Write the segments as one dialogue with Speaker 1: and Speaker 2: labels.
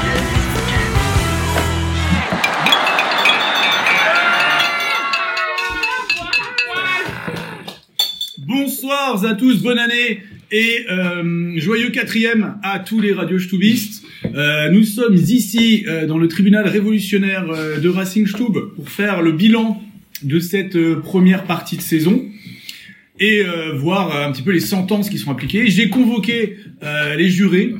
Speaker 1: du
Speaker 2: Bonsoir à tous, bonne année et euh, joyeux quatrième à tous les radios Stubistes. nous sommes ici euh, dans le tribunal révolutionnaire euh, de Racing Stub pour faire le bilan de cette euh, première partie de saison et euh, voir euh, un petit peu les sentences qui sont appliquées. J'ai convoqué euh, les jurés.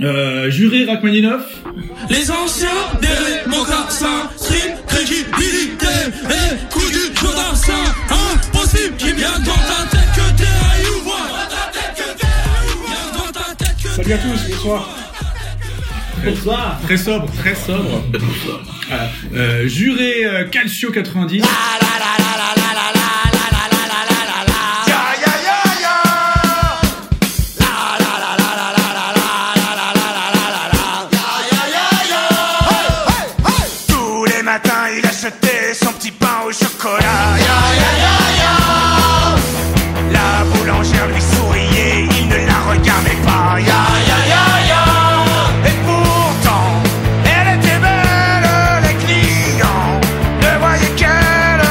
Speaker 2: Euh, juré Rachmaninoff,
Speaker 3: Les anciens des mocassins, strip, crédibilité et coup du jodassin. Impossible qui vient dans ta tête que t'es à Youvois. Dans ta tête que t'es à Youvois. Viens dans ta tête que
Speaker 4: Salut à tous, bonsoir.
Speaker 5: Bonsoir.
Speaker 2: très sobre, très sobre. Voilà. Euh, juré euh, Calcio 90.
Speaker 6: Tous les matins, il achetait son petit pain au chocolat. La boulangère lui souriait, il ne la regardait pas. Et pourtant, elle était belle, les clients ne voyaient qu'elle.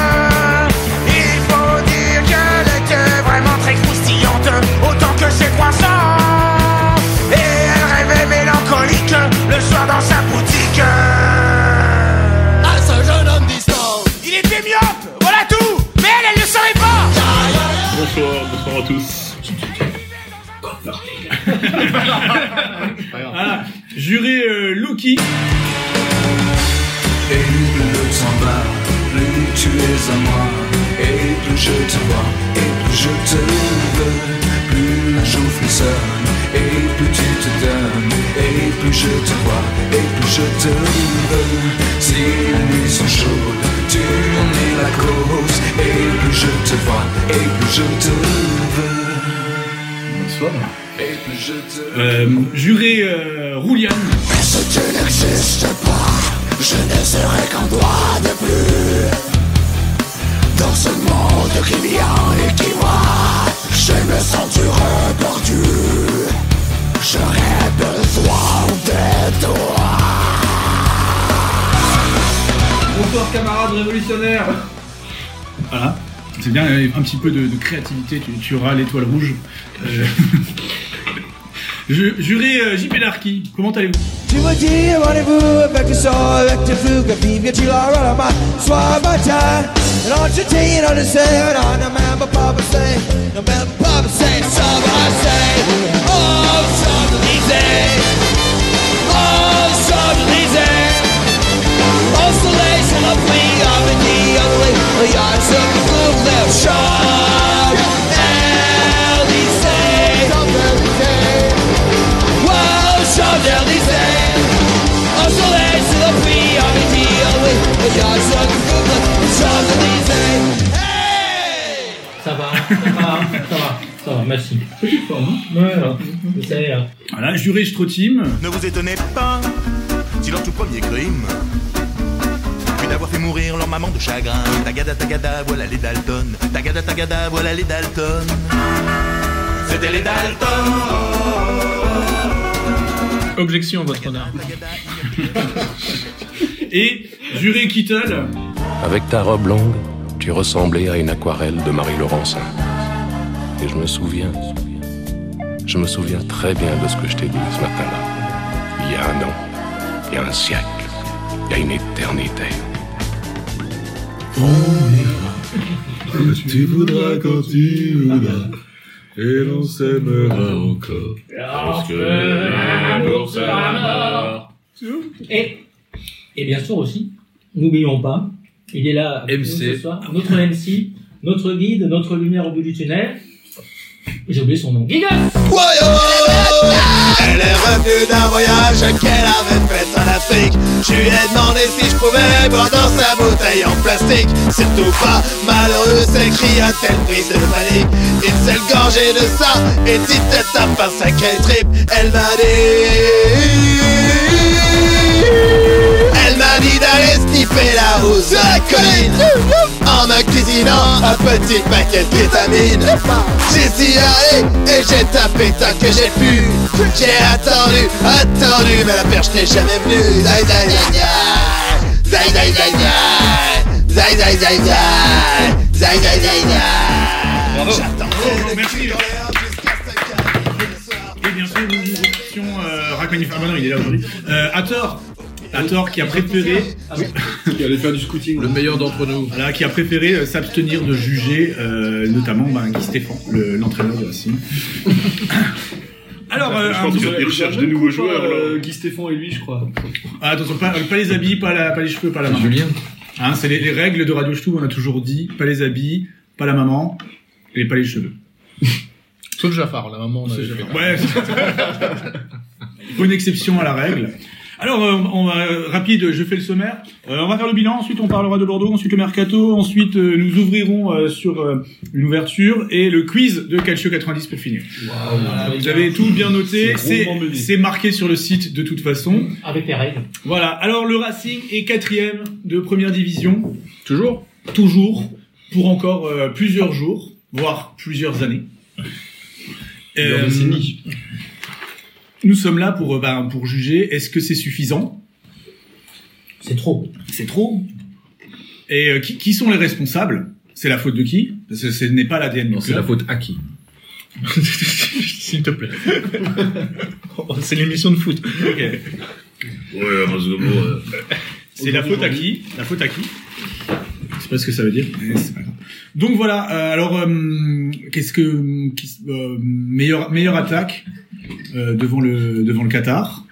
Speaker 6: Il faut dire qu'elle était vraiment très croustillante, autant que ses croissants. Et elle rêvait mélancolique le soir dans sa boutique.
Speaker 3: À ce jeune homme distant.
Speaker 6: Il était myope, voilà tout Mais elle, elle ne le savait pas
Speaker 5: Bonsoir, bonsoir à tous.
Speaker 2: Voilà. Juré euh, Lucky.
Speaker 7: Et plus le temps va, plus tu es à moi. Et plus je te vois, et plus je te veux. Plus la joue sonne, et plus tu te donnes. Et plus je te vois, et plus je te veux. Si les nuits sont chaudes, tu en es la cause. Et plus je te vois, et plus je te veux. Et plus je te
Speaker 2: Euh, juré euh, Roulian.
Speaker 4: Bonsoir camarades révolutionnaires.
Speaker 2: Voilà. C'est bien, euh, un petit peu de, de créativité, tu, tu auras l'étoile rouge. Euh, Ju- Juré euh, JP Darky, comment allez-vous
Speaker 8: Tu me dis rendez-vous avec le sang, avec tes flux, que vive, que tu la relèveras soir matin. Et non, je dis, non, je sais, non, non, même pas passé, non, même pas passé, ça va, c'est, oh, Champs-Élysées, oh, Champs-Élysées, ensoleillé sur la pluie, avec des ugly, les yards se couvrent leurs Champs-Élysées, Champs-Élysées. Wow, Champs-Élysées Ensoleillé sur la pluie, on me dit, oh oui, le yard se couvre de Champs-Élysées Hey
Speaker 5: Ça va, ça va, ça va, ça va, merci. Petite forme, hein Ouais, alors, vous savez, là.
Speaker 2: Voilà, juré Strotim.
Speaker 9: Ne vous étonnez pas si leur tout premier crime fut d'avoir fait mourir leur maman de chagrin. Tagada tagada, voilà les Dalton. Tagada tagada, voilà les Dalton. C'était les Dalton.
Speaker 5: Objection, votre honneur.
Speaker 2: Et juré Kittle.
Speaker 10: Avec ta robe longue, tu ressemblais à une aquarelle de Marie-Laurence. Et je me souviens, je me souviens très bien de ce que je t'ai dit ce matin-là. Il y a un an, il y a un siècle, il y a une éternité.
Speaker 7: Tu voudras quand tu voudras, et l'on s'aimera encore.
Speaker 5: Et, et bien sûr aussi, n'oublions pas, il est là avec nous
Speaker 4: MC.
Speaker 5: ce soir, notre MC, notre guide, notre lumière au bout du tunnel. J'ai oublié son nom. Gigas
Speaker 8: oh, Elle est revenue d'un voyage qu'elle avait fait en Afrique. Je lui ai demandé si je pouvais boire dans sa bouteille en plastique. Surtout pas, malheureux, s'écria-t-elle prise de panique. Une seule gorgée de ça, et si t'es tape un sacré trip, elle m'a dit. Elle m'a dit d'aller sniffer la rose de la colline En me cuisinant
Speaker 9: hallucinant Un petit paquet de vitamines J'ai signalé et j'ai tapé tant que j'ai pu J'ai attendu, attendu Mais la perche n'est jamais venue Zai zai zai zai Zai zai zai
Speaker 11: Ah,
Speaker 9: zai Zai zai zai zai Zai zai zai zai J'attendais le cul dans l'air
Speaker 2: Et bien sûr, nous nous remercions euh, Rachmani Farmanin, il est là aujourd'hui. Euh, Hathor, Hathor qui a préféré,
Speaker 10: Ah Qui allait faire du scouting. Le meilleur d'entre nous.
Speaker 2: voilà, qui a préféré euh, s'abstenir de juger, euh, notamment ben, Guy Stéphane, le- l'entraîneur de Racing. Alors, euh,
Speaker 12: Je pense
Speaker 2: un-
Speaker 12: qu'il
Speaker 10: Il
Speaker 12: recherche de nouveaux joueurs.
Speaker 13: euh,
Speaker 12: là.
Speaker 10: Guy Stéphane et lui, je crois.
Speaker 2: ah, attention, pas, pas les habits, pas, la, pas les cheveux, pas la main.
Speaker 10: Julien.
Speaker 2: Hein, c'est les, les règles de Radio Ch'tou, on a toujours dit, pas les habits, pas la maman, et pas les cheveux.
Speaker 11: Sauf Jafar, la maman, on avait fait.
Speaker 2: Ouais. Il faut une exception à la règle. Alors, euh, on va, euh, rapide, je fais le sommaire. Euh, on va faire le bilan, ensuite on parlera de Bordeaux, ensuite le mercato, ensuite euh, nous ouvrirons euh, sur euh, une ouverture et le quiz de Calcio 90 pour finir. Voilà, vous avez tout bien noté, c'est c'est marqué sur le site de toute façon.
Speaker 5: Avec les règles.
Speaker 2: Voilà, alors le Racing est quatrième de première division,
Speaker 10: Toujours
Speaker 2: toujours, pour encore euh, plusieurs jours, voire plusieurs années. Euh, nous sommes là pour, euh, ben, pour juger est-ce que c'est suffisant
Speaker 5: C'est trop.
Speaker 2: C'est trop. Et euh, qui, qui sont les responsables C'est la faute de qui Parce que ce n'est pas l'ADN du
Speaker 10: Non, c'est
Speaker 2: club.
Speaker 10: la faute à qui
Speaker 11: S'il te plaît. Oh, c'est l'émission de foot.
Speaker 2: Ok.
Speaker 12: Ouais, parce que bon, euh,
Speaker 2: C'est la faute à qui La faute à qui Je sais pas ce que ça veut dire. mais c'est pas grave. Donc voilà. euh, alors euh, qu'est-ce que qu'est-ce- euh, meilleure meilleure attaque euh, devant le devant le Qatar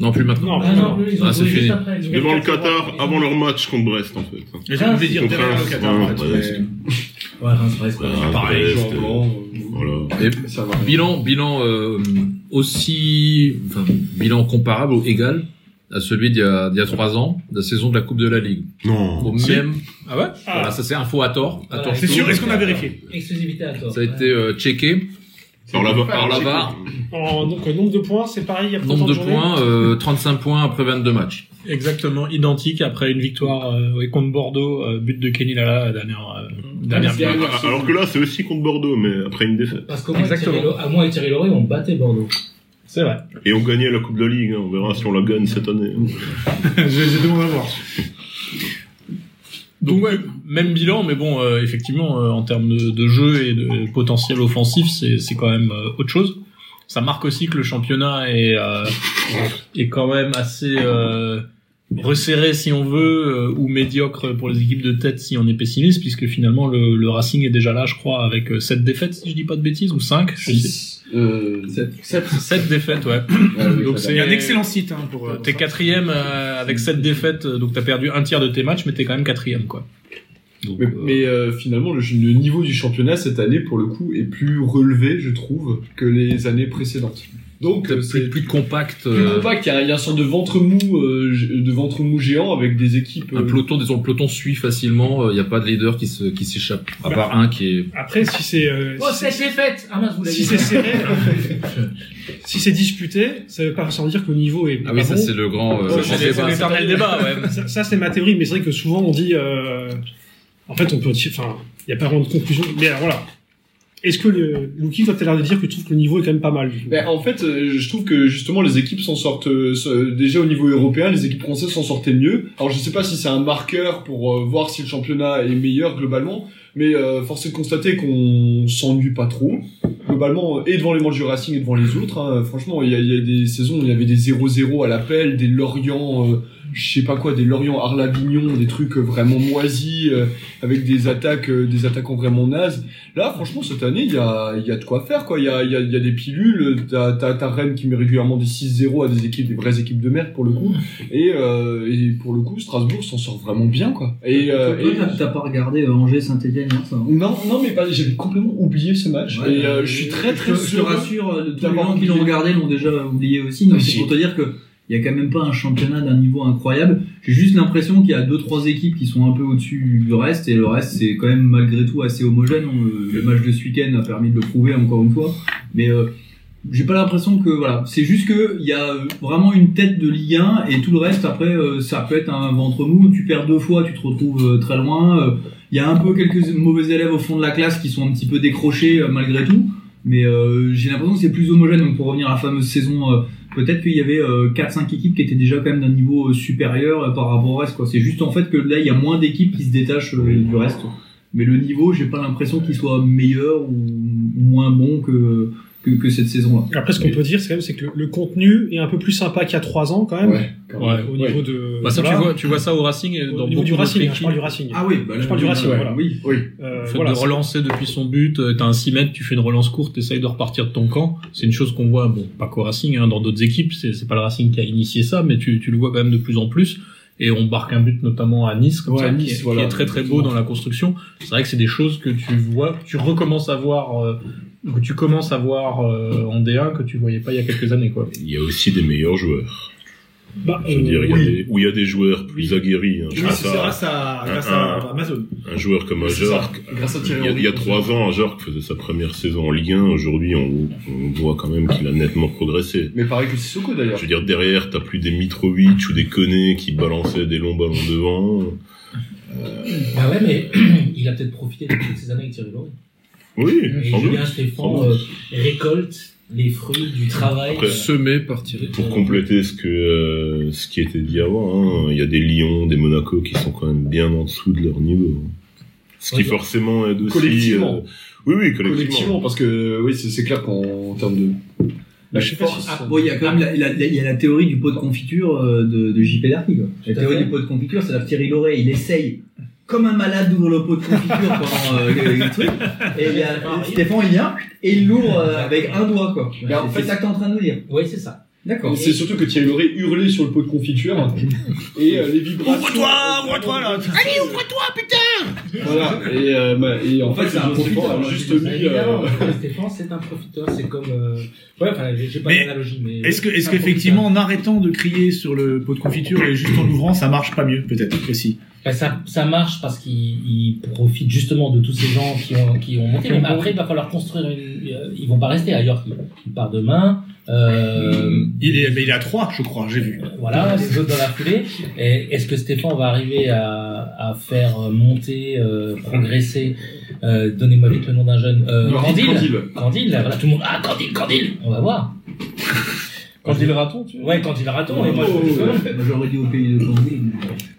Speaker 10: Non, plus maintenant.
Speaker 5: Ah non, eux, ils ont
Speaker 10: Ah, c'est
Speaker 5: joué
Speaker 10: fini.
Speaker 5: juste après. Ils ont
Speaker 12: devant le
Speaker 5: quatre
Speaker 12: Qatar,
Speaker 5: fois.
Speaker 12: avant leur match contre Brest, en fait.
Speaker 2: Je voulais dire
Speaker 12: c'est
Speaker 2: derrière le
Speaker 12: pas-
Speaker 2: Qatar. en fait,
Speaker 12: ouais,
Speaker 2: mais-
Speaker 12: c'est-
Speaker 5: Ouais, non, c'est vrai, c'est vrai.
Speaker 12: Ah,
Speaker 10: Pareil,
Speaker 12: Brest,
Speaker 10: genre,
Speaker 12: euh,
Speaker 10: bon,
Speaker 12: Voilà.
Speaker 10: Et
Speaker 13: Ça va.
Speaker 10: bilan, bilan euh, aussi, enfin, bilan comparable ou égal à celui d'il y a, d'il y a trois ans, de la saison de la Coupe de la Ligue.
Speaker 12: Non.
Speaker 10: Au
Speaker 11: Si.
Speaker 10: même,
Speaker 11: Ah ouais
Speaker 10: voilà, ça c'est info à tort. à
Speaker 5: Ouais.
Speaker 10: tort
Speaker 2: C'est
Speaker 10: tout.
Speaker 2: sûr. Est-ce qu'on a vérifié
Speaker 5: Exclusivité à toi.
Speaker 10: Ça a été euh, checké
Speaker 12: Par la
Speaker 10: par la VAR.
Speaker 14: En- donc, euh, nombre de points, c'est pareil, il y a pas
Speaker 10: Nombre
Speaker 14: tant
Speaker 10: de
Speaker 14: journées.
Speaker 10: points, euh, 35 points après 22 matchs.
Speaker 11: Exactement identique après une victoire euh, ouais, contre Bordeaux, euh, but de Kenny Lala, la dernière, euh, dernière
Speaker 5: c'est
Speaker 11: minute.
Speaker 12: Ah, Alors que là, c'est aussi contre Bordeaux, mais après une défaite.
Speaker 5: Parce qu'au moins,
Speaker 11: Exactement.
Speaker 5: Thierry Lo- à moi et Thierry Lauré, on battait Bordeaux.
Speaker 11: C'est vrai.
Speaker 12: Et on gagnait la Coupe de la Ligue, hein. on verra si on la gagne cette année.
Speaker 2: je, je demande à voir.
Speaker 11: Donc ouais, même bilan, mais bon, euh, effectivement, euh, en termes de, de jeu et de potentiel offensif, c'est c'est quand même euh, autre chose. Ça marque aussi que le championnat est euh, est quand même assez euh, resserré si on veut euh, ou médiocre pour les équipes de tête si on est pessimiste, puisque finalement le, le Racing est déjà là, je crois, avec euh, sept défaites si je dis pas de bêtises ou cinq. je sais-
Speaker 10: Euh,
Speaker 11: Sept défaites, ouais. Donc
Speaker 2: Il y
Speaker 11: c'est
Speaker 2: a un excellent site hein, pour. euh,
Speaker 11: T'es quatrième euh, avec sept défaites, euh, donc t'as perdu un tiers de tes matchs, mais t'es quand même quatrième, quoi. Donc,
Speaker 10: Mais-
Speaker 11: euh,
Speaker 13: Mais euh, finalement, le, le niveau du championnat cette année, pour le coup, est plus relevé, je trouve, que les années précédentes. Donc,
Speaker 10: T'as
Speaker 13: euh,
Speaker 10: plus,
Speaker 13: c'est
Speaker 10: plus compact,
Speaker 13: plus
Speaker 10: euh,
Speaker 13: compact. Il y, a- il y a un sorte de ventre mou, euh, g- de ventre mou géant Oh, avec des équipes.
Speaker 10: un
Speaker 13: euh,
Speaker 10: peloton, disons le peloton suit facilement, il n'y a pas de leader qui se, qui s'échappe, à part un qui est...
Speaker 14: Après, si c'est euh,
Speaker 5: Oh,
Speaker 14: si-
Speaker 5: c'est les fêtes Ah mince, vous l'avez
Speaker 14: si c'est serré, si c'est disputé, ça veut pas sans dire que le niveau est
Speaker 10: Ah
Speaker 14: pas
Speaker 10: oui, ça
Speaker 14: bon.
Speaker 10: c'est le grand... euh,
Speaker 14: Ouais,
Speaker 10: le grand
Speaker 14: c'est-
Speaker 11: c'est
Speaker 10: débat.
Speaker 11: un éternel débat, ouais.
Speaker 14: Ça, ça, c'est ma théorie, mais c'est vrai que souvent on dit. euh, en fait, on peut. dire- Enfin, il n'y a pas vraiment de conclusion. Mais alors voilà. Est-ce que le, Lucky, toi, t'as l'air de dire que tu trouves que le niveau est quand même pas mal du coup.
Speaker 13: Ben, en fait, euh, je trouve que justement les équipes s'en sortent euh, se- déjà au niveau européen, les équipes françaises s'en sortaient mieux. Alors je sais pas si c'est un marqueur pour euh, voir si le championnat est meilleur globalement, mais euh, force est de constater qu'on s'ennuie pas trop globalement euh, et devant les manches du Racing et devant les autres. hein. Franchement, il y, a- il y a des saisons où il y avait des 0-0 à l'appel, des Lorient, euh, je sais pas quoi, des Lorient Arlavignon, des trucs euh, vraiment moisis euh, avec des attaques, euh, des attaquants vraiment nazes. Là, franchement, cette année, il y a, il y a de quoi faire, quoi. Il y a, il y a, il y a des pilules. T'as, t'as, t'as Rennes qui met régulièrement des 6-0 à des équipes, des vraies équipes de merde, pour le coup. Et, euh, et pour le coup, Strasbourg s'en sort vraiment bien, quoi. Et, euh, et-
Speaker 15: T'as pas regardé euh, Angers Saint-Etienne hier, ça hein
Speaker 13: Non, non, mais pas, j'avais complètement oublié ce match.
Speaker 15: Ouais,
Speaker 13: et euh,
Speaker 15: euh,
Speaker 13: je suis très, très
Speaker 15: je te- Je te
Speaker 13: sûr.
Speaker 15: rassure, euh, tous les
Speaker 13: d'avoir
Speaker 15: gens qui l'ont
Speaker 13: oublié.
Speaker 15: regardé l'ont déjà oublié aussi. Donc
Speaker 13: Mais
Speaker 15: c'est
Speaker 13: j'ai-
Speaker 15: pour te dire que il y a quand même pas un championnat d'un niveau incroyable. J'ai juste l'impression qu'il y a deux trois équipes qui sont un peu au-dessus du reste et le reste c'est quand même malgré tout assez homogène. On- euh, Le match de ce week-end a permis de le prouver encore une fois. Mais euh, j'ai pas l'impression que voilà, c'est juste que il y a euh, vraiment une tête de Ligue 1 et tout le reste après euh, ça peut être un ventre mou, tu perds deux fois, tu te retrouves euh, très loin, Euh, il y a un peu quelques mauvais élèves au fond de la classe qui sont un petit peu décrochés euh, malgré tout, mais euh, j'ai l'impression que c'est plus homogène donc pour revenir à la fameuse saison euh, peut-être qu'il y avait euh, 4 5 équipes qui étaient déjà quand même d'un niveau euh, supérieur euh, par rapport au reste quoi. C'est juste en fait que là il y a moins d'équipes qui se détachent euh, du reste. Mais le niveau, j'ai pas l'impression qu'il soit meilleur ou moins bon que que, que cette saison-là.
Speaker 14: Après, ce qu'on peut dire, c'est quand même, c'est que le, le contenu est un peu plus sympa qu'il y a trois ans, quand même.
Speaker 11: Ouais,
Speaker 14: au
Speaker 11: ouais.
Speaker 14: niveau de.
Speaker 11: Bah ça,
Speaker 14: Euh, voilà.
Speaker 11: tu, vois, tu vois ça au Racing euh, dans
Speaker 14: Au niveau
Speaker 11: beaucoup
Speaker 14: du
Speaker 11: d'autres
Speaker 14: Racing, hein, je
Speaker 11: équipes.
Speaker 14: parle du Racing.
Speaker 11: Ah oui,
Speaker 14: bah là, Je parle du oui, Racing, ouais, voilà.
Speaker 15: Oui, oui.
Speaker 14: Euh,
Speaker 11: Le fait
Speaker 14: voilà,
Speaker 11: de
Speaker 14: c'est-
Speaker 11: relancer depuis son but, euh, t'as un 6 mètres, tu fais une relance courte, t'essayes de repartir de ton camp. C'est une chose qu'on voit, bon, pas qu'au Racing, hein, dans d'autres équipes, c'est c'est pas le Racing qui a initié ça, mais tu, tu le vois quand même de plus en plus. Et on barque un but notamment à Nice, comme
Speaker 13: Ouais,
Speaker 11: ça,
Speaker 13: à
Speaker 11: qui est-
Speaker 13: Nice,
Speaker 11: qui,
Speaker 13: voilà,
Speaker 11: est très très beau dans la construction. C'est vrai que c'est des choses que tu vois, que tu recommences à voir, euh, que tu commences à voir euh, en D1 que tu voyais pas il y a quelques années, quoi.
Speaker 12: Il y a aussi des meilleurs joueurs.
Speaker 14: Bah,
Speaker 12: Je veux dire, il y a des- où il y a des joueurs plus aguerris. hein, je
Speaker 2: Oui,
Speaker 12: pense
Speaker 2: c'est grâce à-
Speaker 12: un-
Speaker 2: grâce à
Speaker 12: un-
Speaker 2: Amazon.
Speaker 12: Un joueur comme
Speaker 2: Oui, c'est
Speaker 12: Ajorc.
Speaker 2: ça. Grâce à
Speaker 12: Il
Speaker 2: Thierry
Speaker 12: y a- il y a
Speaker 2: Henry,
Speaker 12: trois ans, Ajorc faisait sa première saison en Ligue 1. Aujourd'hui, on, on voit quand même qu'il a nettement progressé.
Speaker 13: Mais pareil que Sissoko d'ailleurs.
Speaker 12: Je veux dire, derrière, t'as plus des Mitrovic ou des Koné qui balançaient des longs ballons devant. Euh,
Speaker 5: Ah ouais, mais il a peut-être profité de toutes ces années avec Thierry Laurie.
Speaker 12: Oui,
Speaker 5: Et
Speaker 12: sans
Speaker 5: Julien
Speaker 12: doute,
Speaker 5: Stéphane
Speaker 12: sans doute.
Speaker 5: euh, récolte les fruits du travail.
Speaker 12: Après,
Speaker 10: semé par Thierry.
Speaker 12: Pour compléter ce que euh, ce qui était dit avant, hein, il y a des Lyons, des Monaco qui sont quand même bien en dessous de leur niveau. Ce qui
Speaker 13: Ouais.
Speaker 12: forcément aide aussi.
Speaker 13: Collectivement.
Speaker 12: euh, oui, oui, collectivement.
Speaker 13: Collectivement, parce que euh, oui, c'est c'est clair qu'en termes de.
Speaker 15: Bah, je sais pas si ça- Ah, bon, il y a quand même la, la- la- il y a la théorie du pot de confiture euh, de, de JP Darky. quoi. La
Speaker 5: Tout à
Speaker 15: théorie
Speaker 5: fait.
Speaker 15: du pot de confiture, c'est la Thierry Loret. Il essaye comme un malade d'ouvrir le pot de confiture pendant euh, le, le truc. Et il y a, Stéphane, il vient et il l'ouvre euh, avec un doigt. quoi.
Speaker 5: Bah,
Speaker 15: en fait, c'est ça que t'es en train de nous dire.
Speaker 5: Oui, c'est ça.
Speaker 15: D'accord.
Speaker 13: C'est surtout que Thierry Lauré hurlait sur le pot de confiture et euh, les vibrations.
Speaker 2: Ouvre-toi, ouvre-toi là Allez, ouvre-toi, putain
Speaker 13: Voilà, et, euh, bah, et en, fait, c'est un profiteur juste mis.
Speaker 5: Évidemment,
Speaker 13: euh,
Speaker 5: euh, Stéphane, c'est un profiteur, c'est comme. euh, Ouais, enfin, j'ai j'ai pas
Speaker 16: Mais
Speaker 5: d'analogie, mais.
Speaker 16: Est-ce que, est-ce
Speaker 5: un
Speaker 16: qu'effectivement, en arrêtant de crier sur le pot de confiture et juste en l'ouvrant, ça marche pas mieux, peut-être aussi.
Speaker 5: Ben, ça, ça marche parce qu'il il profite justement de tous ces gens qui ont, qui ont monté. Mais après, il va falloir construire une. euh, Ils vont pas rester ailleurs. Ils, ils partent demain. Euh,
Speaker 16: il, est, mais il est à 3, je crois, j'ai vu.
Speaker 5: Voilà, les autres dans la foulée. Et Est-ce que Stéphane va arriver à, à faire monter, euh, progresser euh, Donnez-moi vite le nom d'un jeune. Euh,
Speaker 11: Non,
Speaker 5: Candil.
Speaker 11: Candil.
Speaker 5: Candil, là, voilà, tout le monde. Ah, Candil, Candil On va voir. Candil
Speaker 11: raton, tu
Speaker 5: Ouais, Candil raton. et moi,
Speaker 16: Oh.
Speaker 5: je-
Speaker 15: Oh, J'aurais dit au pays de Candil.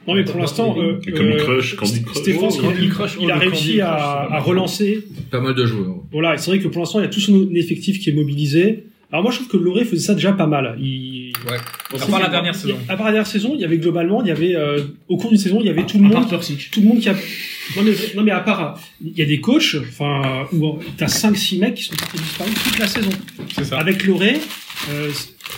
Speaker 14: Non, mais pour l'instant, euh,
Speaker 10: Et Candy
Speaker 14: euh,
Speaker 10: Crush, Candy Crush.
Speaker 14: Stéphane,
Speaker 10: Oh,
Speaker 14: ce qu'il a-
Speaker 10: Candy Crush, oh,
Speaker 14: il a
Speaker 10: le Candy
Speaker 14: réussi à,
Speaker 10: Crush.
Speaker 14: à relancer.
Speaker 10: Pas mal de joueurs.
Speaker 14: Voilà, et c'est vrai que pour l'instant, il y a tout son effectif qui est mobilisé. Alors moi, je trouve que Loré faisait ça déjà pas mal. Il...
Speaker 10: Ouais.
Speaker 14: Bon,
Speaker 11: À
Speaker 14: c'est-
Speaker 11: part la dernière saison.
Speaker 14: À part la dernière saison, il y avait globalement, il y avait euh, au cours d'une saison, il y avait tout le monde, tout le monde qui a. Non mais, non mais à part, il y a des coachs, enfin, où euh, t'as 5-6 mecs qui sont partis disparus toute la saison.
Speaker 11: C'est ça.
Speaker 14: Avec Loré, euh,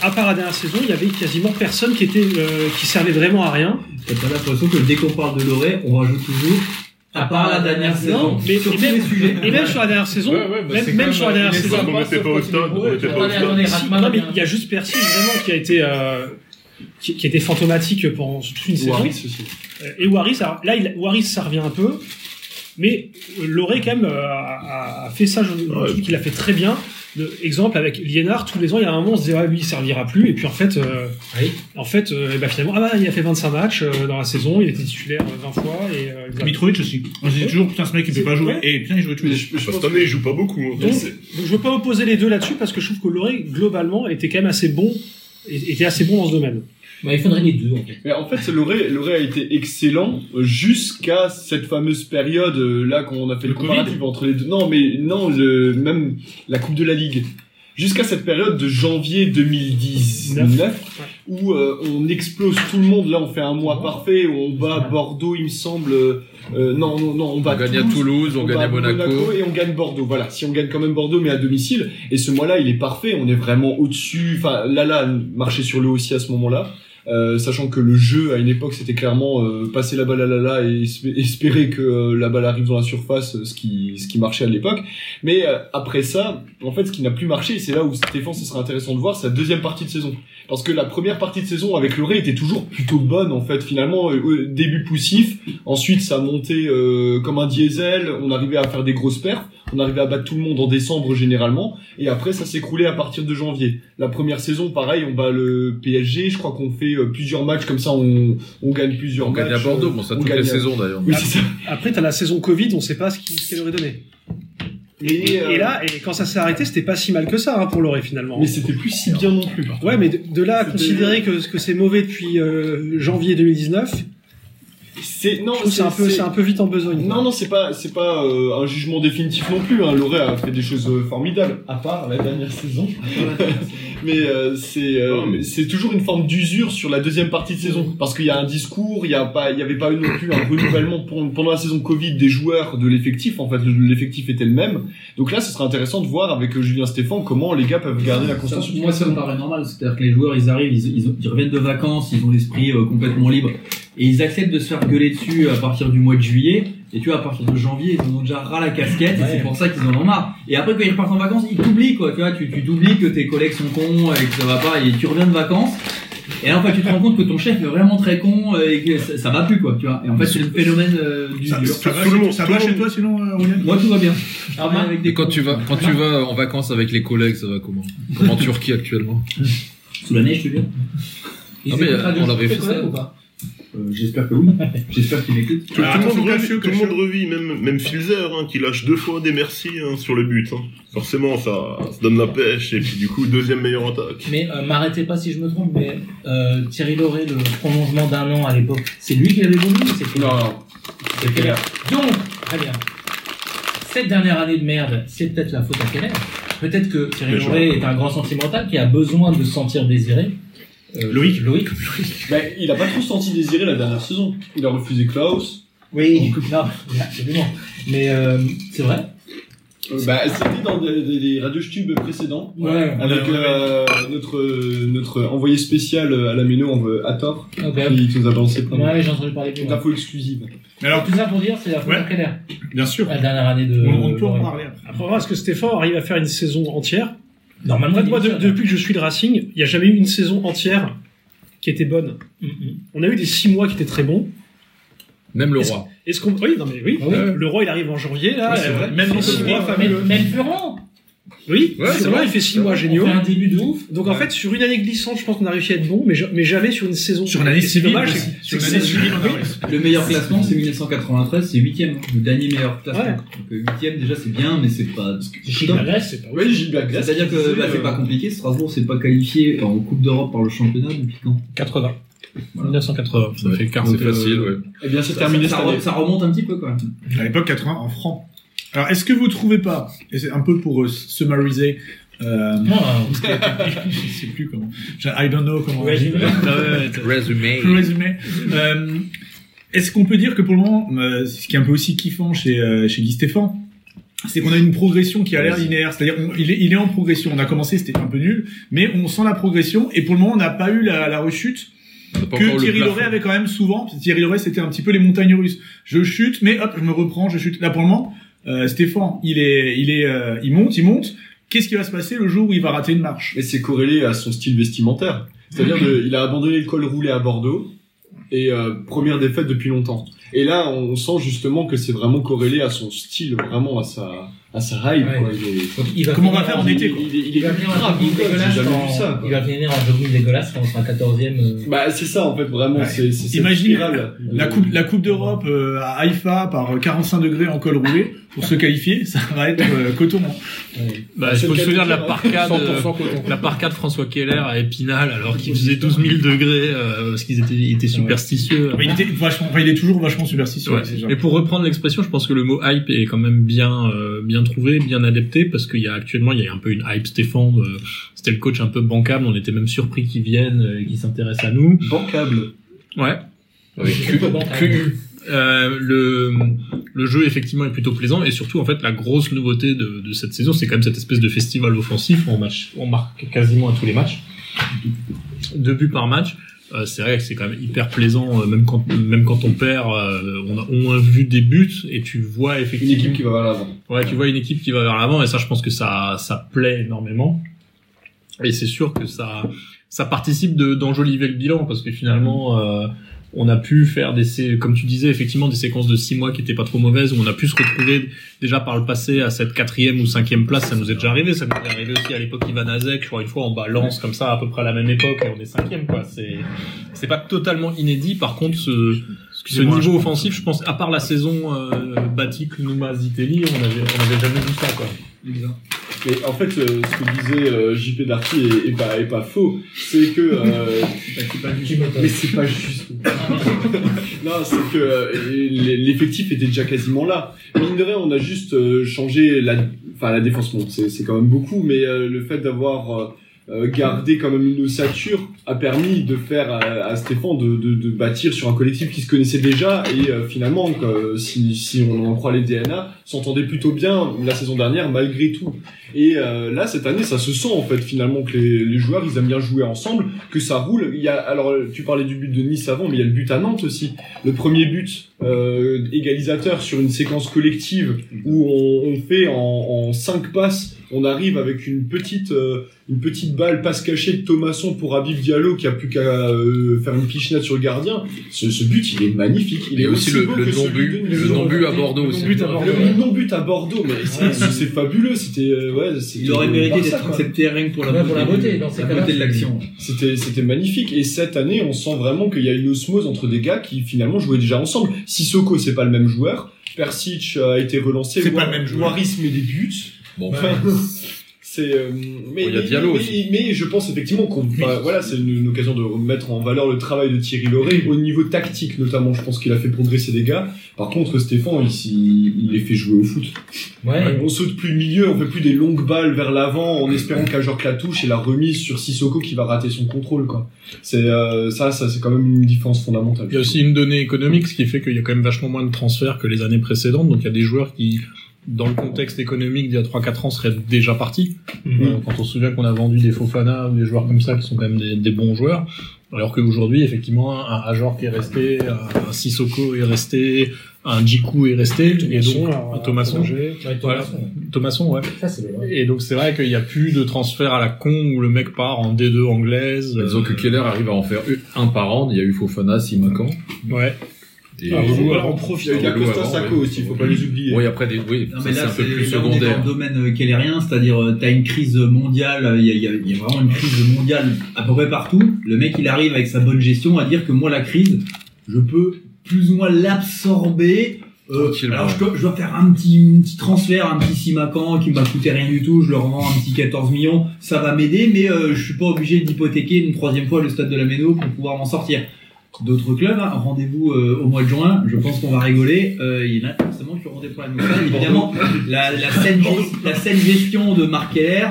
Speaker 14: à part la dernière saison, il y avait quasiment personne qui était, euh, qui servait vraiment à rien.
Speaker 15: T'as pas l'impression que dès qu'on parle de Loré, on rajoute toujours. À part la dernière saison.
Speaker 14: Non, mais
Speaker 15: Sur
Speaker 14: et
Speaker 15: tous
Speaker 14: même,
Speaker 15: les sujets.
Speaker 14: et même sur la dernière saison,
Speaker 11: bah
Speaker 14: même, même sur la dernière saison, Si, non, mais il y a juste Percy vraiment qui a été euh, qui, qui a été fantomatique pendant toute une saison.
Speaker 13: Waris aussi.
Speaker 14: Euh, Et Waris, alors, là, il, Waris, ça revient un peu, mais euh, Loré quand même euh, a, a- a fait ça. Je, je trouve qu'il a fait très bien. Le exemple avec Liénard, tous les ans, il y a un moment, on se disait ah, lui, il servira plus, et puis en fait, euh, en fait, euh, eh ben, finalement, ah bah, il a fait 25 matchs euh, dans la saison, il était titulaire euh, 20 fois, et euh, il a-
Speaker 2: Mitrovic aussi. On se dit toujours, putain, ce mec il peut pas jouer. Et putain, il jouait tous les jours.
Speaker 12: Cette année, il joue pas beaucoup. hein.
Speaker 14: Donc, donc je veux pas opposer les deux là-dessus parce que je trouve que Loré globalement était quand même assez bon, était assez bon dans ce domaine.
Speaker 5: Bah, il faudrait les deux en fait.
Speaker 13: Mais en fait, Loré, Loré a été excellent jusqu'à cette fameuse période euh, là qu'on a fait le, comparatif entre les deux. Non, mais non, le, même la Coupe de la Ligue. Jusqu'à cette période de janvier 2019 où euh, on explose tout le monde. Là, on fait un mois parfait où on bat Bordeaux, il me semble. euh, euh, non, non, non, on bat
Speaker 10: gagne à Toulouse, on gagne
Speaker 13: bat
Speaker 10: à Monaco.
Speaker 13: et on gagne Bordeaux. Voilà, si on gagne quand même Bordeaux, mais à domicile. Et ce mois-là, il est parfait. On est vraiment au-dessus. Enfin, Lala marchait sur le aussi à ce moment-là. Euh, sachant que le jeu à une époque c'était clairement euh, passer la balle à Lala et esp- espérer que euh, la balle arrive dans la surface, euh, ce qui ce qui marchait à l'époque. Mais euh, après ça, en fait, ce qui n'a plus marché, et c'est là où Stéphane, ce serait intéressant de voir sa deuxième partie de saison, parce que la première partie de saison avec le Ray était toujours plutôt bonne en fait. Finalement, euh, euh, début poussif, ensuite ça montait euh, comme un diesel, on arrivait à faire des grosses perfs. On arrivait à battre tout le monde en décembre généralement. Et après, ça s'écroulait à partir de janvier. La première saison, pareil, on bat le PSG. Je crois qu'on fait euh, plusieurs matchs comme ça. On, on gagne plusieurs
Speaker 10: On
Speaker 13: matchs.
Speaker 10: gagne à Bordeaux,
Speaker 13: euh,
Speaker 10: bon, ça
Speaker 13: on
Speaker 10: toutes
Speaker 13: gagne
Speaker 10: les
Speaker 13: à-
Speaker 10: saisons d'ailleurs.
Speaker 13: Oui, c'est ça.
Speaker 14: Après, t'as la saison Covid, on sait pas ce qui- ce qu'elle aurait donné. Et,
Speaker 13: euh,
Speaker 14: et là, et quand ça s'est arrêté, c'était pas si mal que ça hein, pour Loré finalement. Mais
Speaker 13: c'était plus si bien non plus.
Speaker 14: Ouais, mais de, de là à considérer que, que c'est mauvais depuis euh, janvier 2019,
Speaker 13: C'est non,
Speaker 14: je trouve c'est un peu, c'est un peu vite en besogne.
Speaker 13: Non, non, c'est pas, c'est pas euh, un jugement définitif non plus. Hein. Loré a fait des choses euh, formidables, à part la dernière saison. mais euh, c'est, euh, c'est toujours une forme d'usure sur la deuxième partie de saison, parce qu'il y a un discours, il y a pas, il y avait pas eu non plus un renouvellement pour- pendant la saison Covid des joueurs de l'effectif. En fait, le- l'effectif était le même. Donc là, ce serait intéressant de voir avec euh, Julien Stéphane comment les gars peuvent garder la constance.
Speaker 15: Ça, Moi, ça me paraît normal. C'est-à-dire que les joueurs, ils arrivent, ils, ils- ils reviennent de vacances, ils ont l'esprit euh, complètement libre. Et ils acceptent de se faire gueuler dessus à partir du mois de juillet. Et tu vois, à partir de janvier, ils en ont déjà ras la casquette. Et c'est pour ça qu'ils en ont marre. Et après, quand ils repartent en vacances, ils t'oublient, quoi. Tu vois, tu, tu t'oublies que tes collègues sont cons euh, et que ça va pas. Et tu reviens de vacances. Et là, en fait, tu te rends compte que ton chef est vraiment très con euh, et que ça, ça va plus, quoi. Tu vois. Et en fait, c'est le phénomène euh, du
Speaker 2: Ça-
Speaker 15: du-
Speaker 2: ça va chez- ça va chez toi sinon, euh, Aurélien
Speaker 15: Moi, tout va bien.
Speaker 10: Et quand tu vas, quand tu vas en vacances avec les collègues, ça va comment Comme en Turquie actuellement.
Speaker 15: Sous la neige, tu veux dire
Speaker 10: Non mais euh, on avait fait ça.
Speaker 15: Euh, J'espère que oui. J'espère qu'il m'écoute.
Speaker 12: Tout, Bah, tout le monde revit, tout le monde revit, même, même Filzer, hein, qui lâche deux fois des merci hein, sur le but. hein. Forcément, ça, ça donne la pêche, et puis du coup, deuxième meilleure attaque.
Speaker 5: Mais euh, m'arrêtez pas si je me trompe, mais euh, Thierry Lauré, le prolongement d'un an à l'époque, c'est lui qui l'avait voulu ou c'est Keller C'est Keller. Donc, très bien. Cette dernière année de merde, c'est peut-être la faute à Keller. Peut-être que Thierry
Speaker 10: Mais je-
Speaker 5: Lauré est un grand sentimental qui a besoin de se sentir désiré. Loïc. Loïc.
Speaker 13: Ben, il a pas trop senti désiré la dernière saison. Il a refusé Klaus.
Speaker 5: Oui. Non, absolument. Mais euh, c'est vrai.
Speaker 13: bah, c'était dans des, des, des radios tubes précédents.
Speaker 5: Ouais.
Speaker 13: Avec
Speaker 5: Ouais, ouais.
Speaker 13: euh, notre, euh, notre envoyé spécial euh, à la Méno, on veut Hathor,
Speaker 5: Ok.
Speaker 13: qui, qui nous a lancé plein de-
Speaker 5: Ah, bah Ouais, j'ai entendu parler de lui,
Speaker 13: Une
Speaker 5: ouais.
Speaker 13: info exclusive.
Speaker 5: Alors, tout ça pour dire, c'est la faute à Keller.
Speaker 2: Bien sûr.
Speaker 5: La dernière année de. Lauré.
Speaker 14: Après, on verra, est-ce que Stéphane arrive à faire une saison entière
Speaker 5: Normalement,
Speaker 14: En fait, moi,
Speaker 5: il est hein.
Speaker 14: de- depuis que je suis le Racing, il n'y a jamais eu une saison entière qui était bonne.
Speaker 5: Mm,
Speaker 14: On a eu des six mois qui étaient très bons.
Speaker 10: Même le
Speaker 14: Est-ce-
Speaker 10: roi.
Speaker 14: Est-ce qu'on oui non mais oui,
Speaker 10: Ah oui.
Speaker 14: le roi il arrive en janvier là
Speaker 10: Oui, c'est
Speaker 14: euh,
Speaker 10: vrai.
Speaker 14: même
Speaker 10: C'est
Speaker 14: six
Speaker 10: vrai.
Speaker 14: mois fabuleux.
Speaker 5: Même Ferrand
Speaker 14: oui
Speaker 5: Ouais, c'est
Speaker 14: c'est vrai
Speaker 5: vrai.
Speaker 14: il fait six mois géniaux
Speaker 5: On fait un début de ouf.
Speaker 14: donc en fait sur une année glissante je pense qu'on a réussi à être bon mais, ja- mais jamais sur une saison
Speaker 15: Sur une année
Speaker 14: C'est
Speaker 15: civile
Speaker 14: dommage,
Speaker 15: aussi.
Speaker 14: c'est-
Speaker 15: Sur
Speaker 14: c'est-
Speaker 15: une année
Speaker 14: c'est-
Speaker 15: civile, on a
Speaker 14: oui.
Speaker 15: réussi. Le meilleur classement, c'est 1993, c'est 8 e le dernier meilleur classement.
Speaker 14: Ouais.
Speaker 15: Donc, euh, 8 e déjà, c'est bien, mais c'est pas.
Speaker 5: Gilbert Grèce, c'est pas ouf.
Speaker 15: Ouais, Gilbert Grèce. C'est-à-dire que bah, c'est pas compliqué, Strasbourg s'est pas qualifié en Coupe d'Europe par le championnat depuis
Speaker 16: euh,
Speaker 15: quand
Speaker 11: 80. 1980, ça fait euh,
Speaker 10: quart, c'est facile, ouais.
Speaker 15: Eh bien, c'est
Speaker 2: Ça-
Speaker 15: terminé
Speaker 2: ça-
Speaker 15: cette
Speaker 2: ça
Speaker 15: année.
Speaker 2: re-
Speaker 15: Ça remonte un petit peu, quand même.
Speaker 2: À l'époque, 80 en francs. Alors, est-ce que vous trouvez pas, et c'est un peu pour euh, summariser, euh, parce que- je sais plus comment, je- I don't know comment. on dit.
Speaker 10: Résumé.
Speaker 2: Ouais, ouais,
Speaker 10: Résumé.
Speaker 2: Le résumé. Euh, est-ce qu'on peut dire que pour le moment, euh, ce qui est un peu aussi kiffant chez, euh, chez Guy Stéphane, c'est qu'on a une progression qui a l'air linéaire, c'est-à-dire on- il, est, il est en progression. On a commencé, c'était un peu nul, mais on sent la progression et pour le moment on n'a pas eu la, la rechute
Speaker 10: pas
Speaker 2: que
Speaker 10: encore le
Speaker 2: Thierry
Speaker 10: plafond.
Speaker 2: Loret avait quand même souvent. Parce que Thierry Loret c'était un petit peu les montagnes russes. Je chute, mais hop, je me reprends, je chute. Là pour le moment, euh, Stéphane, il est, il est, euh, il monte, il monte. Qu'est-ce qui va se passer le jour où il va rater une marche
Speaker 13: Et c'est corrélé à son style vestimentaire. C'est-à-dire qu'il a abandonné le col roulé à Bordeaux et euh, première défaite depuis longtemps. Et là, on sent justement que c'est vraiment corrélé à son style, vraiment à sa, à sa hype.
Speaker 5: Ouais.
Speaker 13: quoi. Il est-
Speaker 5: Il va
Speaker 13: Comment on va
Speaker 5: finir
Speaker 13: faire en
Speaker 5: il-
Speaker 13: été quoi
Speaker 5: il- Il va venir en
Speaker 13: grave,
Speaker 5: jogging
Speaker 13: quoi, j'ai
Speaker 5: dégueulasse.
Speaker 13: jamais vu
Speaker 5: en-
Speaker 13: ça,
Speaker 5: Il va venir en jogging dégueulasse quand on sera 14ème. euh.
Speaker 13: Bah, c'est ça en fait, vraiment.
Speaker 2: Ouais.
Speaker 13: c'est c'est cette
Speaker 2: Imagine
Speaker 13: spirale de-
Speaker 2: la coupe, la coupe d'Europe euh, à Haïfa par 45 degrés en col roulé pour se qualifier, ça va être euh, coton. hein.
Speaker 11: Bah, il faut se souvenir de la parcade,
Speaker 2: 100% coton.
Speaker 11: euh, la parcade François Keller à Épinal, alors qu'il faisait 12 000 degrés, euh, parce qu'ils étaient, ils étaient superstitieux.
Speaker 2: Mais il, était vachement, enfin, il est toujours vachement superstitieux.
Speaker 11: Ouais.
Speaker 2: c'est genre-
Speaker 11: Et pour reprendre l'expression, je pense que le mot hype est quand même bien, euh, bien trouvé, bien adapté, parce qu'il y a actuellement, il y a un peu une hype Stéphane. euh, C'était le coach un peu bancable. On était même surpris qu'il vienne euh, et qu'il s'intéresse à nous.
Speaker 13: Bancable.
Speaker 11: Ouais.
Speaker 10: Oui. Q- QU.
Speaker 11: Euh, le, le jeu effectivement est plutôt plaisant et surtout en fait la grosse nouveauté de, de cette saison c'est quand même cette espèce de festival offensif où on, match, on marque quasiment à tous les matchs deux buts par match. Euh, c'est vrai que c'est quand même hyper plaisant, euh, même quand même quand on perd, euh, on a au moins vu des buts et tu vois effectivement
Speaker 13: une équipe qui va vers l'avant.
Speaker 11: Ouais, tu vois une équipe qui va vers l'avant et ça, je pense que ça ça plaît énormément. Et c'est sûr que ça ça participe de d'enjoliver le bilan parce que finalement euh, on a pu faire des, sé- comme tu disais, effectivement, des séquences de six mois qui étaient pas trop mauvaises, où on a pu se retrouver déjà par le passé à cette quatrième ou cinquième place. Ça nous est déjà arrivé. Ça nous est arrivé aussi à l'époque Ivan Azek, je crois, une fois en balance comme ça, à peu près à la même époque, et on est cinquième, quoi. C'est, c'est pas totalement inédit. Par contre, ce, ce
Speaker 10: Excusez-moi,
Speaker 11: niveau
Speaker 10: je-
Speaker 11: offensif, je pense, à part la saison, euh, Batik, Numa, Zitelli, on avait, on avait jamais vu ça, quoi.
Speaker 13: Mais en fait, euh, ce que disait euh, JP Darty est, est pas, est pas faux. C'est que. euh, mais c'est pas juste. non, c'est que euh, l'e- l'effectif était déjà quasiment là. Mine de rien, on a juste euh, changé la, enfin, la défense. Bon, c'est c'est quand même beaucoup, mais euh, le fait d'avoir. euh, euh, gardé quand même une ossature a permis de faire à, à Stéphane de, de, de bâtir sur un collectif qui se connaissait déjà et euh, finalement que, si, si on en croit les DNA s'entendait plutôt bien la saison dernière malgré tout et euh, là cette année ça se sent en fait finalement que les, les joueurs ils aiment bien jouer ensemble que ça roule il y a alors tu parlais du but de Nice avant mais il y a le but à Nantes aussi le premier but euh, égalisateur sur une séquence collective où on, on fait en, en cinq passes on arrive avec une petite euh, une petite balle passe cachée de Thomasson pour Habib Diallo qui a plus qu'à euh, faire une pichenette sur le gardien. Ce, ce but, il est magnifique. Il
Speaker 10: Et
Speaker 13: est
Speaker 10: aussi
Speaker 13: aussi,
Speaker 10: le-
Speaker 13: beau
Speaker 10: le
Speaker 13: que celui
Speaker 10: non-but-
Speaker 13: de
Speaker 10: le
Speaker 13: Nice.
Speaker 10: non-but à Bordeaux aussi.
Speaker 13: Le non-but à Bordeaux,
Speaker 10: Ouais.
Speaker 13: Le non-but à Bordeaux, mais c'est-
Speaker 10: Ouais.
Speaker 13: c'est c'est fabuleux. C'était euh, ouais, c'était
Speaker 15: Il aurait mérité
Speaker 13: Barça,
Speaker 15: d'être
Speaker 13: quoi.
Speaker 15: accepté rien que pour la Ouais, pour beauté la beauté, du- dans ces la cas-là, beauté de l'action.
Speaker 13: C'était c'était magnifique. Et cette année, on sent vraiment qu'il y a une osmose entre des gars qui finalement jouaient déjà ensemble. Sissoko, c'est pas le même joueur. Persic a été relancé.
Speaker 2: C'est pas
Speaker 13: Wa-
Speaker 2: le même joueur.
Speaker 13: Waris met des buts.
Speaker 10: Bon.
Speaker 13: Enfin, c'est euh, mais,
Speaker 10: Il y a
Speaker 13: mais-
Speaker 10: Diallo
Speaker 13: mais-
Speaker 10: aussi.
Speaker 13: mais je pense effectivement qu'on bah, voilà c'est une, une occasion de remettre en valeur le travail de Thierry Lauré au niveau tactique notamment je pense qu'il a fait progresser des gars par contre Stéphane il, s'y- il les fait jouer au foot
Speaker 5: Ouais.
Speaker 13: on saute plus le milieu on fait plus des longues balles vers l'avant en espérant qu'un joueur que la touche et la remise sur Sissoko qui va rater son contrôle quoi c'est euh, ça ça c'est quand même une différence fondamentale
Speaker 11: Il y a aussi une donnée économique, ce qui fait qu'il y a quand même vachement moins de transferts que les années précédentes. Donc il y a des joueurs qui, dans le contexte économique d'il y a 3-4 ans, seraient déjà partis.
Speaker 10: Mhm.
Speaker 11: Euh, quand on se souvient qu'on a vendu des Fofana ou des joueurs comme ça qui sont quand même des, des bons joueurs. Alors qu'aujourd'hui, effectivement, un Ajor qui est resté, un Sissoko est resté, un Jiku est resté, et donc un Thomasson. Voilà. Thomasson, ouais. Et donc c'est vrai qu'il n'y a plus de transfert à la con où le mec part en D2 anglaise. euh.
Speaker 10: Disons que Keller arrive à en faire eu- un par an. Il y a eu Fofana, Simakan.
Speaker 11: Ouais.
Speaker 10: Et
Speaker 11: Ah,
Speaker 10: Loulou
Speaker 11: Loulou
Speaker 10: avant.
Speaker 11: en profite.
Speaker 10: Loulou avant, oui. Oui, après, des, oui,
Speaker 15: Non,
Speaker 10: ça,
Speaker 15: mais
Speaker 10: c'est
Speaker 15: là,
Speaker 10: un peu plus
Speaker 15: là, on est
Speaker 10: secondaire.
Speaker 15: dans le domaine euh, kellérien, c'est-à-dire euh, t'as une crise mondiale, euh, il y a, il y a- il y a vraiment une crise mondiale à peu près partout. Le mec, il arrive avec sa bonne gestion à dire que moi, la crise, je peux plus ou moins l'absorber. Euh, alors, je, dois- je dois faire un petit, un petit transfert, un petit Simacan qui m'a coûté rien du tout, je leur rends un petit 14 millions, ça va m'aider, mais euh, je suis pas obligé d'hypothéquer une troisième fois le stade de la Méno pour pouvoir m'en sortir. D'autres clubs, hein, rendez-vous euh, au mois de juin, je pense qu'on va rigoler, euh, il y en a forcément qui auront des problèmes. Donc là, évidemment, la, la, saine, gest- la saine gestion de Marc Keller,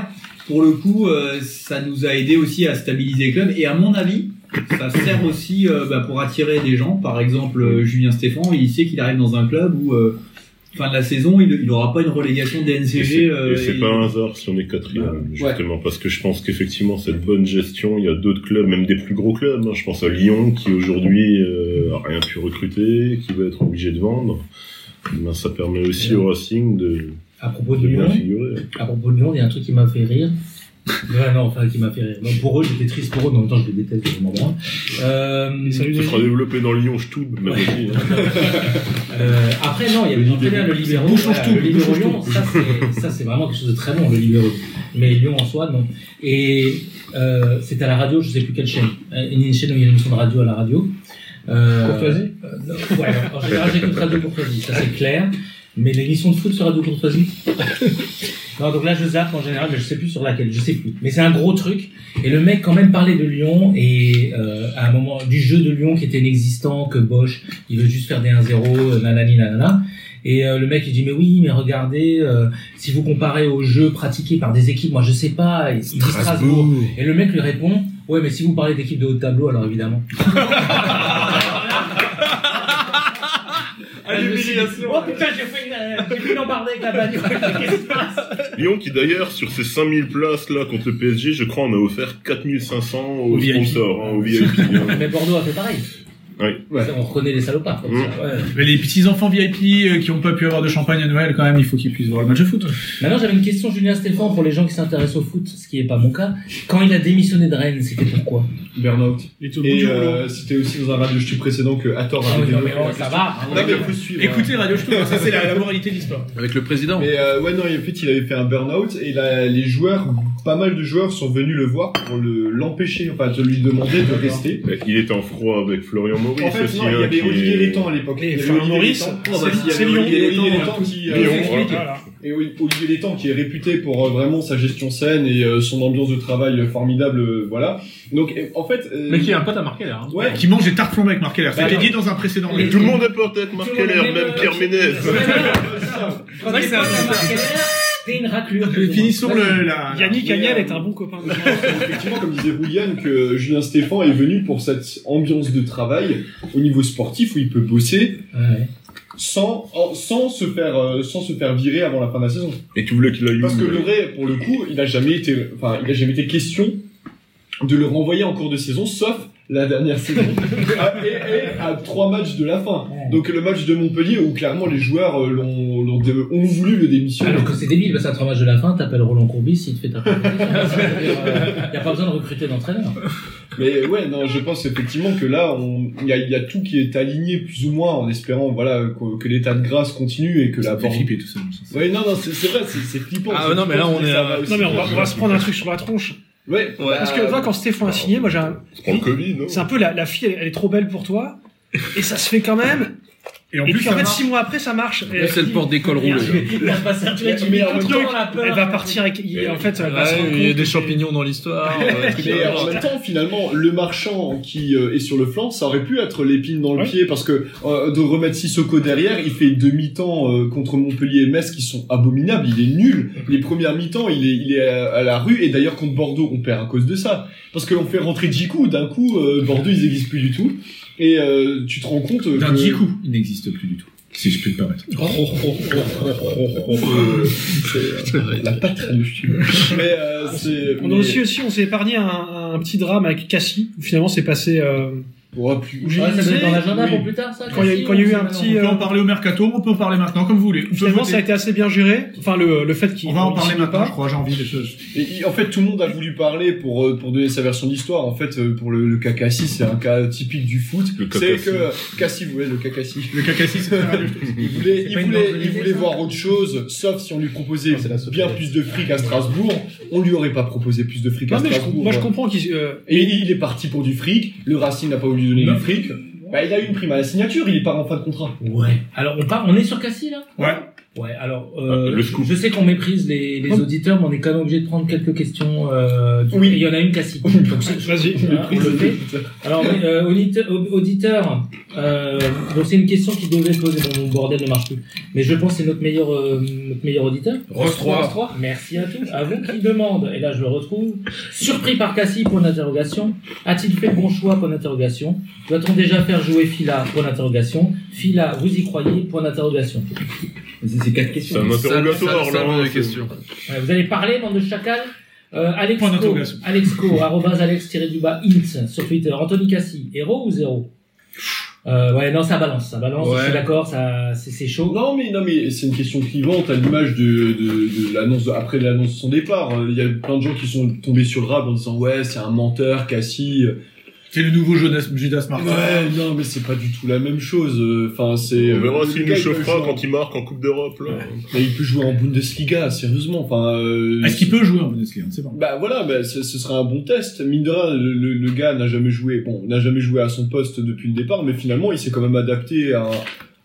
Speaker 15: pour le coup, euh, ça nous a aidé aussi à stabiliser le club. Et à mon avis, ça sert aussi euh, bah, pour attirer des gens. Par exemple, euh, Julien Stéphan, il sait qu'il arrive dans un club où, euh, fin de la saison, il n'aura pas une relégation
Speaker 12: Et
Speaker 15: DNCG.
Speaker 12: c'est-
Speaker 15: euh,
Speaker 12: et c'est
Speaker 15: et-
Speaker 12: pas un hasard si on est quatrième, justement, parce que je pense qu'effectivement, cette bonne gestion, il y a d'autres clubs, même des plus gros clubs. hein. Je pense à Lyon, qui aujourd'hui euh, a rien pu recruter, qui va être obligé de vendre. Ben, ça permet aussi au Racing de,
Speaker 5: À propos
Speaker 12: de
Speaker 5: du
Speaker 12: bien
Speaker 5: Lyon,
Speaker 12: figurer.
Speaker 5: à propos de Lyon, il y a un truc qui m'a fait rire. Ouais, non, enfin, qui m'a fait rire. Non, pour eux, j'étais triste pour eux, mais en même temps, je les déteste, je m'en branle. Euh,
Speaker 12: Ça sera développé dans Lyon, je tout, même aussi, hein.
Speaker 5: Euh, après, non, il y a le championnat, le Libéro, voilà, le Libéro Lyon, ça c'est, ça c'est vraiment quelque chose de très bon, le Libéro. Mais Lyon en soi, non. Et euh, c'était à la radio, je sais plus quelle chaîne. Euh, Une chaîne où il y a une émission de radio à la radio. Euh,
Speaker 11: Courtoisie
Speaker 5: euh, non, Ouais, non, en général, j'écoute Radio Courtoisie, ça c'est clair. Mais l'émission de foot sur Radio Courtoisie Non, donc là, je zappe en général, mais je sais plus sur laquelle, je sais plus. Mais c'est un gros truc. Et le mec, quand même, parlait de Lyon et euh, à un moment du jeu de Lyon qui était inexistant, que Bosch, il veut juste faire des 1-0, euh, nanani, nanana. Et euh, le mec, il dit mais oui, mais regardez, euh, si vous comparez au jeu pratiqué par des équipes, moi je sais pas, il il dit Strasbourg.
Speaker 10: Strasbourg.
Speaker 5: Et le mec lui répond, ouais, mais si vous parlez d'équipe de haut de tableau, alors évidemment. Ah, je me suis dit, Oh putain, j'ai fait une, euh, j'ai fait une embardée avec la bagnole. Qu'est-ce qui se passe
Speaker 12: Lyon qui d'ailleurs sur ces 5000 places là contre le PSG, je crois on a offert 4500
Speaker 5: Au
Speaker 12: aux
Speaker 5: VIP.
Speaker 12: sponsors, hein, aux VIP. hein.
Speaker 5: Mais Bordeaux a fait pareil. Ça, On reconnaît les salopards
Speaker 12: Hum.
Speaker 5: comme ça. ouais.
Speaker 2: Mais les petits enfants VIP euh, qui ont pas pu avoir de champagne à Noël, quand même, il faut qu'ils puissent voir le match de foot.
Speaker 5: Maintenant, j'avais une question, Julien Stéphane, pour les gens qui s'intéressent au foot, ce qui n'est pas mon cas. Quand il a démissionné de Rennes, c'était pourquoi
Speaker 13: Burnout.
Speaker 5: Et tout le monde
Speaker 13: Et
Speaker 5: joue au
Speaker 13: euh, c'était aussi dans un radio show précédent que Hathor
Speaker 5: Ah
Speaker 13: avait
Speaker 5: oui, non, mais
Speaker 13: développé
Speaker 5: oh,
Speaker 13: la
Speaker 5: ça
Speaker 13: question.
Speaker 5: va.
Speaker 13: Non, mais faut suivre, hein.
Speaker 2: Écoutez Radio Show, ça c'est la, la moralité de l'histoire.
Speaker 10: Avec le président.
Speaker 13: Mais euh, ouais, non, en fait, il avait fait un burn-out et là, les joueurs, pas mal de joueurs sont venus le voir pour le- l'empêcher, enfin, de lui demander de rester.
Speaker 12: Bah, Il était en froid avec Florian Maurice
Speaker 13: En fait,
Speaker 12: aussi.
Speaker 13: non, il y
Speaker 2: euh,
Speaker 12: hein,
Speaker 13: avait
Speaker 12: qui
Speaker 13: Olivier
Speaker 12: est-
Speaker 13: Létang à l'époque.
Speaker 12: Et
Speaker 13: Il y avait
Speaker 12: Florian
Speaker 13: Olivier
Speaker 12: Maurice,
Speaker 13: Létang.
Speaker 12: c'est-
Speaker 13: Ah, bah, s'il y
Speaker 12: c'est
Speaker 13: avait
Speaker 12: Lyon.
Speaker 13: Olivier Létang,
Speaker 12: Lyon, hein.
Speaker 13: Létang qui, euh,
Speaker 12: Lyon,
Speaker 13: explique.
Speaker 12: voilà.
Speaker 13: Et oui, Olivier Létang qui est réputé pour euh, vraiment sa gestion saine et euh, son ambiance de travail euh, formidable, euh, voilà. Donc, euh, en fait... euh,
Speaker 11: Mais qui est un pote à hein. marquer là.
Speaker 13: Ouais.
Speaker 2: Qui mange des tartes flambées avec Marc Keller. Ça a
Speaker 13: Bah,
Speaker 2: été
Speaker 13: non.
Speaker 2: dit dans un précédent.
Speaker 12: Mais tout le monde est porté avec Marc Keller, même Pierre Ménez.
Speaker 5: Quand t'es pas dans Marc Keller, t'es une raclure.
Speaker 2: Finissons le, la...
Speaker 14: Yannick
Speaker 13: Mais,
Speaker 14: Agnel
Speaker 13: euh,
Speaker 14: est un bon copain.
Speaker 15: Ah,
Speaker 14: de-
Speaker 13: effectivement, comme disait William, que Julien Stéphan est venu pour cette ambiance de travail au niveau sportif où il peut bosser sans, en- sans, se, faire, euh, sans se faire virer avant la fin de la saison.
Speaker 12: Et tu voulais qu'il aille où
Speaker 13: Parce que
Speaker 12: mais-
Speaker 13: Leray, pour le coup, il n'a jamais été, enfin, il a jamais été question de le renvoyer en cours de saison, sauf la dernière saison, à- et, et à trois matchs de la fin. Donc le match de Montpellier où clairement les joueurs euh, l'ont, l'ont dé- ont voulu le démissionner.
Speaker 5: Alors que c'est débile, parce qu'à trois matchs de la fin, t'appelles Roland Courbis, il te fait ta Il n'y a pas besoin de recruter d'entraîneur.
Speaker 13: Mais ouais, non, je pense effectivement que là, on- il y a, il y a tout qui est aligné plus ou moins en espérant voilà que, que l'état de grâce continue et que la banque.
Speaker 2: tout ça.
Speaker 13: Ouais, non, non, c'est c'est vrai, c'est c'est flippant.
Speaker 11: Ah,
Speaker 13: c'est
Speaker 11: non, mais
Speaker 13: flippant,
Speaker 11: là, on est
Speaker 13: ça
Speaker 11: à-
Speaker 13: va aussi
Speaker 14: Non, mais on va,
Speaker 13: bien.
Speaker 14: on va se prendre un truc sur la tronche.
Speaker 13: Ouais, euh,
Speaker 14: Parce que, tu vois, quand Stéphane a signé, moi, j'ai un-
Speaker 12: Prends le Covid, non
Speaker 14: c'est un peu la, la fille, elle, elle est trop belle pour toi. Et ça se fait quand même.
Speaker 2: Et en
Speaker 14: Et
Speaker 2: plus,
Speaker 14: puis, en
Speaker 2: ça
Speaker 14: fait,
Speaker 2: marche.
Speaker 14: six mois après, ça marche. Et
Speaker 10: Là, c'est le porte-décolle roulé.
Speaker 5: Il a passé un truc, tu mets
Speaker 13: Mais en même
Speaker 5: trop dans
Speaker 14: temps,
Speaker 5: la peur.
Speaker 14: Elle va partir avec. il- En fait, elle va se rendre
Speaker 11: Ouais, il y a
Speaker 14: compte
Speaker 11: des
Speaker 14: que-
Speaker 11: champignons dans l'histoire. euh, truc
Speaker 13: Mais
Speaker 11: dans
Speaker 13: en
Speaker 11: l'histoire.
Speaker 13: même temps, finalement, le marchand qui euh, est sur le flanc, ça aurait pu être l'épine dans le
Speaker 14: Ouais.
Speaker 13: pied parce que euh, de remettre Sissoko derrière, il fait deux mi-temps euh, contre Montpellier et Metz qui sont abominables. Il est nul. Les premières mi-temps, il est, il est à, à la rue et d'ailleurs contre Bordeaux, on perd à cause de ça parce que l'on fait rentrer Djikou d'un coup, euh, Bordeaux ils existent plus du tout et euh, tu te rends compte euh,
Speaker 2: D'un
Speaker 13: que-
Speaker 2: petit coup, il n'existe plus du tout. Si je peux me permettre.
Speaker 13: la patte à l'œuf, tu vois. Mais euh, c'est
Speaker 14: On
Speaker 13: mais-
Speaker 14: a aussi, aussi, on s'est épargné un, un petit drame avec Cassie, où finalement c'est passé. euh,
Speaker 13: Oh, plus-
Speaker 5: Ouais, ça doit être dans l'agenda
Speaker 13: Oui.
Speaker 5: pour plus tard, ça.
Speaker 14: Quand il y a-
Speaker 5: Cassie, hein,
Speaker 14: quand il y a eu
Speaker 5: on
Speaker 14: un
Speaker 5: sait
Speaker 14: petit,
Speaker 5: pas,
Speaker 2: On peut
Speaker 14: euh,
Speaker 2: en parler au mercato, on peut en parler maintenant, comme vous voulez. On peut
Speaker 14: finalement,
Speaker 2: voter.
Speaker 14: ça a été assez bien géré. Enfin, le, le fait qu'il.
Speaker 2: On va en parler
Speaker 14: qu'il signe
Speaker 2: maintenant,
Speaker 14: pas.
Speaker 2: je crois, j'ai envie de choses.
Speaker 13: Et, il- en fait, tout le monde a voulu parler pour, euh, pour donner sa version d'histoire. En fait, euh, pour le, le Kakassi, c'est un cas typique du foot.
Speaker 12: Le
Speaker 13: C'est
Speaker 12: Kakassi.
Speaker 13: que Cassi voulait le Kakassi.
Speaker 2: Le cacassi, c'est la radio.
Speaker 13: Il voulait,
Speaker 5: pas
Speaker 13: il
Speaker 5: une
Speaker 13: voulait,
Speaker 5: bonne
Speaker 13: il
Speaker 5: idée,
Speaker 13: voulait
Speaker 5: ça.
Speaker 13: voir autre chose, sauf si on lui proposait bien plus de fric à Strasbourg. On lui aurait pas proposé plus de fric à
Speaker 14: euh, Non, mais je,
Speaker 13: Strasbourg.
Speaker 14: moi, je comprends qu'il. euh,
Speaker 13: Et il est parti pour du fric. Le Racing n'a pas voulu lui donner du fric. Bah, il a eu une prime à la signature. Il est pas en fin de contrat.
Speaker 5: Ouais. Alors on part, on est sur Cassis là.
Speaker 2: Ouais.
Speaker 5: Ouais. Alors euh,
Speaker 12: Ah, le scoop.
Speaker 5: je sais qu'on méprise les, les auditeurs, mais on est quand même obligé de prendre quelques questions. Euh, du-
Speaker 13: Oui.
Speaker 5: et Il y en a une Cassis. Donc c'est-
Speaker 14: Vas-y.
Speaker 5: Voilà, on le fait. Alors oui, euh, audite- au- auditeur, euh, donc c'est une question qui devait se poser. Bon, mon bordel ne marche plus. Mais je pense que c'est notre meilleur euh, notre meilleur auditeur.
Speaker 10: Rose 3.
Speaker 5: Trois. Merci à tous. À vous qui demande, et là je le retrouve, surpris par Cassie, point d'interrogation. A-t-il fait le bon choix, point d'interrogation Doit-on déjà faire jouer Fila, point d'interrogation Fila, vous y croyez, point d'interrogation
Speaker 15: Mais C'est c'est quatre
Speaker 12: C'est
Speaker 15: questions.
Speaker 12: un
Speaker 10: Ça,
Speaker 12: interrogatoire,
Speaker 10: ça, ça,
Speaker 12: là. hein,
Speaker 10: la
Speaker 12: c'est-
Speaker 10: question.
Speaker 5: Ouais, Vous allez parler, bande de chacal euh, Alex
Speaker 2: Point
Speaker 5: Co,
Speaker 2: d'interrogation.
Speaker 5: Alex Co, arrobase Alex-du-bas, int, sur Twitter. Anthony Cassie, héros ou zéro Euh, Ouais, non, ça balance, ça balance,
Speaker 11: Ouais.
Speaker 5: je suis d'accord, ça- c'est c'est chaud.
Speaker 13: Non mais non mais c'est une question clivante à l'image de, de, de l'annonce de- après l'annonce de son départ. Euh, Il y a plein de gens qui sont tombés sur le rap en disant ouais c'est un menteur, Cassie. euh.
Speaker 2: C'est le nouveau Jonas, Judas Martin.
Speaker 13: Ouais non mais c'est pas du tout la même chose. Euh, Enfin c'est.
Speaker 12: On verra
Speaker 13: le
Speaker 12: s'il
Speaker 13: gars, il
Speaker 12: nous
Speaker 13: peut
Speaker 12: chauffera
Speaker 13: jouer en-
Speaker 12: quand il marque en Coupe d'Europe, là.
Speaker 13: Mais il peut jouer en Bundesliga sérieusement. Enfin. euh,
Speaker 2: Est-ce qu'il peut jouer en Bundesliga C'est bon.
Speaker 13: Bah voilà, bah, ce, ce sera un bon test. Mine de rien, le, le- le gars n'a jamais joué, bon, n'a jamais joué à son poste depuis le départ, mais finalement, il s'est quand même adapté à,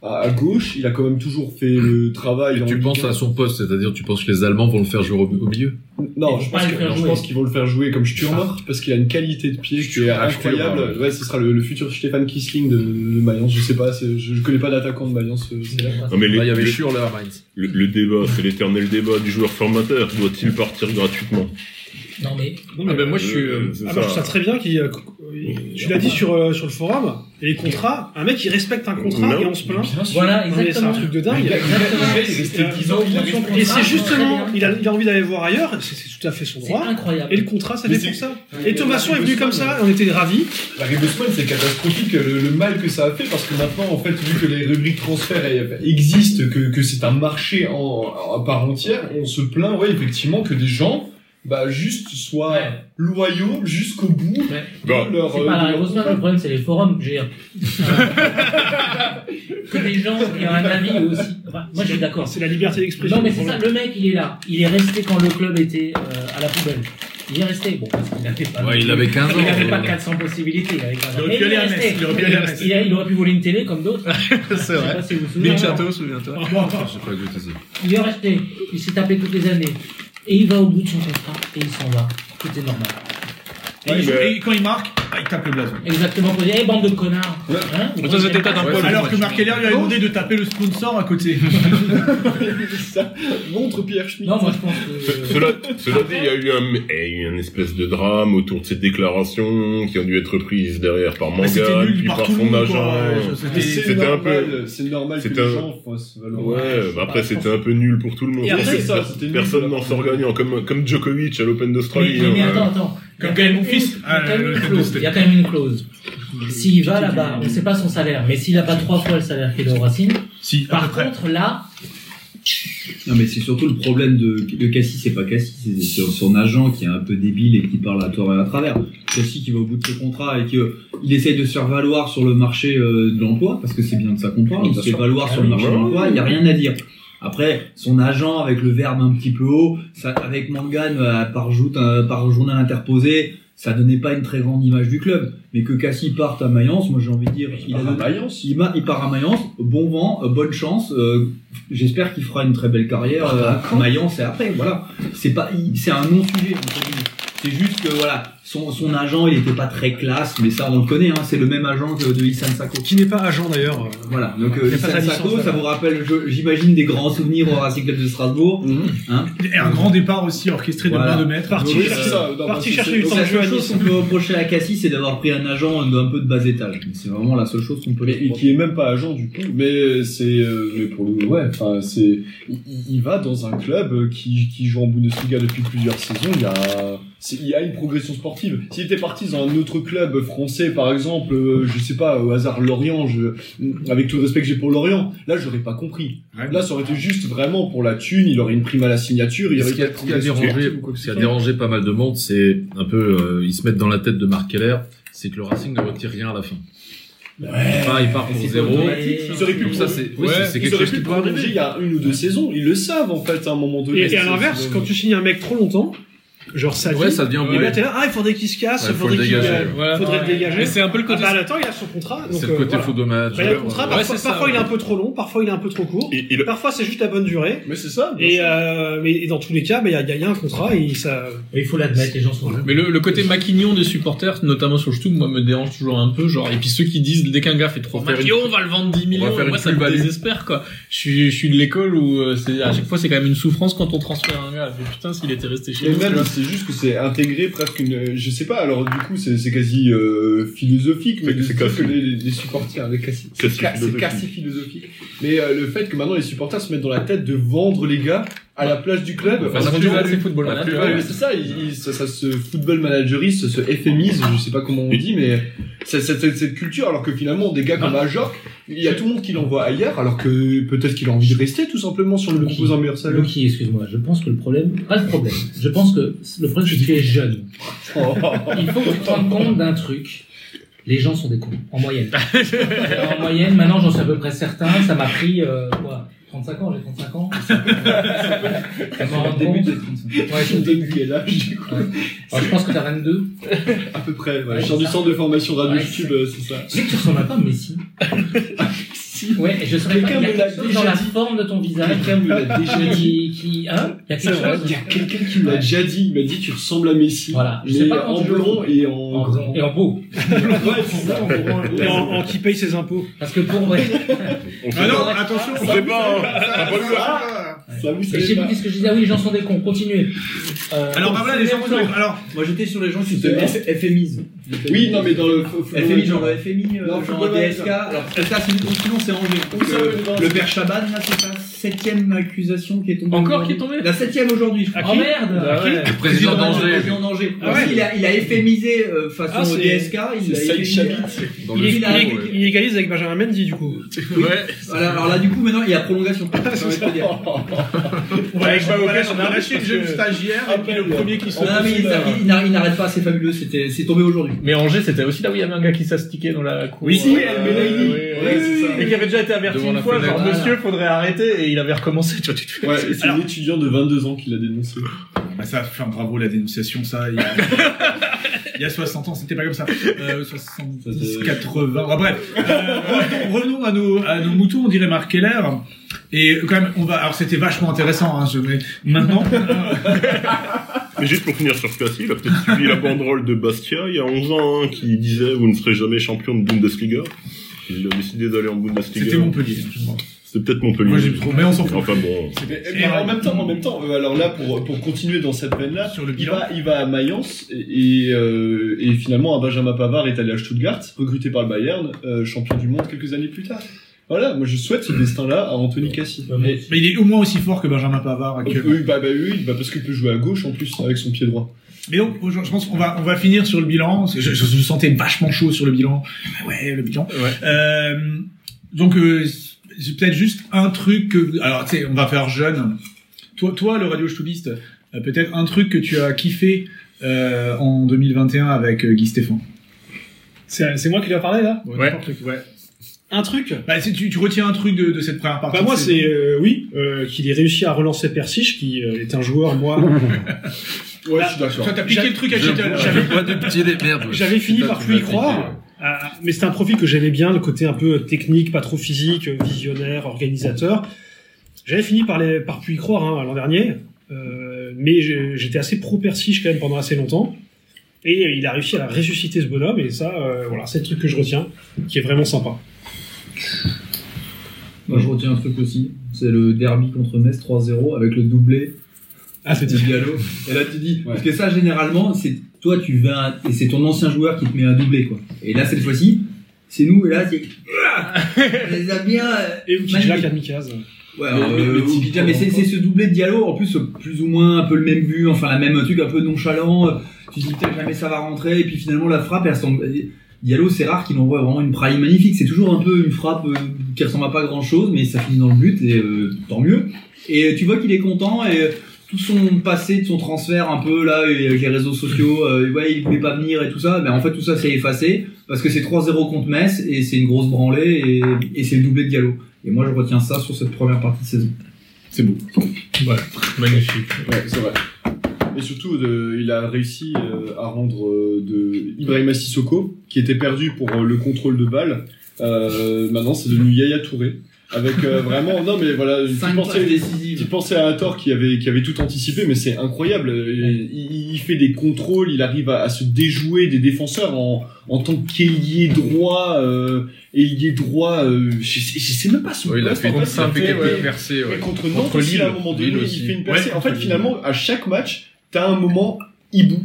Speaker 13: à, à gauche. Il a quand même toujours fait le travail. en
Speaker 10: Tu
Speaker 13: Ligue
Speaker 10: penses
Speaker 13: un.
Speaker 10: à son poste, c'est-à-dire tu penses que les Allemands vont le faire jouer au, au milieu
Speaker 13: Non,
Speaker 5: Ils
Speaker 13: je
Speaker 5: vont pas
Speaker 13: pense,
Speaker 5: le
Speaker 13: que-
Speaker 5: faire
Speaker 13: non, je
Speaker 5: jouer.
Speaker 13: pense qu'ils vont le faire jouer comme Sturmer parce qu'il a une qualité de pied qui est
Speaker 10: Stürmer,
Speaker 13: incroyable.
Speaker 10: Stürmer,
Speaker 13: Ouais, ce sera le, le futur Stéphane Kissling de, de Mayence. Je sais pas, c'est- je, je connais pas d'attaquant de Mayence. euh, c'est là.
Speaker 12: Non, mais
Speaker 10: Là, Bah, il y
Speaker 12: les-
Speaker 10: avait
Speaker 12: les-
Speaker 10: Schur, là, à Mainz.
Speaker 12: le, le débat, c'est l'éternel débat du joueur formateur. Doit-il partir gratuitement
Speaker 5: Non mais
Speaker 10: Ah, ben, moi, je suis. euh,
Speaker 12: C'est
Speaker 14: Ah, moi, je trouve ça
Speaker 12: ça.
Speaker 14: très bien qu'il. euh, Tu l'as dit sur, euh, sur le forum, et les contrats, un mec il respecte un contrat
Speaker 12: Non.
Speaker 14: et on se plaint.
Speaker 12: Bien sûr.
Speaker 14: Voilà,
Speaker 12: exactement.
Speaker 14: C'est un truc de dingue.
Speaker 12: Exactement.
Speaker 14: Et,
Speaker 12: Il est resté 10 ans, il a respecté son
Speaker 14: Et
Speaker 12: contrat,
Speaker 14: c'est justement,
Speaker 12: très bien.
Speaker 14: il a, il a envie d'aller voir ailleurs, c'est c'est tout à fait son droit.
Speaker 5: incroyable.
Speaker 14: Et le contrat, ça
Speaker 13: Mais
Speaker 14: fait
Speaker 13: c'est-
Speaker 14: pour ça.
Speaker 13: Ouais.
Speaker 14: Et Thomason est venu comme ça, on était ravis.
Speaker 13: L'arrivée de Swan, c'est catastrophique euh, le, le mal que ça a fait parce que maintenant, en fait, vu que les rubriques transfert eh, existent, que, que c'est un marché en, en- à part entière, on se plaint, ouais, effectivement, que des gens, bah, juste soient loyaux jusqu'au bout. de leur,
Speaker 5: C'est
Speaker 13: euh,
Speaker 5: pas
Speaker 13: de
Speaker 5: la
Speaker 13: leur-
Speaker 5: Haussmann, le problème c'est les forums, je veux dire. Euh, que les gens qui ont un avis eux aussi. Enfin, moi je suis d'accord.
Speaker 14: C'est la liberté d'expression.
Speaker 5: Non mais
Speaker 14: le
Speaker 5: c'est ça,
Speaker 14: problème.
Speaker 5: le mec il est là. Il est resté quand le club était euh, à la poubelle. Il est resté, bon, parce qu'il n'avait pas.
Speaker 10: Ouais, il avait 15 ans,
Speaker 5: Il n'avait
Speaker 10: euh.
Speaker 5: pas 400 possibilités. Il, avait 15 ans.
Speaker 10: Il aurait
Speaker 5: Mais
Speaker 10: pu aller à
Speaker 5: est
Speaker 10: Metz,
Speaker 5: resté.
Speaker 10: il aurait pu aller à Metz.
Speaker 5: Il, a- il aurait pu voler une télé comme d'autres.
Speaker 10: C'est
Speaker 5: Je sais pas si vous vous souvenez.
Speaker 11: Big Château, souviens-toi.
Speaker 10: J'ai pas goûté ça.
Speaker 5: Il est resté, il s'est tapé toutes les années. Et il va au bout de son contrat et il s'en va. Tout est normal.
Speaker 2: Et, il- et quand il marque,
Speaker 10: bah,
Speaker 2: ah, il tape le blason.
Speaker 5: Exactement, vous dites, Eh, bande de connards. Hein Vous prenez des places.
Speaker 2: Alors que Marc Heller lui a demandé de taper le sponsor à côté.
Speaker 13: ça. Montre Pierre Schmitt.
Speaker 5: Non, moi je pense que.
Speaker 12: Cela, cela dit, il y a eu un, eh, il y a eu un espèce de drame autour de cette déclaration qui ont dû être prises derrière par Manga,
Speaker 13: c'était nul
Speaker 12: puis
Speaker 13: par
Speaker 12: par,
Speaker 13: tout le
Speaker 12: son
Speaker 13: monde,
Speaker 12: agent.
Speaker 13: quoi. Ouais, c'était- C'est
Speaker 12: C'était un peu.
Speaker 13: normal, c'est normal que
Speaker 12: c'était
Speaker 13: les
Speaker 12: un-
Speaker 13: gens fassent valoir.
Speaker 12: Ouais, bah après c'était un peu nul pour tout le monde.
Speaker 13: Et après,
Speaker 12: Personne-
Speaker 13: ça, c'était nul.
Speaker 12: personne n'en sort gagnant, comme, comme Djokovic à l'Open d'Australie.
Speaker 5: Mais, mais
Speaker 12: hein.
Speaker 5: attends, attends.
Speaker 2: euh, Comme quand même mon fils. ah,
Speaker 5: Il y a quand même une clause. Il y a quand même une clause. S'il va là-bas, on ne sait pas son salaire, mais s'il n'a pas trois fois le salaire qu'il a au Racing, par contre là,
Speaker 15: Non, mais c'est surtout le problème de, de Cassis, c'est pas Cassis, c'est c'est son agent qui est un peu débile et qui parle à tort et à travers. Cassis qui va au bout de ses contrats et qui euh, il essaye de se faire valoir sur le marché euh, de l'emploi, parce que c'est bien de ça qu'on parle, il se fait valoir sur le marché de l'emploi, il n'y a rien à dire. Après, son agent avec le verbe un petit peu haut, ça, avec Mangan euh, par, joute, euh, par journal interposé, ça donnait pas une très grande image du club. Mais que Cassis parte à Mayence, moi j'ai envie de dire, il, a donné- il ma- il part à Mayence, bon vent, euh, bonne chance, euh, j'espère qu'il fera une très belle carrière euh, à Mayence et après, voilà. C'est pas, il- c'est un non-sujet. entre guillemets. C'est juste que voilà, son, son agent, il était pas très classe, mais ça on le connaît, hein, c'est le même agent que de Issan Sako.
Speaker 14: Qui n'est pas agent d'ailleurs.
Speaker 15: Voilà, donc euh,
Speaker 14: Il a pas
Speaker 15: Issan
Speaker 14: sa licence,
Speaker 15: Sako, ça
Speaker 14: voilà.
Speaker 15: vous rappelle, je- j'imagine, des grands souvenirs au Racing Club de Strasbourg. hein.
Speaker 2: Et un grand départ aussi orchestré de main de maître.
Speaker 15: Parti La seule chose qu'on peut reprocher à Cassis, c'est d'avoir pris un agent d'un peu de bas étage. Mais C'est vraiment la seule chose qu'on peut.
Speaker 13: Et qui est même pas agent du coup, mais c'est, euh, mais pour le, ouais, enfin c'est, il, il- il va dans un club euh, qui, qui joue en Bundesliga depuis plusieurs saisons. Il y a, c'est- il y a une progression sportive. S'il était parti dans un autre club français, par exemple, euh, je sais pas, au hasard Lorient, je, avec tout le respect que j'ai pour Lorient, là j'aurais pas compris. Là ça aurait été juste vraiment pour la thune. Il aurait une prime à la signature. Il y
Speaker 10: Ce
Speaker 13: aurait
Speaker 10: qui a,
Speaker 13: pas de
Speaker 10: ce qui a
Speaker 13: progression
Speaker 10: dérangé,
Speaker 13: sportive ou quoi que
Speaker 10: ce
Speaker 13: ce
Speaker 10: qui a
Speaker 13: soit.
Speaker 10: dérangé pas mal de monde, c'est un peu, euh, ils se mettent dans la tête de Marc Keller, c'est que le Racing ne retire rien à la fin. il part, il part pour
Speaker 13: C'est
Speaker 10: zéro.
Speaker 13: automatique, ça. Bah Ils auraient pu
Speaker 10: Donc ça, c'est, oui,
Speaker 13: Ouais,
Speaker 10: c'est- c'est
Speaker 13: ils
Speaker 10: quelque
Speaker 13: auraient
Speaker 10: chose
Speaker 13: pu
Speaker 10: qui
Speaker 13: le
Speaker 10: peut arriver.
Speaker 13: prolonger il y a une ou deux saisons. Ils le savent en fait à un moment donné.
Speaker 14: Et, et à l'inverse, quand tu signes un mec trop longtemps, genre ça
Speaker 13: Ouais, ça devient
Speaker 14: Et là
Speaker 13: embrouillé.
Speaker 14: t'es là, ah il faudrait qu'il se casse,
Speaker 10: Ouais,
Speaker 14: il
Speaker 10: faut
Speaker 14: faudrait
Speaker 10: le
Speaker 14: qu'il
Speaker 10: dégager,
Speaker 14: euh,
Speaker 10: voilà.
Speaker 14: faudrait le
Speaker 10: Ouais.
Speaker 14: dégager.
Speaker 10: Mais c'est un peu le côté-
Speaker 14: Ah bah attends, il a son contrat. donc,
Speaker 10: C'est le
Speaker 14: euh,
Speaker 10: côté
Speaker 14: voilà.
Speaker 10: faux de match.
Speaker 14: Bah, il y a le contrat,
Speaker 10: Ouais,
Speaker 14: parfois,
Speaker 10: c'est ça,
Speaker 14: parfois, il est
Speaker 10: ouais.
Speaker 14: un peu trop long, parfois il est un peu trop court, parfois c'est juste la bonne durée.
Speaker 13: Mais c'est ça.
Speaker 14: Et, euh, mais et dans tous les cas, bah, il y, a- il y a un contrat et ça.
Speaker 5: il faut l'admettre, les gens sont là.
Speaker 11: Mais le, le côté maquignon des supporters, notamment sur YouTube, moi me dérange toujours un peu. Genre, et puis ceux qui disent dès qu'un gars fait trois
Speaker 10: On va faire
Speaker 11: matchs,
Speaker 10: une-
Speaker 11: Yo, on va le vendre 10
Speaker 10: on
Speaker 11: millions.
Speaker 10: va faire
Speaker 11: Moi,
Speaker 10: une
Speaker 11: ça me
Speaker 10: plus-value.
Speaker 11: désespère quoi. Je suis, je suis de l'école où euh, c'est à chaque fois c'est quand même une souffrance quand on transfère un gars. Je fais, putain, s'il était resté chez
Speaker 13: Et
Speaker 11: nous. tu
Speaker 13: même,
Speaker 11: vois.
Speaker 13: c'est juste que c'est intégré presque une. Je sais pas, alors du coup, c'est c'est quasi euh, philosophique, mais de se dire que les, les- les supporters, les cassis-
Speaker 12: C'est
Speaker 13: c'est ca- c'est
Speaker 12: philosophique.
Speaker 13: quasi philosophique. Mais euh, le fait que maintenant les supporters se mettent dans la tête de vendre les gars à la place du club.
Speaker 11: Enfin, la
Speaker 13: en se
Speaker 11: plus-value,
Speaker 13: disant-
Speaker 11: c'est football
Speaker 13: la
Speaker 11: manager,
Speaker 13: plus-value,
Speaker 11: ouais.
Speaker 13: C'est ça, il- il- ça, ça se football manageriste, se FMise, je sais pas comment on dit, mais c'est c'est- c'est- cette culture, alors que finalement, des gars comme Ajorc, il y a tout le monde qui l'envoie ailleurs, alors que peut-être qu'il a envie de rester tout simplement sur le propose un meilleur salaire.
Speaker 5: Loki, excuse-moi, je pense que le problème, pas le problème, je pense que le problème c'est que tu es jeune.
Speaker 2: Oh.
Speaker 5: Il faut que tu te rendes compte d'un truc. Les gens sont des cons, en moyenne. Euh, en moyenne, maintenant j'en suis à peu près certain, ça m'a pris euh, quoi 35 ans, j'ai 35 ans. Ça m'en rend compte. Ouais, je
Speaker 13: début quel âge du coup
Speaker 5: Alors, je pense que t'as 22.
Speaker 13: À peu près, ouais.
Speaker 5: Ouais,
Speaker 13: je sors du
Speaker 5: c'est
Speaker 13: centre de formation Radio
Speaker 5: Ouais,
Speaker 13: Cube, euh, c'est ça.
Speaker 5: Je sais que tu ressembles à pas à Messi. Ouais, et je serais pas. Il
Speaker 13: Quelqu'un
Speaker 5: y a
Speaker 13: me l'a
Speaker 5: quelque chose
Speaker 13: déjà
Speaker 5: dans la
Speaker 13: dit.
Speaker 5: forme de ton visage.
Speaker 13: Quelqu'un me l'a déjà
Speaker 5: Qui, qui, hein Il y a
Speaker 13: C'est
Speaker 5: quelque
Speaker 13: vrai,
Speaker 5: chose.
Speaker 13: il y a quelqu'un qui me l'a déjà dit, il m'a dit tu ressembles à Messi.
Speaker 5: Voilà, je sais
Speaker 13: mais
Speaker 5: pas quand
Speaker 13: en
Speaker 5: tu le
Speaker 13: blond
Speaker 5: vois.
Speaker 13: et en. grand.
Speaker 5: Et en beau.
Speaker 13: Ouais, c'est ça, en grand et en
Speaker 14: Et
Speaker 13: blond.
Speaker 14: en, en qui paye ses impôts.
Speaker 5: Parce que pour.
Speaker 12: On sait
Speaker 2: Ah non,
Speaker 12: pas.
Speaker 2: attention,
Speaker 12: On sait pas, hein. On a pas eu la-
Speaker 2: Ah,
Speaker 5: Et je sais plus ce que je disais. Ah oui, les gens sont des cons. Continuez. Euh,
Speaker 16: Alors, bah voilà, les gens sont des cons. Alors,
Speaker 15: moi j'étais sur les gens qui se
Speaker 13: C'était-
Speaker 15: FMIs.
Speaker 13: Oui, non, mais dans le- faut- faut-
Speaker 15: FMI, genre le FMI, euh,
Speaker 13: Non, faut
Speaker 15: genre
Speaker 13: le mettre.
Speaker 15: DSK. Alors, ça, c'est une sinon, c'est enlevé. Donc,
Speaker 13: ça,
Speaker 15: euh,
Speaker 13: oui, non,
Speaker 15: le
Speaker 13: c'est-
Speaker 15: père Chaban, là, c'est sa septième accusation qui est tombée.
Speaker 5: Encore
Speaker 15: aujourd'hui.
Speaker 5: qui est tombée
Speaker 15: La septième aujourd'hui, je crois.
Speaker 5: Ah, qui Oh, merde
Speaker 11: Bah
Speaker 5: Ah, ouais.
Speaker 10: Le président d'Angers.
Speaker 15: Le président d'Angers.
Speaker 10: Ah, ouais.
Speaker 15: Parce qu'il a- Il a FMisé euh,
Speaker 14: Ah,
Speaker 15: façon
Speaker 14: c'est-
Speaker 15: DSK. Il
Speaker 14: c'est
Speaker 15: a
Speaker 14: Saïd
Speaker 15: FMisé.
Speaker 14: Chabit.
Speaker 15: Dans
Speaker 14: Il,
Speaker 15: le
Speaker 14: il-
Speaker 15: sport,
Speaker 14: il-
Speaker 15: ouais.
Speaker 14: il égalise avec Benjamin Mendy, du coup.
Speaker 15: Ouais. Voilà, alors là, du coup, maintenant, il y a prolongation.
Speaker 14: C'est ça.
Speaker 15: Ouais,
Speaker 14: je vais au
Speaker 15: voilà,
Speaker 14: on a lâché
Speaker 15: parce
Speaker 14: le jeune
Speaker 15: que-
Speaker 14: stagiaire
Speaker 15: et puis le premier
Speaker 14: qui
Speaker 15: qui
Speaker 14: se
Speaker 15: se Non, mais il- il- il n'arrête- il n'arrête pas, c'est fabuleux, c'était- c'est tombé aujourd'hui.
Speaker 11: euh, Mais Angers, c'était aussi là où il y avait un gars qui s'astiquait dans la cour.
Speaker 15: Oui, si,
Speaker 11: Euh,
Speaker 15: Al-Melaili.
Speaker 11: oui,
Speaker 15: Ouais,
Speaker 11: oui,
Speaker 15: c'est
Speaker 11: oui,
Speaker 15: ça.
Speaker 11: Et qui avait déjà été averti
Speaker 13: Devant
Speaker 11: une
Speaker 13: la
Speaker 11: fois,
Speaker 13: fenêtre.
Speaker 11: genre,
Speaker 15: Ah,
Speaker 13: Voilà.
Speaker 11: monsieur, faudrait arrêter, et il avait recommencé, tu vois, tu te fais.
Speaker 13: Ouais, et c'est un étudiant de 22 ans qui l'a dénoncé.
Speaker 2: Bah ça, enfin, bravo la dénonciation, ça. Il y a, il y a 60 ans, c'était pas comme ça. Euh, 70, 80. Ah, bref, Euh, revenons- revenons à nos, à nos moutons, on dirait Marc Keller. Et quand même, on va. Alors c'était vachement intéressant. Hein, je vais maintenant.
Speaker 12: Mais juste pour finir sur ce cas-ci, il a peut-être suivi la banderole de Bastia il y a 11 ans hein, qui disait Vous ne serez jamais champion de Bundesliga. Il a décidé d'aller en Bundesliga.
Speaker 2: C'était Montpellier, je crois.
Speaker 12: C'était peut-être Montpellier.
Speaker 2: Moi, j'ai trop- mais on s'en fout.
Speaker 12: Enfin bon.
Speaker 13: Mais, mais en même temps, en même temps, euh, alors là, pour, pour continuer dans cette veine-là, il va, il va à Mayence et, et, euh, et finalement, un Benjamin Pavard est allé à Stuttgart, recruté par le Bayern, euh, champion du monde quelques années plus tard. Voilà, moi je souhaite ce destin-là à Anthony Cassis. Mais,
Speaker 2: Mais il est au moins aussi fort que Benjamin Pavard actuellement.
Speaker 13: oui, bah, bah oui, bah parce qu'il peut jouer à gauche en plus avec son pied droit.
Speaker 2: Mais donc, je je pense qu'on va, on va finir sur le bilan. parce que Je, je, je sentais vachement chaud sur le bilan. Ah Ouais, le bilan. Euh, donc, euh, j'ai peut-être juste un truc que, alors, tu sais, on va faire jeune. Toi, toi, le radio Stubiste, peut-être un truc que tu as kiffé euh, en 2021 avec euh, Guy Stéphane.
Speaker 14: C'est c'est moi qui dois parler là
Speaker 2: Ouais.
Speaker 14: Un truc
Speaker 2: bah, c'est- tu, tu retiens un truc de, de cette première partie
Speaker 14: Bah moi
Speaker 2: de
Speaker 14: c'est euh, oui euh, qu'il ait réussi à relancer Persich qui euh, est un joueur moi.
Speaker 13: Ouais, je suis d'accord.
Speaker 14: Toi, t'as piqué le truc à
Speaker 10: Je
Speaker 14: Kittle,
Speaker 10: bois-
Speaker 14: j'avais-
Speaker 10: Je bois des petits des merdes.
Speaker 14: J'avais fini
Speaker 10: Putain,
Speaker 14: par
Speaker 10: tu
Speaker 14: plus y
Speaker 10: m'as piqué.
Speaker 14: croire. Ah, mais c'est un profil que j'aimais bien, le côté un peu technique, pas trop physique, euh, visionnaire, organisateur. J'avais fini par, les, par plus y croire hein, l'an dernier, euh, mais j'ai- j'étais assez pro-persige quand même pendant assez longtemps. Et euh, il a réussi à ressusciter ce bonhomme, et ça, euh, voilà, c'est le truc que je retiens, qui est vraiment sympa.
Speaker 15: Moi, je retiens un truc aussi. C'est le derby contre Metz 3-0 avec le doublé.
Speaker 14: Ah, c'est
Speaker 15: du Diallo. Et là, tu dis. Parce que ça, généralement, c'est toi, tu vas. Et c'est ton ancien joueur qui te met un doublé, quoi. Et là, cette fois-ci, c'est nous, et là, c'est. On les a bien. euh,
Speaker 14: Et Ukidja Kamikaze.
Speaker 15: Ouais, euh, ou Kidja, mais c'est c'est ce doublé de Diallo, en plus, euh, plus ou moins un peu le même but, enfin, la même truc, un peu nonchalant. euh, Tu te dis, putain, jamais ça va rentrer, et puis finalement, la frappe, elle ressemble. Diallo, c'est rare qu'il envoie vraiment une praille magnifique. C'est toujours un peu une frappe euh, qui ressemble à pas grand chose, mais ça finit dans le but, et euh, tant mieux. Et euh, tu vois qu'il est content, et euh, tout son passé de son transfert, un peu là, et avec les réseaux sociaux, euh, ouais, il pouvait pas venir et tout ça, mais en fait, tout ça, c'est effacé, parce que c'est 3-0 contre Metz, et c'est une grosse branlée, et, et c'est le doublé de Diallo. Et moi, je retiens ça sur cette première partie de saison.
Speaker 13: C'est beau.
Speaker 11: Ouais, magnifique.
Speaker 13: Ouais, c'est vrai. Et surtout, de- il a réussi euh, à rendre euh, de Ibrahima Sissoko, qui était perdu pour euh, le contrôle de balle, euh, maintenant c'est devenu Yaya Touré. Avec euh, vraiment, non mais voilà, tu pensais, tu pensais à Hathor qui avait, qui avait tout anticipé, mais c'est incroyable. Il, il- il fait des contrôles, il arrive à, à se déjouer des défenseurs en, en tant qu'ailier droit, euh, ailier droit, euh, je, sais, je sais même pas son
Speaker 10: Ouais, il a
Speaker 13: poste,
Speaker 10: fait
Speaker 13: en
Speaker 10: contre
Speaker 13: fait,
Speaker 10: Saint,
Speaker 13: il
Speaker 10: fait
Speaker 13: fait,
Speaker 10: quelques
Speaker 13: ouais.
Speaker 10: percées, ouais.
Speaker 13: Et contre
Speaker 10: Contre
Speaker 13: Nantes aussi,
Speaker 10: Lille
Speaker 13: à un moment donné,
Speaker 10: Lille
Speaker 13: il
Speaker 10: aussi.
Speaker 13: fait une percée.
Speaker 10: Ouais,
Speaker 13: en fait,
Speaker 10: contre Lille.
Speaker 13: finalement, à chaque match, t'as un moment hibou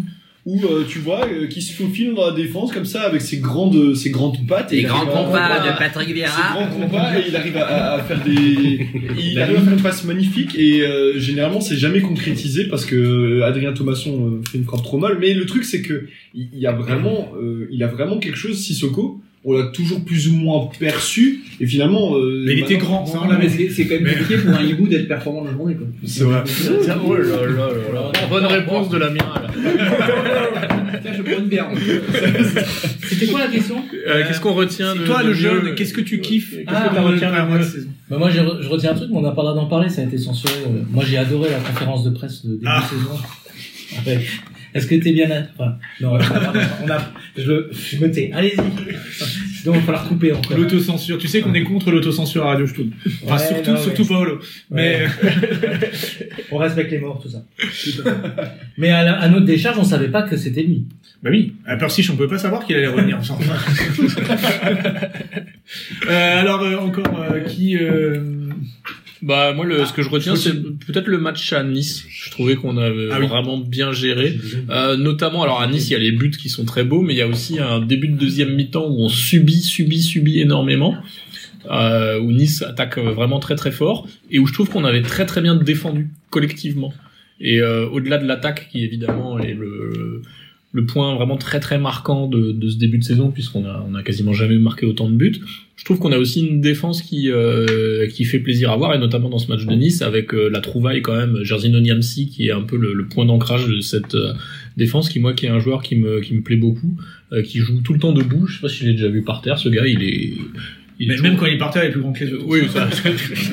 Speaker 13: où euh, tu vois euh, qui se faufile dans la défense comme ça avec ses grandes ses grandes pattes. et
Speaker 17: Les
Speaker 13: il
Speaker 17: grands
Speaker 13: arrive à-
Speaker 17: combats
Speaker 13: à-
Speaker 17: de Patrick Vieira.
Speaker 13: Ses grands combats et il arrive à, à- à faire des il arrive à faire une passe magnifique et euh, généralement c'est jamais concrétisé parce que euh, Adrien Thomasson euh, fait une frappe trop mal. Mais le truc c'est que il il y a vraiment euh, il a vraiment quelque chose Sissoko. On l'a toujours plus ou moins perçu et finalement. euh,
Speaker 15: Mais il était
Speaker 13: maintenant-
Speaker 15: grand, ça, on l'avait- C'est- c'est quand même compliqué pour un hibou d'être performant la journée, quoi.
Speaker 13: C'est vrai.
Speaker 11: Oh là là là là. Bonne réponse de la
Speaker 2: Ah,
Speaker 11: mienne.
Speaker 15: Tiens, je prends une bière.
Speaker 5: C'était quoi la question
Speaker 11: Euh, Qu'est-ce qu'on retient de.
Speaker 5: toi,
Speaker 11: de
Speaker 5: le jeune,
Speaker 13: Euh,
Speaker 11: mieux
Speaker 2: Qu'est-ce que tu kiffes
Speaker 5: Ah,
Speaker 11: que t'as
Speaker 5: ouais,
Speaker 11: retenu
Speaker 5: ouais,
Speaker 11: la
Speaker 5: ouais.
Speaker 11: saison
Speaker 5: Bah, moi, j'ai re- je retiens un truc, mais on n'a pas l'air d'en parler, ça a été censuré. euh, Moi, j'ai adoré la conférence de presse de début de saison. Avec- Est-ce que t'es bien à... enfin, non, on a... je, je me tais. Allez-y. Donc, il va falloir couper encore.
Speaker 2: L'autocensure. Tu sais qu'on est contre l'autocensure à Radio Stub. Enfin,
Speaker 5: Ouais,
Speaker 2: surtout,
Speaker 5: non, mais-
Speaker 2: surtout Paolo. Mais. euh,
Speaker 5: on respecte les morts, tout ça. Mais à, la- à notre décharge, on savait pas que c'était lui.
Speaker 2: Bah oui, à Persich, on pouvait pas savoir qu'il allait revenir. enfin. Euh, alors euh, encore euh, qui euh,
Speaker 11: Bah moi le, ce que je retiens c'est peut-être le match à Nice. Je trouvais qu'on avait
Speaker 2: Ah oui.
Speaker 11: vraiment bien géré, Euh, notamment alors à Nice il y a les buts qui sont très beaux, mais il y a aussi un début de deuxième mi-temps où on subit, subit, subit énormément. Euh, où Nice attaque euh, vraiment très très fort et où je trouve qu'on avait très très bien défendu collectivement. Et euh, au-delà de l'attaque qui évidemment est le le point vraiment très très marquant de, de ce début de saison puisqu'on a on a quasiment jamais marqué autant de buts. Je trouve qu'on a aussi une défense qui euh, qui fait plaisir à voir et notamment dans ce match de Nice avec euh, la trouvaille quand même Jerzino Niamsi qui est un peu le, le point d'ancrage de cette euh, défense qui moi qui est un joueur qui me qui me plaît beaucoup euh, qui joue tout le temps debout. Je sais pas si je l'ai déjà vu par terre ce gars il est
Speaker 2: Mais même quand il est par terre, il est plus grand que les autres.
Speaker 11: oui, ça,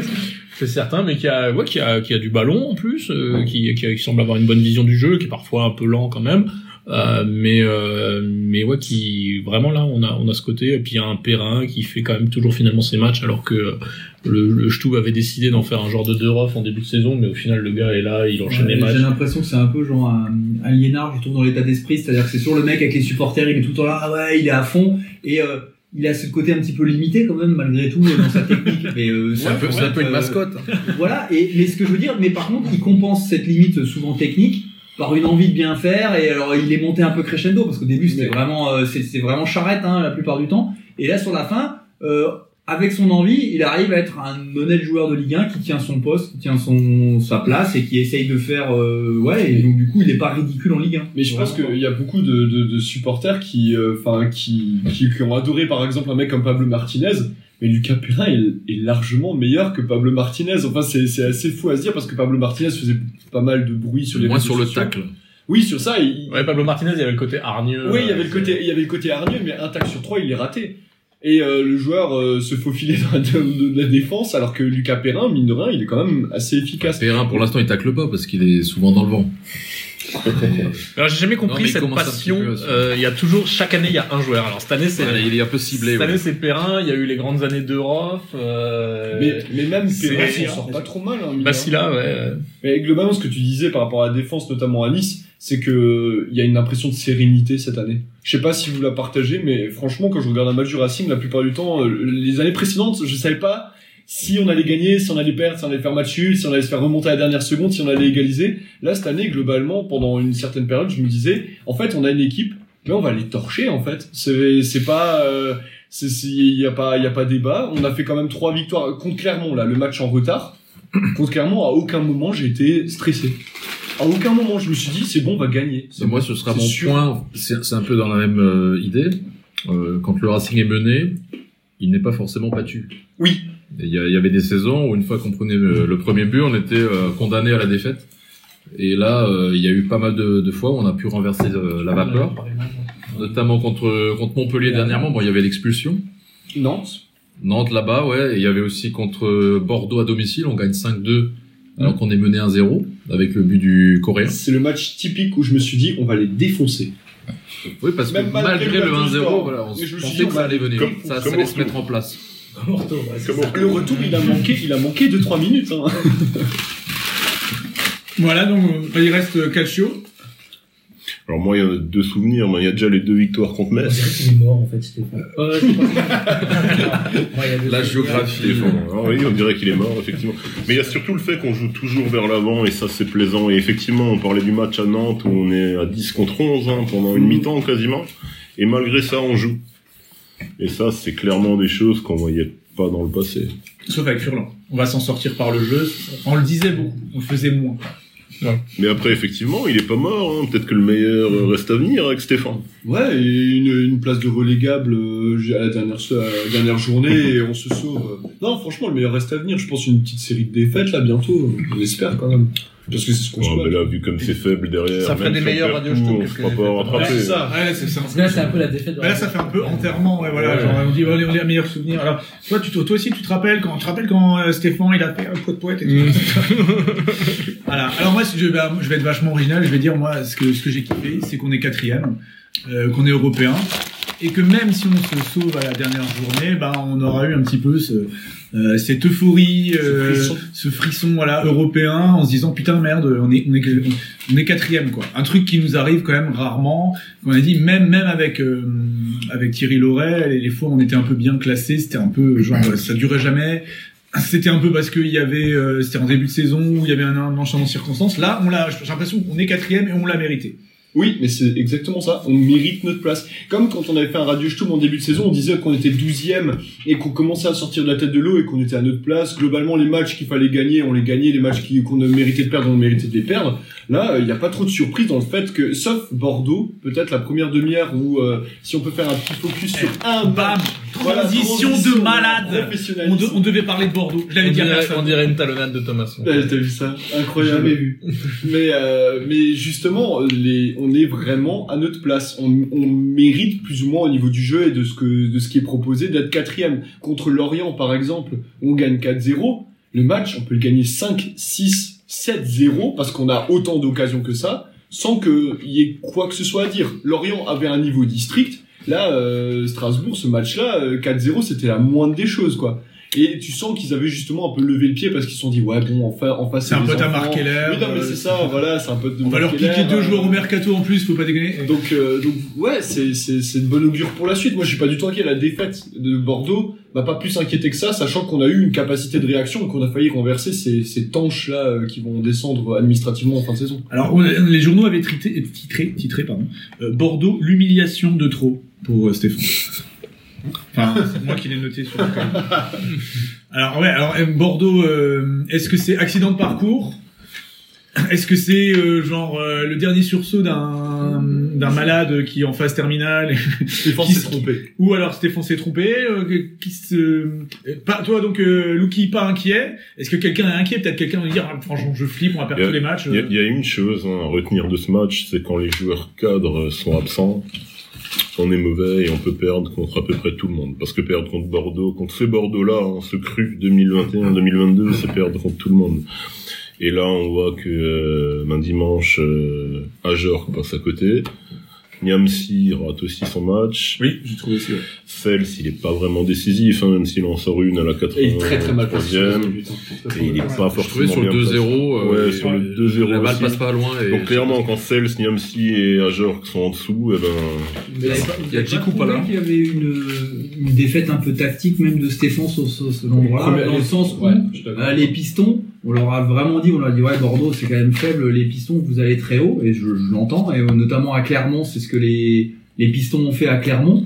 Speaker 11: c'est certain, mais qui a, ouais, qui a, qui a du ballon en plus, euh, qui, qui, qui semble avoir une bonne vision du jeu, qui est parfois un peu lent quand même, euh, mais, euh, mais ouais, qui vraiment là, on a, on a ce côté. Et puis il y a un Perrin qui fait quand même toujours finalement ses matchs, alors que le, le Stub avait décidé d'en faire un genre de deux en début de saison, mais au final le gars est là, il enchaîne
Speaker 15: Ouais,
Speaker 11: les matchs.
Speaker 15: J'ai l'impression que c'est un peu genre un, un liénard, je trouve, dans l'état d'esprit. C'est-à-dire que c'est toujours le mec avec les supporters, il est tout le temps là, ah ouais, il est à fond. Et euh, il a ce côté un petit peu limité quand même, malgré tout, euh, dans sa technique. Mais euh,
Speaker 10: C'est un peu- c'est un peu une mascotte.
Speaker 15: voilà, et, mais ce que je veux dire, mais par contre, il compense cette limite souvent technique par une envie de bien faire. Et alors, il est monté un peu crescendo, parce qu'au début, c'était vraiment, euh, c'est c'est vraiment charrette hein, la plupart du temps. Et là, sur la fin, euh, avec son envie, il arrive à être un honnête joueur de Ligue 1 qui tient son poste, qui tient son, sa place et qui essaye de faire. euh, ouais, et donc du coup, il n'est pas ridicule en Ligue 1.
Speaker 13: Mais je pense qu'il y a beaucoup de, de, de supporters qui, euh, 'fin, qui, qui, qui ont adoré par exemple un mec comme Pablo Martinez. Mais Lucas Perrin est, est largement meilleur que Pablo Martinez. Enfin, c'est c'est assez fou à se dire parce que Pablo Martinez faisait pas mal de bruit sur les
Speaker 10: Moins
Speaker 13: réseaux
Speaker 10: sur le
Speaker 13: sociaux.
Speaker 10: tacle.
Speaker 13: Oui, sur ça. Il...
Speaker 11: Ouais, Pablo Martinez, il y avait le côté hargneux. euh,
Speaker 13: Oui, il y avait le côté, il y avait le côté hargneux, mais un tacle sur trois, il est raté. Et euh, le joueur euh, se faufilait dans la, de la défense, alors que Lucas Perrin, mine de rien, il est quand même assez efficace.
Speaker 10: Perrin, pour l'instant, il tacle pas parce qu'il est souvent dans le vent.
Speaker 11: Alors j'ai jamais compris
Speaker 10: Non, mais
Speaker 11: cette
Speaker 10: comment ça,
Speaker 11: passion.
Speaker 10: c'est
Speaker 11: Euh,
Speaker 10: plus
Speaker 11: Il y a toujours chaque année il y a un joueur. Alors cette année c'est
Speaker 10: Voilà, il est un peu ciblé,
Speaker 11: Cette
Speaker 10: ouais.
Speaker 11: année c'est Perrin. Il y a eu les grandes années de Roff. Euh...
Speaker 13: Mais, mais même
Speaker 11: c'est-
Speaker 13: Perrin s'en sort pas trop mal. Hein, mine de
Speaker 11: Bacilla,
Speaker 13: rien.
Speaker 11: ouais.
Speaker 13: Mais globalement, ce que tu disais par rapport à la défense, notamment à Nice, c'est que euh, il y a une impression de sérénité cette année. Je sais pas si vous la partagez, mais franchement, quand je regarde un match du Racing, la plupart du temps, euh, les années précédentes, je savais pas si on allait gagner, si on allait perdre, si on allait faire match nul, si on allait se faire remonter à la dernière seconde, si on allait égaliser. Là, cette année, globalement, pendant une certaine période, je me disais, en fait, on a une équipe, mais on va les torcher, en fait. C'est c'est pas, euh, c'est- c'est- il y a pas, il y a pas débat. On a fait quand même trois victoires contre Clermont là, le match en retard. Contre Clermont, à aucun moment j'ai été stressé. À aucun moment, je me suis dit, c'est bon, on va gagner.
Speaker 10: Et moi, ce sera
Speaker 13: C'est
Speaker 10: mon
Speaker 13: sûr.
Speaker 10: point. C'est c'est un peu dans la même euh, idée. Euh, quand le Racing est mené, il n'est pas forcément battu.
Speaker 13: Oui.
Speaker 10: Et Il y, a- il y avait des saisons où une fois qu'on prenait le, le premier but, on était euh, condamné à la défaite. Et là, euh, il y a eu pas mal de, de fois où on a pu renverser euh,
Speaker 11: Ah,
Speaker 10: la vapeur, notamment contre contre Montpellier dernièrement. Bon, il y avait l'expulsion.
Speaker 13: Nantes.
Speaker 10: Nantes là-bas, ouais. Et il y avait aussi contre euh, Bordeaux à domicile, on gagne 5-2 alors qu'on est mené 1-0 avec le but du Coréen.
Speaker 13: Mmh. C'est le match typique où je me suis dit, on va les défoncer.
Speaker 10: Oui, parce que
Speaker 13: Même malgré
Speaker 10: malgré
Speaker 13: le
Speaker 10: le 1-0,
Speaker 13: résultat.
Speaker 10: voilà, on
Speaker 13: Mais je me suis
Speaker 10: pensait
Speaker 13: dit,
Speaker 10: que ça
Speaker 13: on
Speaker 10: allait
Speaker 13: va-
Speaker 10: venir.
Speaker 13: comme-
Speaker 10: ça,
Speaker 13: comme
Speaker 10: ça allait
Speaker 13: au
Speaker 10: se mettre en place.
Speaker 13: Le retour, il a manqué, il a manqué de 3 minutes. hein.
Speaker 2: Voilà, donc euh, il reste euh, Calcio.
Speaker 12: Alors moi, il y a deux souvenirs. mais Il y a déjà les deux victoires contre Metz.
Speaker 5: Il est mort en fait, Stéphane.
Speaker 10: La géographie.
Speaker 12: Ah oui, on dirait qu'il est mort, effectivement. Mais il y a surtout le fait qu'on joue toujours vers l'avant, et ça, c'est plaisant. Et effectivement, on parlait du match à Nantes, où on est à 10 contre 11, hein, pendant une mi-temps quasiment. Et malgré ça, on joue. Et ça, c'est clairement des choses qu'on voyait pas dans le passé.
Speaker 2: Sauf avec Furlan. On va s'en sortir par le jeu. On le disait beaucoup, on le faisait moins.
Speaker 12: Mais après, effectivement, il est pas mort. hein. Peut-être que le meilleur euh, reste à venir avec Stéphane.
Speaker 13: Ouais, et une, une place de relégable euh, à la dernière, à la dernière journée et on se sauve. Non, franchement, le meilleur reste à venir. Je pense une petite série de défaites là bientôt. On espère quand même. Parce que c'est ce qu'on
Speaker 12: Ouais,
Speaker 13: souhaite.
Speaker 12: mais là, vu comme c'est faible derrière,
Speaker 2: Ça ferait
Speaker 12: même
Speaker 2: des
Speaker 12: si on
Speaker 2: meilleurs
Speaker 12: perd
Speaker 2: radios, je
Speaker 12: tout,
Speaker 2: trouve,
Speaker 12: on
Speaker 2: que
Speaker 12: se
Speaker 2: les
Speaker 12: fera pas
Speaker 2: Ouais,
Speaker 12: rattraper.
Speaker 2: c'est ça. Ouais, c'est ça.
Speaker 5: Là, c'est un peu la défaite de
Speaker 2: Là, ça fait un peu enterrement. Ouais, voilà, genre, on dit, on est, on est un meilleur souvenir. Alors, toi, tu, te- toi aussi, tu te rappelles quand, tu te rappelles quand euh, Stéphane, il a fait un pot de poète et tout.
Speaker 12: Mm.
Speaker 2: voilà. Alors, moi, si je, bah, je vais être vachement original. Je vais dire, moi, ce que, ce que j'ai kiffé, c'est qu'on est quatrième, euh, qu'on est européen. Et que même si on se sauve à la dernière journée, bah, on aura eu un petit peu ce, euh, cette euphorie, euh,
Speaker 13: frisson.
Speaker 2: ce frisson voilà, européen, en se disant putain merde, on est, on est, on est quatrième quoi. Un truc qui nous arrive quand même rarement. On a dit même même avec euh, avec Thierry Loret, les, les fois où on était un peu bien classé, c'était un peu genre ça durait jamais. C'était un peu parce qu'il y avait, euh, c'était en début de saison où il y avait un, un enchaînement de circonstances. Là, on l'a, j'ai l'impression qu'on est quatrième et on l'a mérité.
Speaker 13: Oui, mais c'est exactement ça. On mérite notre place. Comme quand on avait fait un Radio Stum en début de saison, on disait qu'on était 12e et qu'on commençait à sortir de la tête de l'eau et qu'on était à notre place. Globalement, les matchs qu'il fallait gagner, on les gagnait. Les matchs qui- qu'on méritait de perdre, on méritait de les perdre. Là, il n'y a pas trop de surprise dans le fait que, sauf Bordeaux, peut-être la première demi-heure où, euh, si on peut faire un petit focus sur un bam,
Speaker 2: Transition de malade. On, de- on devait parler de Bordeaux. Je l'avais
Speaker 10: On
Speaker 2: dit à
Speaker 10: dirait-
Speaker 2: personne.
Speaker 10: on dirait une talonnade de Thomas.
Speaker 2: Eh.
Speaker 13: Ouais, T'as vu ça Incroyable.
Speaker 10: Jamais
Speaker 13: vu. mais, euh, mais justement, les, on est vraiment à notre place. On, on mérite plus ou moins au niveau du jeu et de ce, que, de ce qui est proposé d'être quatrième. Contre Lorient, par exemple, on gagne 4-0. Le match, on peut le gagner 5, 6, 7-0 parce qu'on a autant d'occasions que ça sans qu'il y ait quoi que ce soit à dire. Lorient avait un niveau district. Là, euh, Strasbourg, ce match-là, euh, 4-0, c'était la moindre des choses, quoi. Et tu sens qu'ils avaient justement un peu levé le pied parce qu'ils se sont dit, ouais, bon, en, fa- en face,
Speaker 2: C'est un
Speaker 13: des
Speaker 2: pote à
Speaker 13: enfants.
Speaker 2: Marc Keller,
Speaker 13: Oui, non, mais
Speaker 2: euh,
Speaker 13: c'est ça, voilà, c'est un pote de
Speaker 2: On va leur
Speaker 13: Marc
Speaker 2: piquer
Speaker 13: Keller,
Speaker 2: deux
Speaker 13: euh,
Speaker 2: joueurs au mercato en plus, faut pas déconner.
Speaker 13: donc, euh, donc ouais, c'est c'est- c'est de bon augure pour la suite. Moi, je suis pas du tout inquiet. La défaite de Bordeaux m'a pas plus inquiété que ça, sachant qu'on a eu une capacité de réaction et qu'on a failli renverser ces, ces tanches-là euh, qui vont descendre administrativement en fin de saison.
Speaker 2: Alors, on a- euh, les journaux avaient trité- titré, titré pardon, euh, Bordeaux, l'humiliation de trop pour euh, Stéphane. Enfin, c'est moi qui l'ai noté sur le coin. Alors, ouais, alors, euh, Bordeaux, euh, est-ce que c'est accident de parcours Est-ce que c'est euh, genre euh, le dernier sursaut d'un d'un malade qui est en phase terminale
Speaker 13: Stéphane s'est trompé.
Speaker 2: Ou alors Stéphane s'est trompé euh, que- qui se... euh, pas- Toi, donc, euh, Louki, pas inquiet Est-ce que quelqu'un est inquiet Peut-être quelqu'un va dire, Ah, franchement, je flippe, on va perdre tous les matchs.
Speaker 12: Il y a-
Speaker 2: euh.
Speaker 12: il y a une chose hein, à retenir de ce match, c'est quand les joueurs cadres sont absents, on est mauvais et on peut perdre contre à peu près tout le monde. Parce que perdre contre Bordeaux, contre ce Bordeaux-là, hein, ce cru 2021-2022, c'est perdre contre tout le monde. Et là, on voit que euh, ben, dimanche, euh, Ajorc passe à côté. Niamsi rate aussi son match.
Speaker 2: Oui, j'ai trouvé aussi.
Speaker 12: Fels, il est pas vraiment décisif, hein, même s'il en sort une à la 80
Speaker 13: Et il est très, très mal placé.
Speaker 12: Et il est
Speaker 13: Ouais.
Speaker 12: pas
Speaker 13: Je
Speaker 12: forcément
Speaker 13: trouvais sur le
Speaker 12: bien placé.
Speaker 10: 2-0, euh,
Speaker 12: Ouais,
Speaker 10: et
Speaker 12: sur le
Speaker 10: la
Speaker 12: 2-0.
Speaker 10: balle
Speaker 12: aussi.
Speaker 10: passe pas loin et-
Speaker 12: Donc clairement, quand Sels, Niamsi et Ajork sont en dessous, eh ben.
Speaker 10: Ah.
Speaker 15: Mais
Speaker 12: voilà.
Speaker 15: vous avez trouvé qu'il y avait une, une défaite un peu tactique même de Stéphane sur ce, cet endroit-là,
Speaker 13: Première-
Speaker 15: dans le sens où
Speaker 13: Ouais, je suis d'accord.
Speaker 15: euh, les pistons, on leur a vraiment dit, on leur a dit ouais Bordeaux c'est quand même faible, les pistons vous allez très haut et je, je l'entends et euh, notamment à Clermont c'est ce que les les pistons ont fait à Clermont.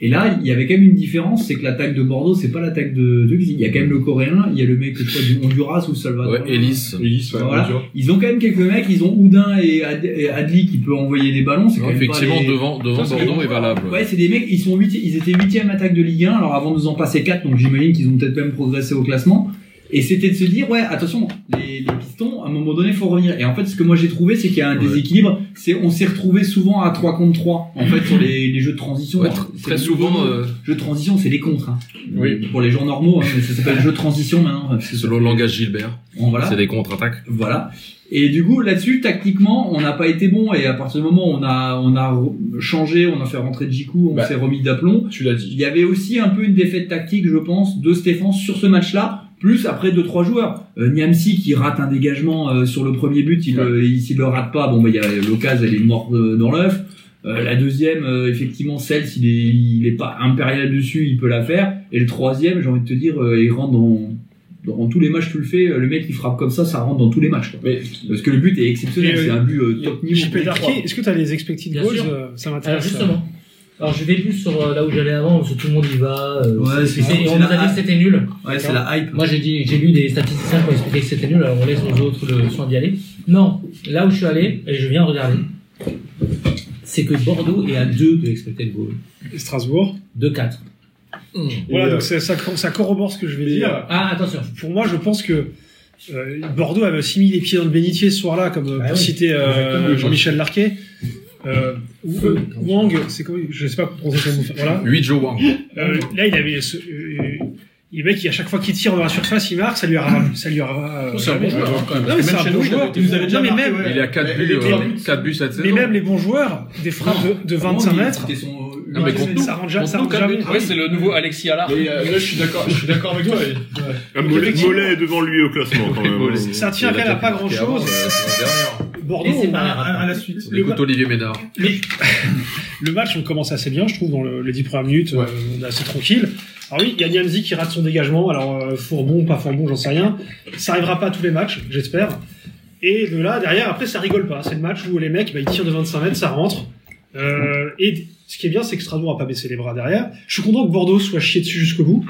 Speaker 15: Et là, il y avait quand même une différence, c'est que l'attaque de Bordeaux, c'est pas l'attaque de, de Lille. Il y a quand même le Coréen, il y a le mec je crois, du Honduras ou le Salvador.
Speaker 10: Ouais, Ellis.
Speaker 13: Ellis, ouais,
Speaker 15: Voilà.
Speaker 13: Honduras.
Speaker 15: Ils ont quand même quelques mecs, ils ont Oudin et, Ad- et Adli qui peut envoyer des ballons. c'est quand même pas
Speaker 10: Effectivement,
Speaker 15: les-
Speaker 10: devant, devant
Speaker 15: Ça, c'est
Speaker 10: Bordeaux
Speaker 15: les-
Speaker 10: est valable.
Speaker 15: Ouais, c'est des mecs, ils, sont huiti- ils étaient 8 attaque de Ligue 1, alors avant de nous en passer 4, donc j'imagine qu'ils ont peut-être même progressé au classement. Et c'était de se dire, ouais, attention, les, les pistons, à un moment donné, faut revenir. Et en fait, ce que moi j'ai trouvé, c'est qu'il y a un déséquilibre, c'est on s'est retrouvé souvent à 3 contre 3, en fait, sur les, les jeux de transition.
Speaker 10: Ouais,
Speaker 15: Alors,
Speaker 10: tr-
Speaker 15: c'est
Speaker 10: très
Speaker 15: le
Speaker 10: souvent,
Speaker 15: jeu-
Speaker 10: euh,
Speaker 15: Jeu de transition, c'est les contres. hein.
Speaker 10: Oui.
Speaker 15: Pour les gens normaux, hein, mais ça s'appelle jeu de transition maintenant.
Speaker 10: Selon le langage Gilbert.
Speaker 15: Bon, voilà.
Speaker 10: C'est des contre-attaques.
Speaker 15: Voilà. Et du coup, là-dessus, tactiquement, on n'a pas été bon. Et à partir du moment où on a, on a re- changé, on a fait rentrer Djikou, on
Speaker 13: Bah,
Speaker 15: s'est remis d'aplomb.
Speaker 13: Tu l'as dit.
Speaker 15: Il y avait aussi un peu une défaite tactique, je pense, de Stéphane sur ce match-là. Plus après deux trois joueurs, euh, Niamsi qui rate un dégagement euh, sur le premier but, il le, il- s'il le rate pas, bon bah il y a l'occasion, elle est morte euh, dans l'œuf. Euh, la deuxième, euh, effectivement, celle s'il est, il est pas impérial dessus, il peut la faire. Et le troisième, j'ai envie de te dire, euh, il rentre dans, dans tous les matchs, tu le fais. euh, Le mec qui frappe comme ça, ça rentre dans tous les matchs. quoi. Parce que le but est exceptionnel,
Speaker 14: Et, euh,
Speaker 15: c'est un but euh, top niveau.
Speaker 14: JP Darky, est-ce que t'as les expected
Speaker 5: Bien
Speaker 14: goals
Speaker 5: sûr.
Speaker 14: euh, Ça
Speaker 5: Alors
Speaker 14: m'intéresse.
Speaker 5: Ah, justement, alors je vais plus sur euh, là où j'allais avant, parce que tout le monde y va. euh,
Speaker 15: Ouais,
Speaker 5: c'est-
Speaker 15: c'est-
Speaker 5: c'est-
Speaker 15: c'est
Speaker 5: on nous
Speaker 15: la
Speaker 5: a dit
Speaker 15: hype.
Speaker 5: que c'était nul.
Speaker 15: Ouais, c'est la hype.
Speaker 5: Moi j'ai dit, j'ai lu des statisticiens qui ont expliqué que c'était nul, alors on laisse aux autres le soin d'y aller. Non, là où je suis allé, et je viens de regarder, c'est que Bordeaux est à 2 de l'expected goal.
Speaker 14: Strasbourg.
Speaker 5: 2-4.
Speaker 10: Mmh.
Speaker 14: Voilà,
Speaker 5: Et,
Speaker 14: donc
Speaker 5: euh,
Speaker 14: ça, ça, ça corrobore ce que je vais
Speaker 10: euh,
Speaker 14: dire.
Speaker 5: Ah, attention.
Speaker 14: Pour moi, je pense que euh, Bordeaux avait aussi mis les pieds dans le bénitier ce soir-là, comme euh,
Speaker 5: Ah
Speaker 14: pour
Speaker 5: oui.
Speaker 14: citer euh,
Speaker 5: Exactement.
Speaker 14: Jean-Michel Larquet. Euh, Wu- Wang, c'est comment Je sais pas prononcer son nom. Voilà.
Speaker 10: 8 Joe Wang.
Speaker 14: Euh, là, il avait ce. euh, le mec, qui, à chaque fois qu'il tire dans la surface, il marque, ça lui aura. Ça lui aura euh,
Speaker 10: Oh, C'est un bon
Speaker 14: jamais-
Speaker 10: joueur, quand même.
Speaker 14: Non, mais
Speaker 10: Parce que
Speaker 14: c'est
Speaker 10: même
Speaker 14: un
Speaker 10: chez
Speaker 14: bon
Speaker 10: nous, il
Speaker 14: joueur.
Speaker 10: avait été bon.
Speaker 14: Non, mais même,
Speaker 10: Il est à 4
Speaker 14: les-
Speaker 10: buts,
Speaker 14: les-
Speaker 10: euh, 4 buts cette
Speaker 14: mais
Speaker 10: saison.
Speaker 14: même les bons joueurs, des frappes de, de 25 mètres.
Speaker 10: Non, mais contre nous,
Speaker 14: ça rentre jamais.
Speaker 10: contre
Speaker 14: Ça
Speaker 10: nous,
Speaker 14: rentre
Speaker 10: quatre
Speaker 14: jamais.
Speaker 10: buts.
Speaker 11: Ouais, c'est le nouveau Alexis Allard.
Speaker 13: Mais euh, là, je suis d'accord, je suis d'accord avec toi. et-
Speaker 12: Un Ah, mollet, mollet est devant lui au classement quand même. hein.
Speaker 14: Ça tient qu'elle a pas grand chose.
Speaker 10: euh,
Speaker 14: Bordeaux,
Speaker 5: c'est
Speaker 14: on
Speaker 5: pas
Speaker 14: a-
Speaker 5: grave.
Speaker 13: hein.
Speaker 2: À, à la suite.
Speaker 10: Le couteau Olivier Ménard.
Speaker 14: le match, on commence assez bien, je trouve, dans le- les 10 premières minutes, euh, on est assez tranquille. Alors oui, il y a Niamzi qui rate son dégagement. Alors euh, Fourbon, pas Fourbon, j'en sais rien. Ça arrivera pas à tous les matchs, j'espère. Et de là, derrière, après, ça rigole pas. C'est le match où les mecs, bah, ils tirent de 25 mètres, ça rentre. Euh, et ce qui est bien, c'est que Strasbourg a pas baissé les bras derrière. Je suis content que Bordeaux soit chié dessus jusqu'au bout,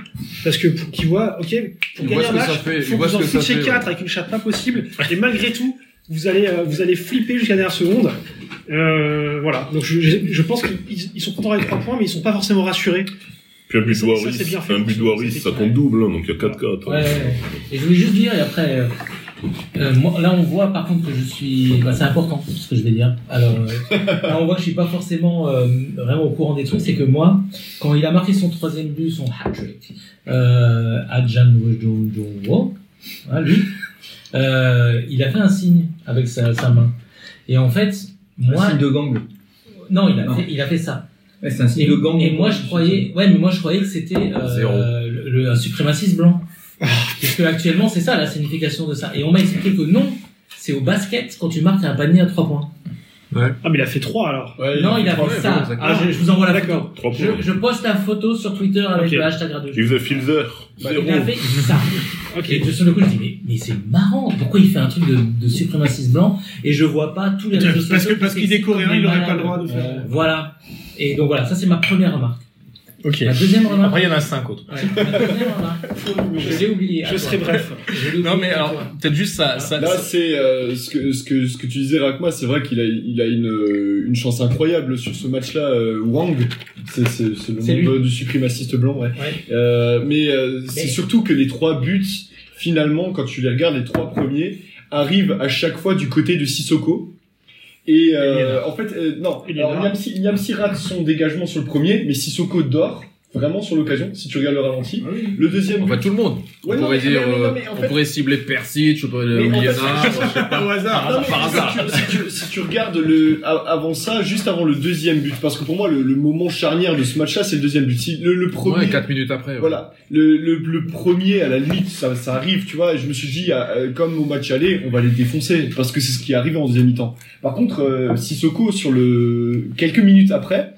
Speaker 14: parce que pour qu'ils voient, ok, pour
Speaker 10: Ils
Speaker 14: gagner
Speaker 10: voient ce
Speaker 14: un
Speaker 10: que
Speaker 14: match,
Speaker 10: ça fait, ils
Speaker 14: faut que
Speaker 10: voient
Speaker 14: vous en
Speaker 10: ce que ça
Speaker 14: foutiez
Speaker 10: fait, ouais.
Speaker 14: 4 avec une chatte pas possible. Et malgré tout, vous allez, euh, vous allez flipper jusqu'à la dernière seconde. Euh, voilà. Donc je, je- je pense qu'ils ils sont contents avec 3 points, mais ils sont pas forcément rassurés.
Speaker 12: Puis un but de
Speaker 14: Ça,
Speaker 12: Waris,
Speaker 14: c'est bien fait.
Speaker 12: un but de Waris, ça compte double, hein, donc il y a 4-4.
Speaker 5: Ouais, ouais, ouais. Et je voulais juste dire, et après, euh, euh, moi, là on voit par contre que je suis. bah, c'est important ce que je vais dire. Alors, euh, là on voit que je suis pas forcément euh, vraiment au courant des trucs. C'est que moi, quand il a marqué son troisième but, son hat-trick, euh, à Jan Wojojo, hein, lui, euh, il a fait un signe avec sa, sa main. Et en fait, moi.
Speaker 15: signe de gang.
Speaker 5: Non, il a,
Speaker 15: Non.
Speaker 5: Fait, il a fait ça.
Speaker 15: Ouais, c'est un signe
Speaker 5: et,
Speaker 15: de gang.
Speaker 5: et moi je croyais, ouais, mais moi je croyais que c'était euh,
Speaker 15: Zéro.
Speaker 5: le, le- un suprémaciste blanc. Parce que actuellement c'est ça la signification de ça. Et on m'a expliqué que non, c'est au basket quand tu marques un panier à 3 points.
Speaker 14: Ah, mais il a fait 3 alors.
Speaker 5: non, il a fait ça. Ah, je, je vous envoie la photo.
Speaker 12: Trois points.
Speaker 5: Je, je poste la photo sur Twitter avec
Speaker 12: Ok.
Speaker 5: le hashtag Radio.
Speaker 12: Il faisait Filzer.
Speaker 5: Il a fait ça.
Speaker 14: Ok.
Speaker 5: Et de sur le coup, je dis, mais, mais c'est marrant, pourquoi il fait un truc de, de suprémaciste blanc et je vois pas tous les réseaux
Speaker 2: Parce
Speaker 5: sociaux
Speaker 2: que- parce
Speaker 5: qui
Speaker 2: qu'il est
Speaker 5: s'excitent
Speaker 2: coréen,
Speaker 5: comme des
Speaker 2: il aurait pas
Speaker 5: malades.
Speaker 2: le droit de faire.
Speaker 5: Euh, voilà. Et donc voilà, ça c'est ma première remarque.
Speaker 11: Ok.
Speaker 5: La deuxième remarque.
Speaker 11: Après, il y en a cinq autres.
Speaker 5: Je l'ai oublié.
Speaker 14: Je serai bref.
Speaker 11: Non, mais alors, peut-être juste ça. Ah, ça
Speaker 13: Là, c'est euh, ce, que, ce, que, ce que tu disais, Rakma, c'est vrai qu'il a, il a une, euh, une chance incroyable sur ce match-là. euh, Wang, c'est c'est- c'est
Speaker 5: C'est
Speaker 13: le
Speaker 5: lui.
Speaker 13: nom de- du suprémaciste blanc, ouais.
Speaker 5: Ouais.
Speaker 13: Euh, mais euh, c'est
Speaker 5: Mais-
Speaker 13: surtout que les trois buts, finalement, quand tu les regardes, les trois premiers, arrivent à chaque fois du côté de Sissoko. Et euh, en fait, euh, non,
Speaker 14: Il est
Speaker 13: alors,
Speaker 14: là.
Speaker 13: Niamsi, Niamsi rate son dégagement sur le premier, mais Sissoko dort vraiment sur l'occasion, si tu regardes le ralenti. Le deuxième
Speaker 10: Enfin, tout le monde.
Speaker 13: Ouais,
Speaker 10: on
Speaker 13: non,
Speaker 10: pourrait
Speaker 13: mais-
Speaker 10: dire,
Speaker 13: mais- mais-
Speaker 10: euh,
Speaker 13: mais en
Speaker 10: on
Speaker 13: fait-
Speaker 10: pourrait cibler Persic, on pourrait
Speaker 13: Mais
Speaker 10: le
Speaker 13: en fait,
Speaker 10: Lienard, je sais pas.
Speaker 2: Au hasard.
Speaker 13: Non, mais
Speaker 10: Par
Speaker 13: si
Speaker 10: hasard.
Speaker 13: tu- Si tu, si tu regardes le, a- avant ça, juste avant le deuxième but, parce que pour moi, le, le moment charnière de ce match-là, c'est le deuxième but. Si Le, le premier.
Speaker 10: Ouais, 4 minutes après. ouais.
Speaker 13: Voilà, le, le, le premier à la limite, ça, ça arrive, tu vois. Et je me suis dit, ah, euh, comme au match aller, on va les défoncer parce que c'est ce qui est arrivé en deuxième mi-temps. Par contre, euh, Sissoko, sur le quelques minutes après,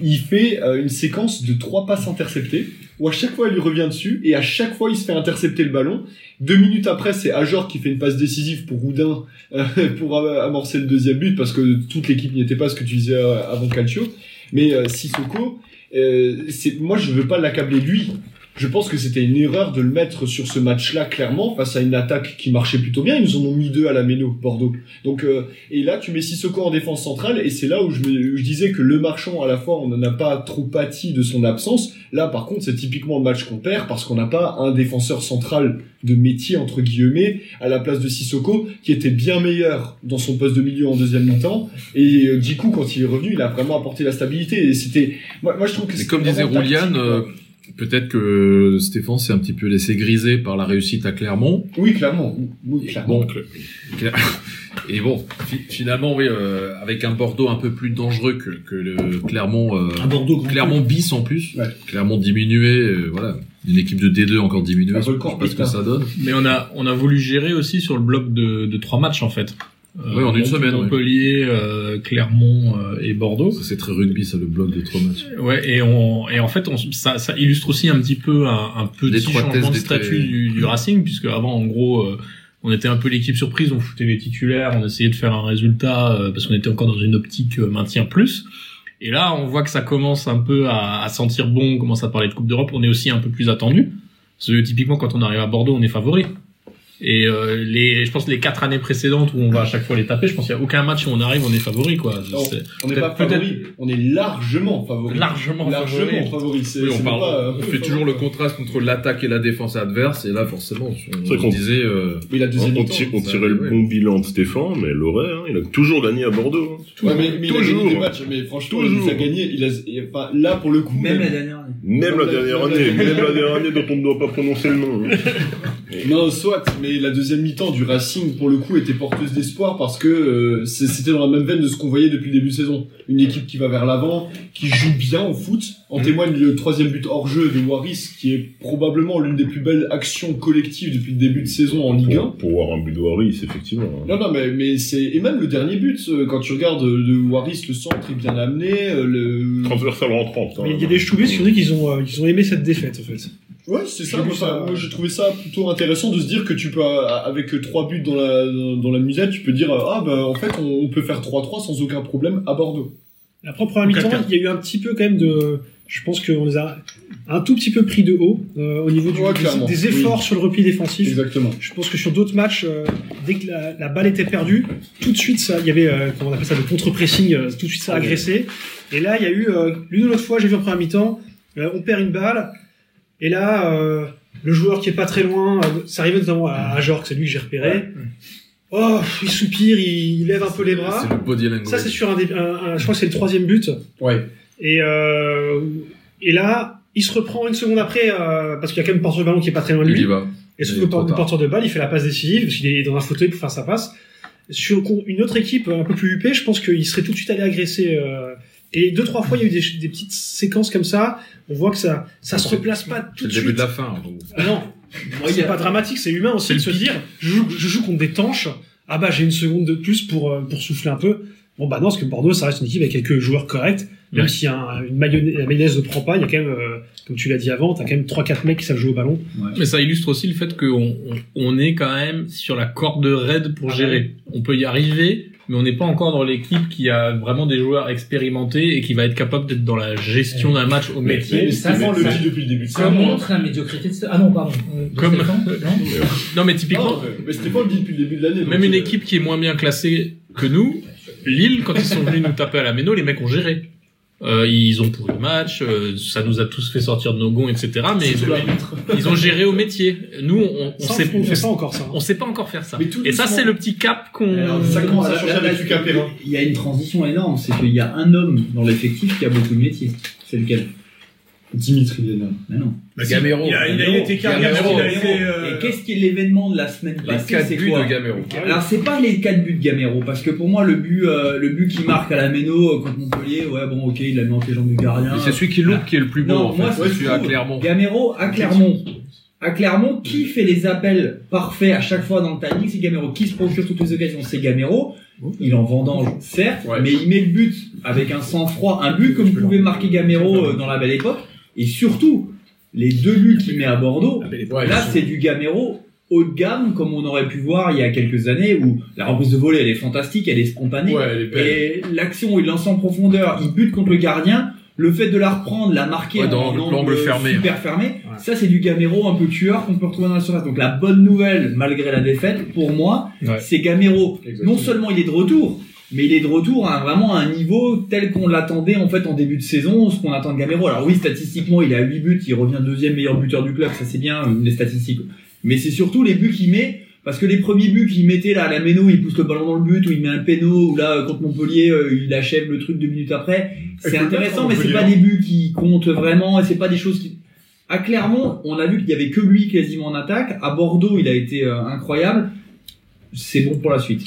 Speaker 13: il fait euh, une séquence de trois passes interceptées où à chaque fois il lui revient dessus et à chaque fois il se fait intercepter le ballon. Deux minutes après, c'est Ajor qui fait une passe décisive pour Roudin euh, pour am- amorcer le deuxième but parce que toute l'équipe n'y était pas, ce que tu disais euh, avant Calcio. Mais euh, Sissoko, euh, c'est moi je veux pas l'accabler lui. Je pense que c'était une erreur de le mettre sur ce match-là clairement face à une attaque qui marchait plutôt bien. Ils nous en ont mis deux à la Méno, Bordeaux. Donc euh, et là tu mets Sissoko en défense centrale et c'est là où je, me- où je disais que le marchand à la fois on n'en a pas trop pâti de son absence. Là par contre c'est typiquement le match qu'on perd parce qu'on n'a pas un défenseur central de métier entre guillemets à la place de Sissoko qui était bien meilleur dans son poste de milieu en deuxième mi-temps et euh, du coup quand il est revenu il a vraiment apporté la stabilité et c'était moi, moi, je trouve que
Speaker 10: Mais
Speaker 13: c'est
Speaker 10: comme disait
Speaker 13: vraiment
Speaker 10: Rouliane,
Speaker 13: tactique,
Speaker 10: euh,
Speaker 13: quoi.
Speaker 10: peut-être que Stéphane s'est un petit peu laissé griser par la réussite à Clermont.
Speaker 13: oui clairement, oui,
Speaker 10: Et euh,
Speaker 13: clairement.
Speaker 10: Bon, cl- et bon, fi- finalement, oui, euh, avec un Bordeaux un peu plus dangereux que, que le Clermont, euh,
Speaker 2: Un Bordeaux grand
Speaker 10: Clermont bis en plus,
Speaker 13: Ouais.
Speaker 10: Clermont diminué, euh, voilà, une équipe de D2 encore diminuée,
Speaker 13: Un
Speaker 10: je sais
Speaker 13: record
Speaker 10: pas ce que
Speaker 13: putain.
Speaker 10: ça donne.
Speaker 11: Mais on a, on a voulu gérer aussi sur le bloc de, de trois matchs, en fait. Euh,
Speaker 10: Oui, en une semaine, oui.
Speaker 11: Montpellier, euh, Clermont euh, et Bordeaux.
Speaker 10: Ça, C'est très rugby, ça, le bloc de trois matchs.
Speaker 11: Ouais, et, on, et en fait, on, ça, ça illustre aussi un petit peu un, un petit
Speaker 10: L'étroitesse
Speaker 11: changement de
Speaker 10: des
Speaker 11: statut
Speaker 10: traits.
Speaker 11: du, du Racing, puisque avant, en gros, euh, on était un peu l'équipe surprise, on foutait les titulaires, on essayait de faire un résultat, euh, parce qu'on était encore dans une optique euh, maintien plus. Et là, on voit que ça commence un peu à, à sentir bon, on commence à parler de Coupe d'Europe, on est aussi un peu plus attendu. Parce que typiquement, quand on arrive à Bordeaux, on est favori. Et euh, les, je pense les quatre années précédentes où on va à chaque fois les taper, je pense qu'il n'y a aucun match où on arrive, on est favori, quoi.
Speaker 13: Non,
Speaker 11: C'est
Speaker 13: on n'est pas
Speaker 11: peut-être-
Speaker 13: favori, on est largement favori.
Speaker 11: Largement,
Speaker 13: Largement
Speaker 11: favori.
Speaker 13: favori. c'est-
Speaker 10: Oui, on
Speaker 13: c'est
Speaker 10: parle,
Speaker 13: pas, euh,
Speaker 10: on fait toujours le contraste entre l'attaque et la défense adverse, et là, forcément, on,
Speaker 12: vrai
Speaker 10: on
Speaker 12: qu'on-
Speaker 10: disait, euh,
Speaker 13: Oui, la deuxième
Speaker 12: on,
Speaker 13: mi-temps.
Speaker 12: tire- on
Speaker 10: ça,
Speaker 12: tirait le
Speaker 10: ouais.
Speaker 12: bon bilan de Stéphane, mais Loret, hein, il a toujours gagné à Bordeaux. hein.
Speaker 13: Ouais, mais, mais il a gagné
Speaker 12: Toujours.
Speaker 13: des matchs, mais franchement, il les
Speaker 12: Toujours.
Speaker 13: a gagnés. Il a, il- enfin, là, pour le coup,
Speaker 15: Même la dernière année.
Speaker 12: Même la dernière année, même la dernière année dont on ne doit pas prononcer le nom. hein.
Speaker 13: Non, soit, mais mais la deuxième mi-temps du Racing, pour le coup, était porteuse d'espoir parce que euh, c'est- c'était dans la même veine de ce qu'on voyait depuis le début de saison. Une équipe qui va vers l'avant, qui joue bien au foot.
Speaker 12: Mm-hmm.
Speaker 13: En témoigne le troisième but hors jeu de Waris, qui est probablement l'une des plus belles actions collectives depuis le début de saison en Ligue 1.
Speaker 12: Pour, pour voir un but de Waris, effectivement. hein.
Speaker 13: Non, non, mais, mais c'est. Et même le dernier but, euh, quand tu regardes euh, le Waris, le centre est bien amené, euh, le.
Speaker 12: Transversal rentrante. hein.
Speaker 14: Mais il y a des choubés sur qui ont, euh, ils ont aimé cette défaite, en fait.
Speaker 13: Ouais, c'est ça.
Speaker 14: J'ai
Speaker 13: Moi,
Speaker 14: vu ça,
Speaker 13: ça-
Speaker 14: ouais.
Speaker 13: moi, j'ai trouvé ça plutôt intéressant de se dire que tu peux, euh, avec euh, trois buts dans la, dans, dans la musette, tu peux dire euh, Ah, bah, en fait, on, on peut faire 3-3 sans aucun problème à Bordeaux.
Speaker 14: La propre à mi-temps, il y a eu un petit peu quand même de. Je pense qu'on les a un tout petit peu pris de haut euh, au niveau du-
Speaker 13: Ouais,
Speaker 14: des,
Speaker 13: clairement,
Speaker 14: des efforts
Speaker 13: oui.
Speaker 14: sur le repli défensif.
Speaker 13: Exactement.
Speaker 14: Je pense que sur d'autres matchs, euh, dès que la, la balle était perdue, tout de suite, ça, il y avait, euh, comment on appelle ça, le contre-pressing, euh, tout de suite ça
Speaker 13: Ouais.
Speaker 14: agressait. Et là, il y a eu, euh, l'une ou l'autre fois, j'ai vu en première mi-temps, euh, on perd une balle, et là, euh, le joueur qui est pas très loin, euh, ça arrivait notamment à, à Jorg, c'est lui que j'ai repéré. Oh, il soupire, il, il lève un peu les bras.
Speaker 10: C'est le body language.
Speaker 14: Ça, c'est sur un, des- un- un- je crois que c'est le troisième but.
Speaker 13: Ouais.
Speaker 14: Et, euh, et là, il se reprend une seconde après, euh, parce qu'il y a quand même porteur de ballon qui est pas très loin de
Speaker 10: Il
Speaker 14: lui.
Speaker 10: y va.
Speaker 14: Et sauf
Speaker 10: Il
Speaker 14: que
Speaker 10: est trop
Speaker 14: le
Speaker 10: tard.
Speaker 14: porteur de balle, il fait la passe décisive, parce qu'il est dans un fauteuil pour faire sa passe. Sur con- une autre équipe un peu plus huppée, je pense qu'il serait tout de suite allé agresser. euh, et deux, trois fois, il y a eu des, des petites séquences comme ça. On voit que ça, ça se replace pas
Speaker 10: C'est
Speaker 14: tout
Speaker 10: le
Speaker 14: de
Speaker 10: début
Speaker 14: suite.
Speaker 10: de la fin. hein, en gros.
Speaker 14: Ah non,
Speaker 15: Ouais, il y
Speaker 14: c'est
Speaker 15: a-
Speaker 14: pas dramatique, c'est humain aussi de se dire, je joue, je joue contre des tanches, ah bah j'ai une seconde de plus pour, euh, pour souffler un peu. Bon bah non, parce que Bordeaux, ça reste une équipe avec quelques joueurs corrects, même
Speaker 11: Ouais.
Speaker 14: si un- une mayonnaise, la mayonnaise ne prend pas, il y a quand même, euh, comme tu l'as dit avant, t'as quand même 3-4 mecs qui savent jouer au ballon.
Speaker 11: Mais ça illustre aussi le fait qu'on on, on est quand même sur la corde raide
Speaker 13: Ah
Speaker 11: pour gérer. On peut y arriver, mais on n'est pas encore dans l'équipe qui a vraiment des joueurs expérimentés et qui va être capable d'être dans la gestion d'un match au
Speaker 13: Mais,
Speaker 11: métier.
Speaker 13: mais
Speaker 5: ça,
Speaker 13: Stéphane
Speaker 5: ça-
Speaker 13: le dit depuis le début de
Speaker 5: Ça
Speaker 13: saison.
Speaker 5: montre la médiocrité de ce... Ah non, pardon. euh, de
Speaker 11: Comme-
Speaker 5: Stéphane, non
Speaker 11: Non, mais typiquement,
Speaker 13: Non, mais Stéphane le dit depuis le début de l'année. donc,
Speaker 11: même une
Speaker 13: euh,
Speaker 11: équipe qui est moins bien classée que nous, Lille, quand ils sont venus nous taper à la méno, les mecs ont géré. Euh, ils ont pourri le match, euh, ça nous a tous fait sortir de nos gonds, etc. Mais ils ont, ils ont géré au métier. Nous, on, on
Speaker 14: Ça,
Speaker 11: sait,
Speaker 14: on fait pas encore ça.
Speaker 11: on sait pas encore faire ça.
Speaker 15: Mais tout
Speaker 11: Et ça,
Speaker 15: doucement.
Speaker 11: c'est le petit cap qu'on.
Speaker 15: Alors,
Speaker 13: Ça
Speaker 15: justement,
Speaker 13: commence à
Speaker 15: là-
Speaker 13: changer
Speaker 15: là-
Speaker 13: avec
Speaker 15: là,
Speaker 13: Lucas Perrin.
Speaker 15: Il y a une transition énorme, c'est qu'il y a un homme dans l'effectif qui a beaucoup de métiers. C'est lequel
Speaker 13: Dimitri Lénard.
Speaker 15: Mais non.
Speaker 10: Gamero.
Speaker 2: Bah, Il a, il a
Speaker 15: Gamero,
Speaker 2: été carrière,
Speaker 10: Gamero.
Speaker 2: il a été.
Speaker 15: Et
Speaker 2: euh,
Speaker 15: qu'est-ce qui est l'événement de la semaine
Speaker 10: Les
Speaker 15: passée
Speaker 10: 4
Speaker 15: Bah, c'est
Speaker 10: buts
Speaker 15: quoi Ah
Speaker 10: de Gamero.
Speaker 2: Ah
Speaker 15: Alors c'est pas les 4 buts de Gamero parce que pour moi le but euh, le but qui marque à la Méno euh, contre Montpellier ouais bon OK il a mis entre les jambes du gardien.
Speaker 14: Ah.
Speaker 10: Mais c'est celui qui loupe qui est le plus beau
Speaker 15: Non,
Speaker 10: en fait.
Speaker 15: moi, c'est
Speaker 10: celui à
Speaker 15: tout.
Speaker 10: Clermont.
Speaker 15: Gamero à Clermont. À Clermont, qui fait les appels parfaits à chaque fois dans le timing C'est Gamero. Qui se procure toutes les occasions C'est Gamero. Il en vendange, certes,
Speaker 10: Ouais.
Speaker 15: mais il met le but avec un sang-froid. Un but comme pouvait marquer Gamero euh, dans la belle époque. Et surtout, les deux buts qu'il met à Bordeaux, là, c'est du Gamero haut de gamme, comme on aurait pu voir il y a quelques années, où la reprise de volée, elle est fantastique, elle est spontanée.
Speaker 13: Ouais, elle est belle.
Speaker 15: Et l'action où il lance en profondeur, il bute contre le gardien, le fait de la reprendre, la marquer
Speaker 10: Ouais, dans
Speaker 15: en
Speaker 10: l'angle fermé.
Speaker 15: super fermé, ça c'est du Gamero un peu tueur qu'on peut retrouver dans la surface. Donc la bonne nouvelle, malgré la défaite, pour moi,
Speaker 11: Ouais.
Speaker 15: c'est Gamero.
Speaker 13: Exactement.
Speaker 15: Non seulement il est de retour, mais il est de retour à un- vraiment à un niveau tel qu'on l'attendait en fait en début de saison, ce qu'on attend de Gamero. Alors oui, statistiquement, il a 8 buts, il revient deuxième meilleur buteur du club, ça c'est bien euh, les statistiques. Mais c'est surtout les buts qu'il met parce que les premiers buts qu'il mettait là à la méno, il pousse le ballon dans le but, ou il met un péno, ou là euh, contre Montpellier, euh, il achève le truc deux minutes après. C'est
Speaker 13: faut le mettre,
Speaker 15: intéressant, mais
Speaker 13: on
Speaker 15: c'est
Speaker 13: peut
Speaker 15: pas
Speaker 13: dire.
Speaker 15: des buts qui comptent vraiment, et c'est pas des choses qui. À Clermont, on a vu qu'il y avait que lui quasiment en attaque. À Bordeaux, il a été euh, incroyable. C'est bon pour la suite.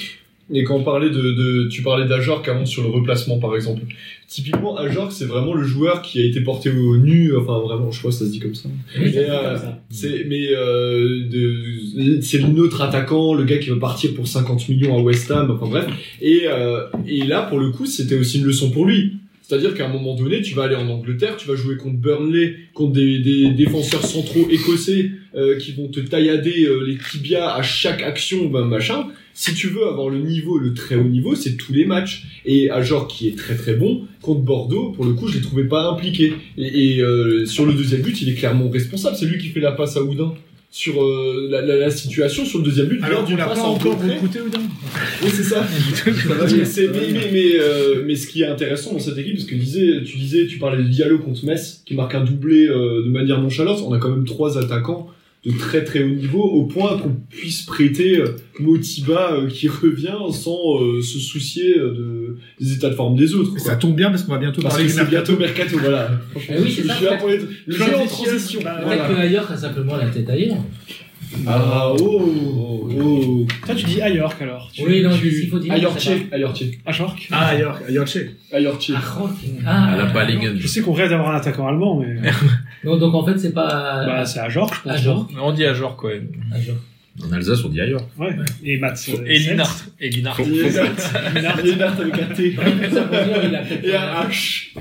Speaker 13: Et quand on parlait de, de tu parlais d'Ajorc avant sur le replacement par exemple. Typiquement Ajorc c'est vraiment le joueur qui a été porté au nu, enfin vraiment je crois que ça se dit comme ça.
Speaker 5: Oui, ça
Speaker 13: Et,
Speaker 5: fait
Speaker 13: euh,
Speaker 5: comme ça.
Speaker 13: C'est mais euh, de- c'est le neutre attaquant, le gars qui va partir pour 50 millions à West Ham, enfin bref. Et, euh, et là pour le coup c'était aussi une leçon pour lui. C'est-à-dire qu'à un moment donné, tu vas aller en Angleterre, tu vas jouer contre Burnley, contre des, des défenseurs centraux écossais euh, qui vont te taillader euh, les tibias à chaque action, ben machin. Si tu veux avoir le niveau, le très haut niveau, c'est tous les matchs. Et à genre qui est très très bon, contre Bordeaux, pour le coup, je l'ai trouvé pas impliqué. Et, et, euh, sur le deuxième but, il est clairement responsable. C'est lui qui fait la passe à Oudin. Sur euh, la, la- la situation sur le deuxième but,
Speaker 2: Alors,
Speaker 13: lors d'une
Speaker 2: on l'a
Speaker 13: passe
Speaker 2: pas
Speaker 13: en
Speaker 2: encore
Speaker 13: retrait.
Speaker 2: recruté, Oudin
Speaker 13: Oui, c'est ça. mais, c'est- mais, mais, mais, euh, mais ce qui est intéressant dans cette équipe, parce que disais, tu disais, tu parlais de Diallo contre Metz, qui marque un doublé euh, de manière nonchalante. On a quand même trois attaquants de très très haut niveau, au point qu'on puisse prêter euh, Motiba euh, qui revient sans euh, se soucier euh, de, des états de forme des autres. quoi.
Speaker 2: Ça tombe bien parce qu'on va bientôt
Speaker 13: Parce
Speaker 2: parler
Speaker 13: que
Speaker 2: du
Speaker 13: c'est
Speaker 2: mercato.
Speaker 13: bientôt mercato, voilà.
Speaker 5: Eh oui, c'est
Speaker 13: je
Speaker 5: ça,
Speaker 13: suis là
Speaker 5: en fait.
Speaker 13: pour les... Le jeu en transition.
Speaker 5: Peut-être
Speaker 13: Voilà.
Speaker 5: que ailleurs, a simplement la tête ailleurs.
Speaker 13: Ah, oh, oh.
Speaker 14: Toi, tu dis Ayork alors. Tu-
Speaker 5: Oui, non,
Speaker 14: tu-
Speaker 5: il faut dire. ça va.
Speaker 13: Ayorché, Ayorché.
Speaker 14: Ajork.
Speaker 2: Ah, ailleurs, ailleurs, chez.
Speaker 13: Ayorché.
Speaker 5: Ah,
Speaker 10: À la Palingen.
Speaker 14: Je sais qu'on rêve d'avoir un attaquant allemand, mais
Speaker 5: non, donc en fait, c'est pas.
Speaker 14: bah, c'est Ajork, je pense.
Speaker 5: Ajor.
Speaker 11: On dit à genre quoi.
Speaker 5: Ajor.
Speaker 10: En Alsace, on dit ailleurs.
Speaker 14: Ouais. Et Mats. euh,
Speaker 11: Et
Speaker 14: Seltz.
Speaker 11: Linart. Et Linart.
Speaker 13: Léonard avec un T.
Speaker 5: Ça veut dire, il a
Speaker 13: Et
Speaker 5: peut-être-
Speaker 13: un H.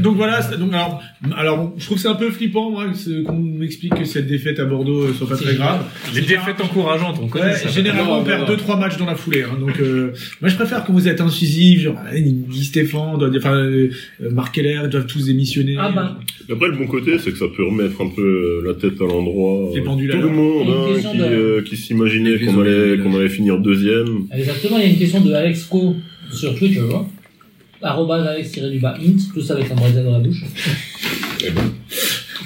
Speaker 2: Donc voilà, c'est- donc alors, alors, je trouve c'est un peu flippant, moi, ce- qu'on m'explique que cette défaite à Bordeaux euh, soit pas
Speaker 5: C'est
Speaker 2: très grave.
Speaker 11: Les défaites encourageantes, on connaît
Speaker 2: Ouais,
Speaker 11: ça.
Speaker 2: généralement,
Speaker 13: Non,
Speaker 2: on
Speaker 13: non,
Speaker 2: perd
Speaker 13: non.
Speaker 2: deux, trois matchs dans la foulée. hein. donc, euh, moi, je préfère quand vous êtes incisif, genre allez, Guy Stéphane, doit- enfin, euh, Marc Keller, ils doivent tous démissionner.
Speaker 5: Ah bah.
Speaker 12: Après, le bon côté, c'est que ça peut remettre un peu la tête à l'endroit.
Speaker 2: Les
Speaker 12: Euh,
Speaker 2: pendules à
Speaker 12: Tout le
Speaker 2: l'heure.
Speaker 12: monde
Speaker 5: Il y a une
Speaker 12: hein,
Speaker 5: question
Speaker 12: qui,
Speaker 5: de-
Speaker 12: euh, qui s'imaginait
Speaker 10: Les
Speaker 12: qu'on allait,
Speaker 10: isolés,
Speaker 12: qu'on allait finir deuxième.
Speaker 5: Ah, Exactement, il y a une question de Alex Co sur Twitter. hein. Arrobase Alex-du-bas int, tout ça avec un brésil dans la bouche.
Speaker 12: Eh ben.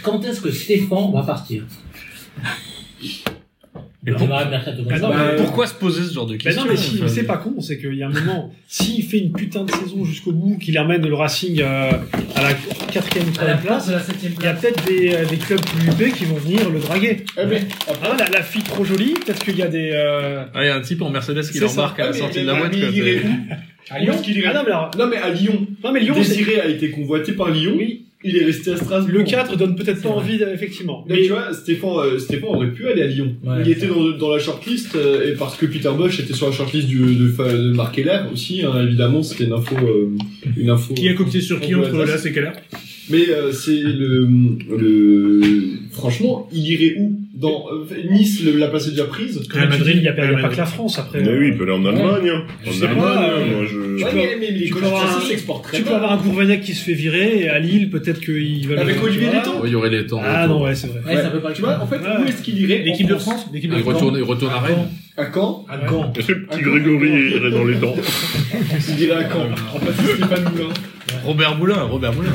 Speaker 5: Quand est-ce que Stéphane va partir
Speaker 11: Mais
Speaker 5: On démarre le mercato comme
Speaker 14: Bah
Speaker 5: ça.
Speaker 14: non, mais-
Speaker 11: Ah Pourquoi se poser ce genre de
Speaker 14: Bah
Speaker 11: questions
Speaker 14: non, mais si,
Speaker 11: enfin,
Speaker 14: c'est pas con, c'est qu'il y a un moment, s'il fait une putain de saison jusqu'au bout, qu'il amène le Racing euh, à la quatrième ou
Speaker 5: À la
Speaker 14: troisième
Speaker 5: place
Speaker 14: place,
Speaker 5: de la 7
Speaker 14: il y a
Speaker 5: place.
Speaker 14: peut-être des, euh, des clubs plus huppés qui vont venir le draguer.
Speaker 13: Eh ben,
Speaker 14: Ah, la, la fille trop jolie, peut-être qu'il y a des. euh,
Speaker 11: Ah, il y a un type en Mercedes qui
Speaker 14: C'est
Speaker 11: l'embarque à la
Speaker 13: mais-
Speaker 11: sortie de
Speaker 13: mais-
Speaker 11: la boîte.
Speaker 13: mais
Speaker 11: quoi,
Speaker 13: il irait
Speaker 11: c'est-
Speaker 14: à
Speaker 13: Lyon
Speaker 14: qu'il irait. Ah non, mais alors,
Speaker 13: Non, mais à Lyon.
Speaker 14: non, mais Lyon, c'est-
Speaker 13: Désiré a été convoité par Lyon. Il est resté à Strasbourg.
Speaker 14: le 4 donne peut-être
Speaker 5: C'est
Speaker 14: pas
Speaker 5: vrai.
Speaker 14: envie, euh, effectivement.
Speaker 13: Mais tu vois, Stéphane, euh, Stéphane aurait pu aller à Lyon.
Speaker 5: Ouais.
Speaker 13: il était dans, dans la shortlist euh, et parce que Peter Bosch était sur la shortlist du, de, fa- de Marc Heller aussi, hein, évidemment, c'était une info. euh, une info
Speaker 2: Qui a copié sur qui
Speaker 13: info
Speaker 2: entre
Speaker 13: Alsace.
Speaker 2: là, c'est quelle heure
Speaker 13: Mais euh, c'est le, le. Franchement, il irait où Dans euh, Nice, le- la place est déjà prise.
Speaker 14: Real Madrid, il n'y a, pas- il y a
Speaker 2: Real
Speaker 14: pas que
Speaker 2: Madrid.
Speaker 14: la France après.
Speaker 12: Mais oui, il peut aller en Allemagne. hein.
Speaker 13: Je
Speaker 12: En
Speaker 13: sais
Speaker 12: Allemagne,
Speaker 13: pas,
Speaker 12: hein,
Speaker 13: euh,
Speaker 12: moi je.
Speaker 13: Ouais, mais, mais les
Speaker 14: tu peux
Speaker 13: coachs
Speaker 14: avoir
Speaker 13: français
Speaker 14: un-
Speaker 13: s'exportent très
Speaker 14: Tu peux
Speaker 13: bien.
Speaker 14: avoir un Gourvenac qui se fait virer, et à Lille, peut-être qu'ils veulent.
Speaker 13: Avec
Speaker 14: tu
Speaker 13: Olivier
Speaker 14: vois.
Speaker 13: Létang.
Speaker 10: Oh, Il y aurait les temps. de
Speaker 14: Ah
Speaker 10: retour.
Speaker 14: non, ouais, c'est vrai.
Speaker 5: Ouais, ça peut pas
Speaker 13: Tu vois, en fait, où est-ce qu'il irait
Speaker 2: L'équipe de
Speaker 13: en
Speaker 2: France L'équipe de
Speaker 10: Il
Speaker 2: France
Speaker 10: retourne, il retourne à Rennes.
Speaker 13: À Caen
Speaker 5: À Caen.
Speaker 12: Est-ce que le petit Grégory irait dans les dents
Speaker 13: Il irait à Caen. En fait, c'est Stéphane Moulin.
Speaker 11: Robert Moulin, Robert Moulin.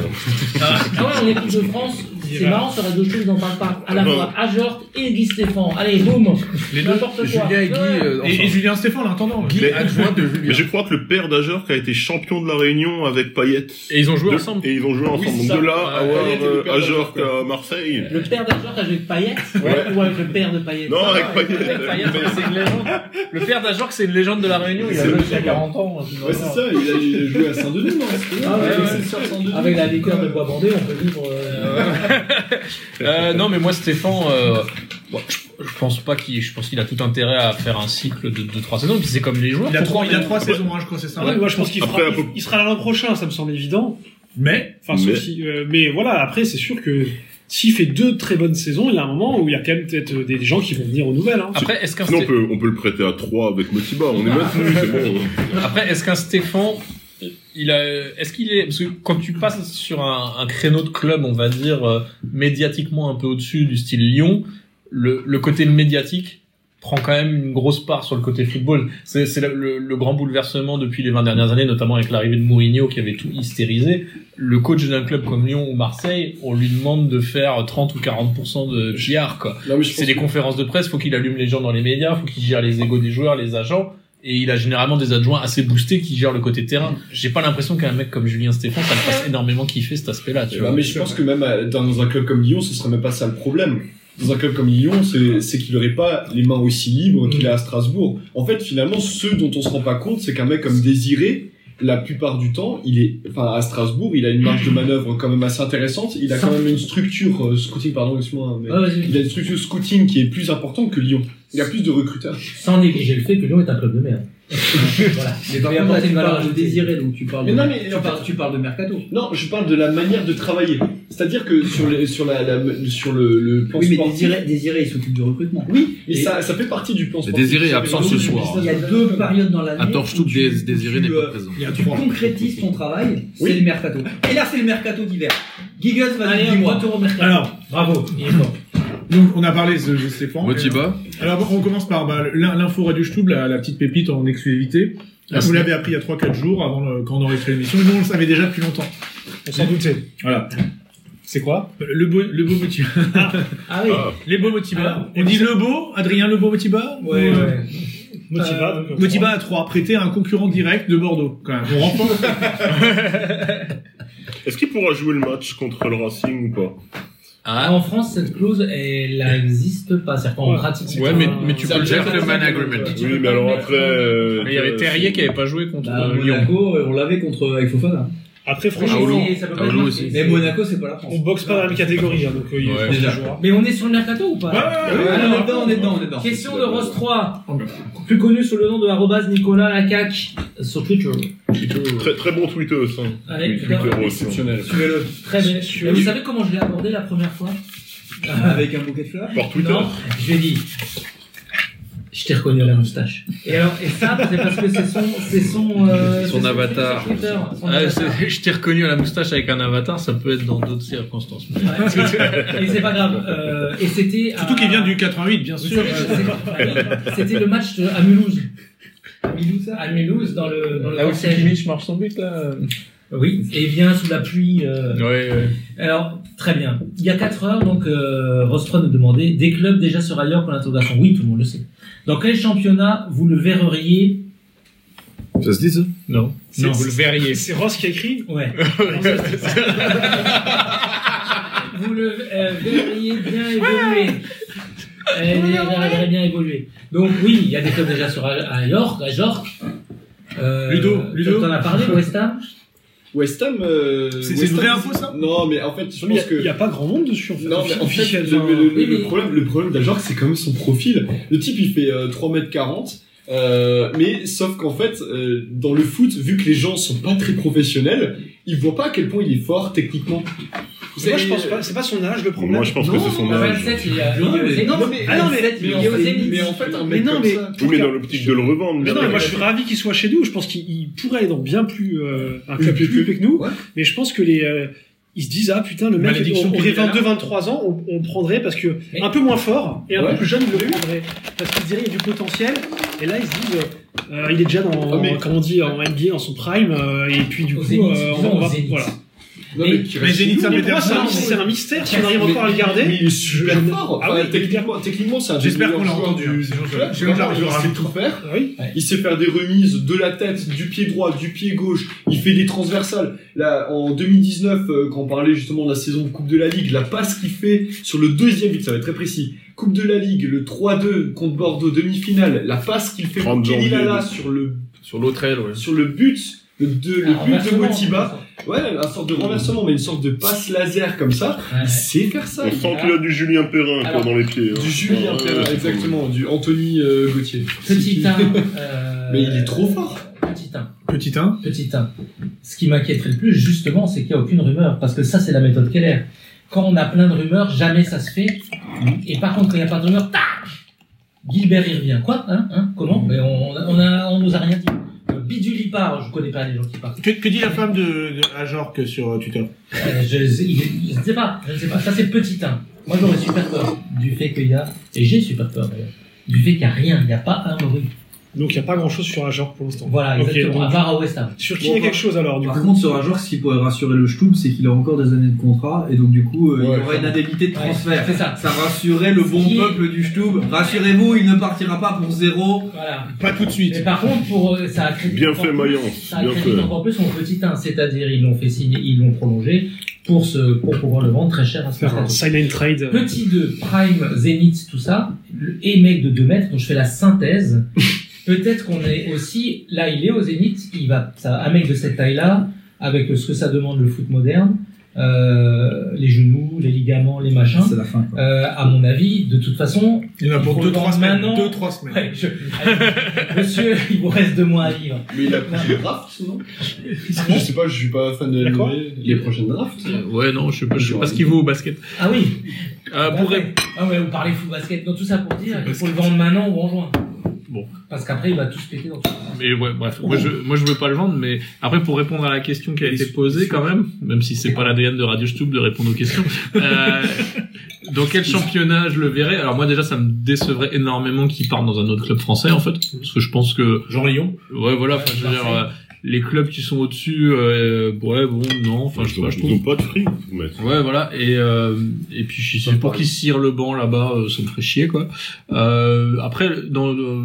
Speaker 11: Ah,
Speaker 5: Quand on est l'équipe de France, c'est marrant, sur Radio Show, ils n'en parlent pas.
Speaker 12: Ah
Speaker 5: À la fois Ajort et Guy Stéphane. Allez, boum
Speaker 2: Les deux.
Speaker 5: N'importe quoi.
Speaker 10: Julien et Guy,
Speaker 5: Ouais.
Speaker 10: euh,
Speaker 2: Et, et
Speaker 10: enfin,
Speaker 2: Julien Stéphane, l'intendant.
Speaker 10: Guy,
Speaker 12: Mais-
Speaker 10: adjoint de
Speaker 12: Mais je
Speaker 10: Julien.
Speaker 12: crois que le père d'Ajorc a été champion de la Réunion avec Payet.
Speaker 11: Et ils ont joué
Speaker 12: De-
Speaker 11: ensemble.
Speaker 12: Et ils ont joué
Speaker 13: Oui,
Speaker 12: ensemble.
Speaker 13: c'est ça.
Speaker 12: Donc de là à
Speaker 11: Ouais,
Speaker 12: avoir
Speaker 13: Payet et le
Speaker 12: euh,
Speaker 13: père
Speaker 12: Ajorc
Speaker 13: d'Ajorc,
Speaker 12: à Marseille.
Speaker 5: Le père d'Ajor avec Payet Ou avec le père de Payet
Speaker 12: Non, avec
Speaker 5: Ah,
Speaker 12: Payet.
Speaker 11: Le père Payet, c'est une légende. Le père d'Ajorque, c'est une légende de la Réunion. Il a
Speaker 13: C'est
Speaker 11: joué
Speaker 13: le
Speaker 11: il y a 40 ans. un truc
Speaker 13: Ouais,
Speaker 11: comme
Speaker 13: c'est
Speaker 11: ça.
Speaker 13: ça, il a il a joué à Saint-Denis, non c'était-
Speaker 5: Ah, ouais,
Speaker 13: avec
Speaker 5: ouais.
Speaker 13: Excelsior Saint-Denis.
Speaker 5: Avec la liqueur de bois bandé, on peut vivre. euh,
Speaker 11: Euh, non, mais moi, Stéphane, euh, bon, je, je pense pas qu'il, je pense qu'il a tout intérêt à faire un cycle de 2-3 saisons. Puis c'est comme les joueurs.
Speaker 2: Il a trois, il a
Speaker 11: Pourquoi-
Speaker 2: trois saisons, hein, je crois, c'est ça.
Speaker 14: Ah ouais, moi, je pense qu'il
Speaker 12: Après,
Speaker 14: fera-
Speaker 12: un peu-
Speaker 14: il- il sera là l'an prochain, ça me semble évident.
Speaker 2: Mais,
Speaker 14: Enfin, sauf
Speaker 12: Mais-
Speaker 14: si- euh, mais voilà, après, c'est sûr que s'il fait deux très bonnes saisons, il y a un moment où il y a quand même peut-être des, des gens qui vont venir aux nouvelles. Hein.
Speaker 11: Après, est-ce qu'un
Speaker 12: Sinon, on
Speaker 11: Sté-
Speaker 12: peut, on peut le prêter à 3 avec Motiba. On est maintenu, c'est bon.
Speaker 11: Après, est-ce qu'un Stéphane, il a, est-ce qu'il est, parce que quand tu passes sur un, un créneau de club, on va dire euh, médiatiquement un peu au-dessus du style Lyon, le, le côté médiatique prend quand même une grosse part sur le côté football. C'est c'est le, le- le grand bouleversement depuis les 20 dernières années, notamment avec l'arrivée de Mourinho qui avait tout hystérisé. Le coach d'un club comme Lyon ou Marseille, on lui demande de faire 30 ou 40% de PR, quoi.
Speaker 13: Non, mais je
Speaker 11: C'est
Speaker 13: pense
Speaker 11: des
Speaker 13: que-
Speaker 11: conférences de presse, faut qu'il allume les gens dans les médias, faut qu'il gère les égos des joueurs, les agents, et il a généralement des adjoints assez boostés qui gèrent le côté terrain. J'ai pas l'impression qu'un mec comme Julien Stéphane, ça le fasse énormément kiffer cet aspect-là, tu
Speaker 13: Eh
Speaker 11: vois.
Speaker 13: ben, mais je pense que même euh, dans dans un club comme Lyon, ce serait même pas ça le problème. Dans un club comme Lyon, c'est c'est qu'il aurait pas les mains aussi libres qu'il a à Strasbourg. En fait, finalement, ce dont on se rend pas compte, c'est qu'un mec comme Désiré, la plupart du temps, il est, enfin, à Strasbourg, il a une marge de manœuvre quand même assez intéressante. Il a quand même une structure euh, scouting, pardon, excuse-moi, mais
Speaker 5: ouais,
Speaker 14: Ah,
Speaker 5: vas-y.
Speaker 13: il a une structure scouting qui est plus importante que Lyon. Il a plus de recruteurs.
Speaker 5: Sans négliger le fait que Lyon est un club de merde. voilà.
Speaker 15: Mais par
Speaker 5: Mais
Speaker 15: contre,
Speaker 5: après,
Speaker 15: là,
Speaker 5: c'est
Speaker 15: tu
Speaker 5: une valeur
Speaker 15: parles de
Speaker 5: ajoutée.
Speaker 15: désiré, donc tu parles
Speaker 13: Mais
Speaker 15: de-
Speaker 13: non, mais
Speaker 15: tu
Speaker 13: en
Speaker 15: parles- tu parles de mercato.
Speaker 13: Non, je parle de la manière de travailler. C'est-à-dire que sur, les- sur, la, la- sur le, le plan
Speaker 15: Oui, mais
Speaker 13: sportif-
Speaker 15: désiré, désiré, il s'occupe du recrutement.
Speaker 13: Oui, mais
Speaker 15: Et-
Speaker 13: ça, ça fait partie du plan
Speaker 10: Mais
Speaker 13: sportif.
Speaker 10: Désiré est
Speaker 13: Ça fait
Speaker 10: absent
Speaker 13: partie
Speaker 10: ce
Speaker 13: du
Speaker 10: soir.
Speaker 13: business
Speaker 15: Il y a
Speaker 13: plan.
Speaker 15: deux périodes dans l'année.
Speaker 10: À torche
Speaker 15: où
Speaker 10: toute,
Speaker 15: tu-
Speaker 10: Désiré
Speaker 15: tu,
Speaker 10: n'est
Speaker 15: euh,
Speaker 10: pas présent.
Speaker 2: il y a
Speaker 15: Tu
Speaker 2: trois.
Speaker 15: concrétises ton travail, c'est
Speaker 13: Oui.
Speaker 15: le mercato. Et là, c'est le mercato d'hiver.
Speaker 2: Euh,
Speaker 15: Gigas, vas-y,
Speaker 5: Allez, on
Speaker 15: dis-moi.
Speaker 5: retourne au mercato.
Speaker 2: Alors,
Speaker 5: bravo, il est fort.
Speaker 2: donc, on a parlé de de Stéphane.
Speaker 10: Motiba,
Speaker 2: euh, Alors bon, on commence par bah, l'in- l'info Radio Stub, la, la petite pépite en exclusivité.
Speaker 10: Merci.
Speaker 2: Vous l'avez appris il y a 3-4 jours avant le- quand on enregistrait l'émission. Nous, on le savait déjà depuis longtemps.
Speaker 14: On s'en doutait.
Speaker 2: Voilà.
Speaker 14: C'est quoi
Speaker 2: Le beau, le beau Motiba.
Speaker 5: Ah oui.
Speaker 2: Les beaux Motiba.
Speaker 5: Alors,
Speaker 2: on dit le beau, Adrien le beau Motiba ou,
Speaker 5: Ouais,
Speaker 2: euh,
Speaker 5: ouais.
Speaker 14: Motiva.
Speaker 5: Euh,
Speaker 14: donc, euh,
Speaker 2: Motiba à 3, prêté à un concurrent direct de Bordeaux, quand même. On remporte.
Speaker 12: Est-ce qu'il pourra jouer le match contre le Racing ou pas
Speaker 5: En France, cette clause, elle n'existe pas. C'est-à-dire qu'on pratique.
Speaker 11: Ouais, mais, mais tu peux le dire le man agreement.
Speaker 12: Oui, mais alors après. euh,
Speaker 11: Mais il y avait
Speaker 12: après,
Speaker 11: Terrier
Speaker 12: c'est-
Speaker 11: qui avait pas joué contre
Speaker 15: Bah,
Speaker 11: euh, Lyon.
Speaker 15: Monaco, euh, on l'avait contre avec Fofana.
Speaker 14: Après, franchement,
Speaker 11: Raoulou.
Speaker 5: Mais ça peut pas être
Speaker 10: Raoulou
Speaker 5: marqué.
Speaker 10: aussi.
Speaker 15: Mais Monaco, c'est pas la France.
Speaker 14: on boxe pas dans la même catégorie, hein, donc euh, il
Speaker 10: Ouais.
Speaker 14: faut
Speaker 15: Déjà.
Speaker 14: des joueurs.
Speaker 5: Mais on est sur le mercato ou pas
Speaker 15: Ah, on est dedans, on est dedans, on est dedans.
Speaker 5: Question de Rose 3, plus connu sous le nom de arrobase Nicolas Lacac sur Twitter.
Speaker 12: Très, très bon tweetos. Hein.
Speaker 5: Ouais,
Speaker 12: Oui,
Speaker 5: putain.
Speaker 12: tweeteros, hein.
Speaker 13: Exceptionnel.
Speaker 15: Suivez-le.
Speaker 5: Très bien. Et vous savez comment je l'ai abordé la première fois
Speaker 15: Avec un bouquet de fleurs.
Speaker 12: Par Twitter.
Speaker 5: Non, je lui ai dit. Je t'ai reconnu à la moustache. Et, alors, et ça, c'est parce que c'est son, c'est son, euh,
Speaker 10: Son
Speaker 5: c'est
Speaker 10: avatar.
Speaker 5: son Twitter, son
Speaker 11: Ah,
Speaker 5: avatar.
Speaker 11: c'est- je t'ai reconnu à la moustache avec un avatar, ça peut être dans d'autres circonstances. mais-
Speaker 5: Ouais. Et c'est pas grave. Euh, et c'était.
Speaker 2: Surtout
Speaker 5: à-
Speaker 2: qu'il vient du 88, bien sûr.
Speaker 5: C'était- C'était le match de- à Mulhouse.
Speaker 15: Milou, ça.
Speaker 5: À Mulhouse, dans le. Dans le
Speaker 11: Là où
Speaker 5: cortège.
Speaker 11: Kimmich marche son but, là.
Speaker 5: Oui, et bien sous la pluie. euh,
Speaker 11: Ouais, ouais.
Speaker 5: Alors, très bien. Il y a 4 heures, donc, euh, Rostra nous demandait des clubs déjà sur ailleurs pour l'interrogation. Oui, tout le monde le sait. Dans quel championnat vous le verriez
Speaker 10: Ça se dit ça
Speaker 11: Non.
Speaker 14: C'est-
Speaker 11: vous le verriez.
Speaker 14: Et c'est Ross qui a écrit.
Speaker 5: Ouais.
Speaker 14: Non, ça, c'est-
Speaker 5: Vous le euh, verriez bien évoluer. Euh, vous le verriez bien évoluer. Donc, oui, il y a des clubs déjà sur à à York, à York. Euh,
Speaker 2: Ludo, Ludo.
Speaker 5: T'en as parlé, West Ham
Speaker 13: West Ham. euh,
Speaker 2: C'est-
Speaker 13: West
Speaker 2: c'est une vraie
Speaker 13: Ham,
Speaker 2: info, ça
Speaker 13: Non, mais en fait, je
Speaker 14: Il y
Speaker 13: pense
Speaker 14: a-
Speaker 13: que.
Speaker 14: il y a pas grand monde dessus, en fait.
Speaker 13: Non, mais en fait,
Speaker 14: Officiel,
Speaker 13: le,
Speaker 14: hein.
Speaker 13: le- le-
Speaker 5: Oui, mais-
Speaker 13: le problème, le problème d'Ajorc, c'est quand même son profil. Le type, il fait euh, 3m40. euh, mais sauf qu'en fait, euh, dans le foot, vu que les gens sont pas très professionnels, ils voient pas à quel point il est fort techniquement. Vous
Speaker 14: Moi,
Speaker 13: savez,
Speaker 14: je pense pas. C'est pas son âge le problème.
Speaker 12: Moi, je pense que
Speaker 13: Non,
Speaker 12: c'est son
Speaker 5: À
Speaker 12: âge.
Speaker 5: 27, il y a.
Speaker 15: Non, mais-
Speaker 5: il y a-
Speaker 13: non, mais-
Speaker 5: Ah non, mais.
Speaker 13: mais,
Speaker 5: il y a
Speaker 13: en
Speaker 5: au
Speaker 13: fait,
Speaker 5: Zénith.
Speaker 13: mais en fait, un
Speaker 14: Mais
Speaker 13: mec
Speaker 14: non,
Speaker 13: comme
Speaker 14: mais-
Speaker 13: ça.
Speaker 12: Oui, mais dans l'optique de le revendre.
Speaker 14: Mais
Speaker 12: bien
Speaker 14: non, mais moi je
Speaker 12: sûr.
Speaker 14: suis ravi qu'il soit chez nous. Je pense qu'il il pourrait aller dans bien plus euh, un
Speaker 13: Plus
Speaker 14: club
Speaker 13: plus
Speaker 14: plus
Speaker 13: que-
Speaker 14: huppé que nous.
Speaker 13: Ouais.
Speaker 14: Mais je pense que les euh, ils se disent ah putain le mec
Speaker 2: Malédiction
Speaker 14: on- on aurait
Speaker 2: Guillaume
Speaker 14: 22 23 ans on, on le prendrait parce que
Speaker 5: Mais-
Speaker 14: un peu moins fort et un
Speaker 13: Ouais.
Speaker 14: peu plus jeune il le prendrait parce qu'ils diraient il y a du potentiel et là ils se disent euh, il est déjà dans
Speaker 13: Ah, mais-
Speaker 14: comme on dit en NBA en son prime euh, et puis du
Speaker 5: Au
Speaker 14: coup
Speaker 5: Zénith,
Speaker 14: euh,
Speaker 5: disons
Speaker 14: on va
Speaker 5: au Zénith.
Speaker 14: voilà.
Speaker 13: Non,
Speaker 5: Mais-
Speaker 13: mais qui reste-
Speaker 2: Zénith, ça
Speaker 14: Mais pour moi,
Speaker 2: m'énerve.
Speaker 14: c'est un,
Speaker 2: Non,
Speaker 14: mystère, c'est un mystère si on
Speaker 5: Mais-
Speaker 14: arrive encore à le
Speaker 13: Mais
Speaker 14: garder.
Speaker 13: il est super
Speaker 14: Je-
Speaker 13: fort.
Speaker 14: Ah
Speaker 13: Enfin,
Speaker 14: oui,
Speaker 13: techniquement, techniquement, c'est un des
Speaker 2: J'espère
Speaker 13: meilleurs
Speaker 2: qu'on l'a
Speaker 13: joueurs
Speaker 2: entendu,
Speaker 13: du-
Speaker 2: ces gens-là.
Speaker 13: club.
Speaker 2: J'ai envie de la
Speaker 13: Il
Speaker 2: rajouter.
Speaker 13: sait tout faire.
Speaker 14: Ah oui.
Speaker 13: Il sait faire des remises de la tête, du pied droit, du pied gauche. Il fait des transversales. Là, en 2019, euh, quand on parlait justement de la saison de Coupe de la Ligue, la passe qu'il fait sur le deuxième but, ça va être très précis. Coupe de la Ligue, le 3-2 contre Bordeaux, demi-finale. La passe qu'il fait pour
Speaker 12: 30
Speaker 13: Kenny
Speaker 12: janvier.
Speaker 13: Lala sur le,
Speaker 10: Sur l'autre aile, ouais.
Speaker 13: sur le but, le, de, le
Speaker 5: Ah,
Speaker 13: but de
Speaker 5: vraiment,
Speaker 13: Motiba. Ouais, un sorte de renversement, mais une sorte de passe laser comme ça.
Speaker 5: Ouais.
Speaker 13: Il sait faire ça.
Speaker 12: On
Speaker 13: Il
Speaker 12: sent qu'il a du Julien Perrin quoi,
Speaker 5: Alors,
Speaker 12: dans les pieds. hein.
Speaker 13: du Julien,
Speaker 12: Ouais,
Speaker 13: Perrin,
Speaker 12: ouais,
Speaker 13: exactement, du Anthony euh, Gauthier.
Speaker 5: Petit 1. euh,
Speaker 13: Mais il est trop fort.
Speaker 5: Petit 1.
Speaker 2: Petit 1.
Speaker 5: Petit 1. Ce qui m'inquiéterait le plus, justement, c'est qu'il n'y a aucune rumeur. Parce que ça, c'est la méthode Keller. Quand on a plein de rumeurs, jamais ça se fait. Et par contre, quand il n'y a pas de rumeur, tac Gilbert, il revient. Quoi hein Hein
Speaker 13: Mm.
Speaker 5: Comment Mais on, on, a, on nous a rien dit. Euh, Bidule, il part. Je ne connais pas les gens qui partent.
Speaker 2: Que, que dit la femme de, de Ajorque sur Twitter
Speaker 5: Euh, je je- je ne sais pas. Je ne sais pas. Ça, c'est petit 1. Moi, j'aurais super peur du fait qu'il y a. Et j'ai super peur, d'ailleurs. Du fait qu'il n'y a rien. Il n'y a pas un bruit.
Speaker 14: Donc il y a pas grand chose sur Ajor pour l'instant.
Speaker 5: Voilà,
Speaker 14: Ok,
Speaker 5: exactement.
Speaker 14: donc-
Speaker 5: À part à West Ham.
Speaker 14: Sur qui il y a quelque chose alors du
Speaker 15: Par
Speaker 14: coup
Speaker 15: contre, sur un joueur, ce qui pourrait rassurer le Stub, c'est qu'il a encore des années de contrat et donc du coup, euh,
Speaker 13: Ouais,
Speaker 15: il aura une indemnité de transfert.
Speaker 5: C'est ça.
Speaker 15: Ça rassurait le bon
Speaker 5: Qui-
Speaker 15: peuple du Stub. Rassurez-vous, il ne partira pas pour zéro.
Speaker 5: Voilà.
Speaker 2: Pas tout de suite.
Speaker 5: Mais par contre, pour, euh, ça accrédite
Speaker 12: Bien
Speaker 5: encore
Speaker 12: fait,
Speaker 5: plus-
Speaker 12: Mayence,
Speaker 5: Ça
Speaker 12: bien
Speaker 5: accrédite
Speaker 12: fait.
Speaker 5: encore plus son petit 1, c'est-à-dire ils l'ont fait signer, ils l'ont prolongé pour, se, pour pouvoir le vendre très cher à ce
Speaker 14: Faire
Speaker 5: moment
Speaker 14: un silent trade.
Speaker 5: Petit 2, Prime, Zenith, tout ça, le- et mec de 2 mètres, dont je fais la synthèse. Peut-être qu'on est aussi, là il est au Zénith, il va, ça, un mec de cette taille-là, avec ce que ça demande le foot moderne, euh, les genoux, les ligaments, les machins,
Speaker 15: C'est la fin. quoi.
Speaker 5: euh, à mon avis, de toute façon,
Speaker 2: Il y en a pour
Speaker 5: Il faut le
Speaker 2: 2-3
Speaker 5: vendre
Speaker 2: semaines.
Speaker 5: maintenant.
Speaker 2: 2-3 semaines.
Speaker 5: Ouais, je- Monsieur, il vous reste deux mois à vivre. Ah
Speaker 13: Mais il a pris les drafts, non
Speaker 11: Ah,
Speaker 13: Je sais pas, je suis pas fan de
Speaker 14: La quoi
Speaker 13: NBA. les prochaines drafts.
Speaker 11: Euh, Ouais, non, je sais pas, je sais pas ce qu'il vaut au basket.
Speaker 5: Ah oui.
Speaker 11: Euh, pour ré-
Speaker 5: Ah ouais, vous parlez foot basket, donc tout ça pour dire, il faut
Speaker 2: Basket.
Speaker 5: le vendre maintenant ou en juin.
Speaker 11: Bon.
Speaker 5: Parce qu'après, il va tous péter dans tout.
Speaker 11: Mais ouais, bref, moi je, moi je veux pas le vendre, mais après pour répondre à la question qui a été posée quand même, même si c'est pas l'ADN de Radio Stoup de répondre aux questions, euh, dans quel championnat je le verrais Alors moi déjà ça me décevrait énormément qu'il parte dans un autre club français en fait, parce que je pense que
Speaker 2: Jean Lyon.
Speaker 11: ouais voilà, enfin, je veux dire,
Speaker 5: Marseille.
Speaker 11: euh, les clubs qui sont au-dessus, euh, ouais, bon, non, enfin, je sais
Speaker 12: Ils ont-
Speaker 11: pas, je
Speaker 12: ils
Speaker 11: trouve.
Speaker 12: ont pas de fric, mais-
Speaker 11: Ouais, voilà, et, euh, et puis je sais pour qu'ils cirent le banc là-bas, euh, ça me ferait chier, quoi. Euh, après, dans euh,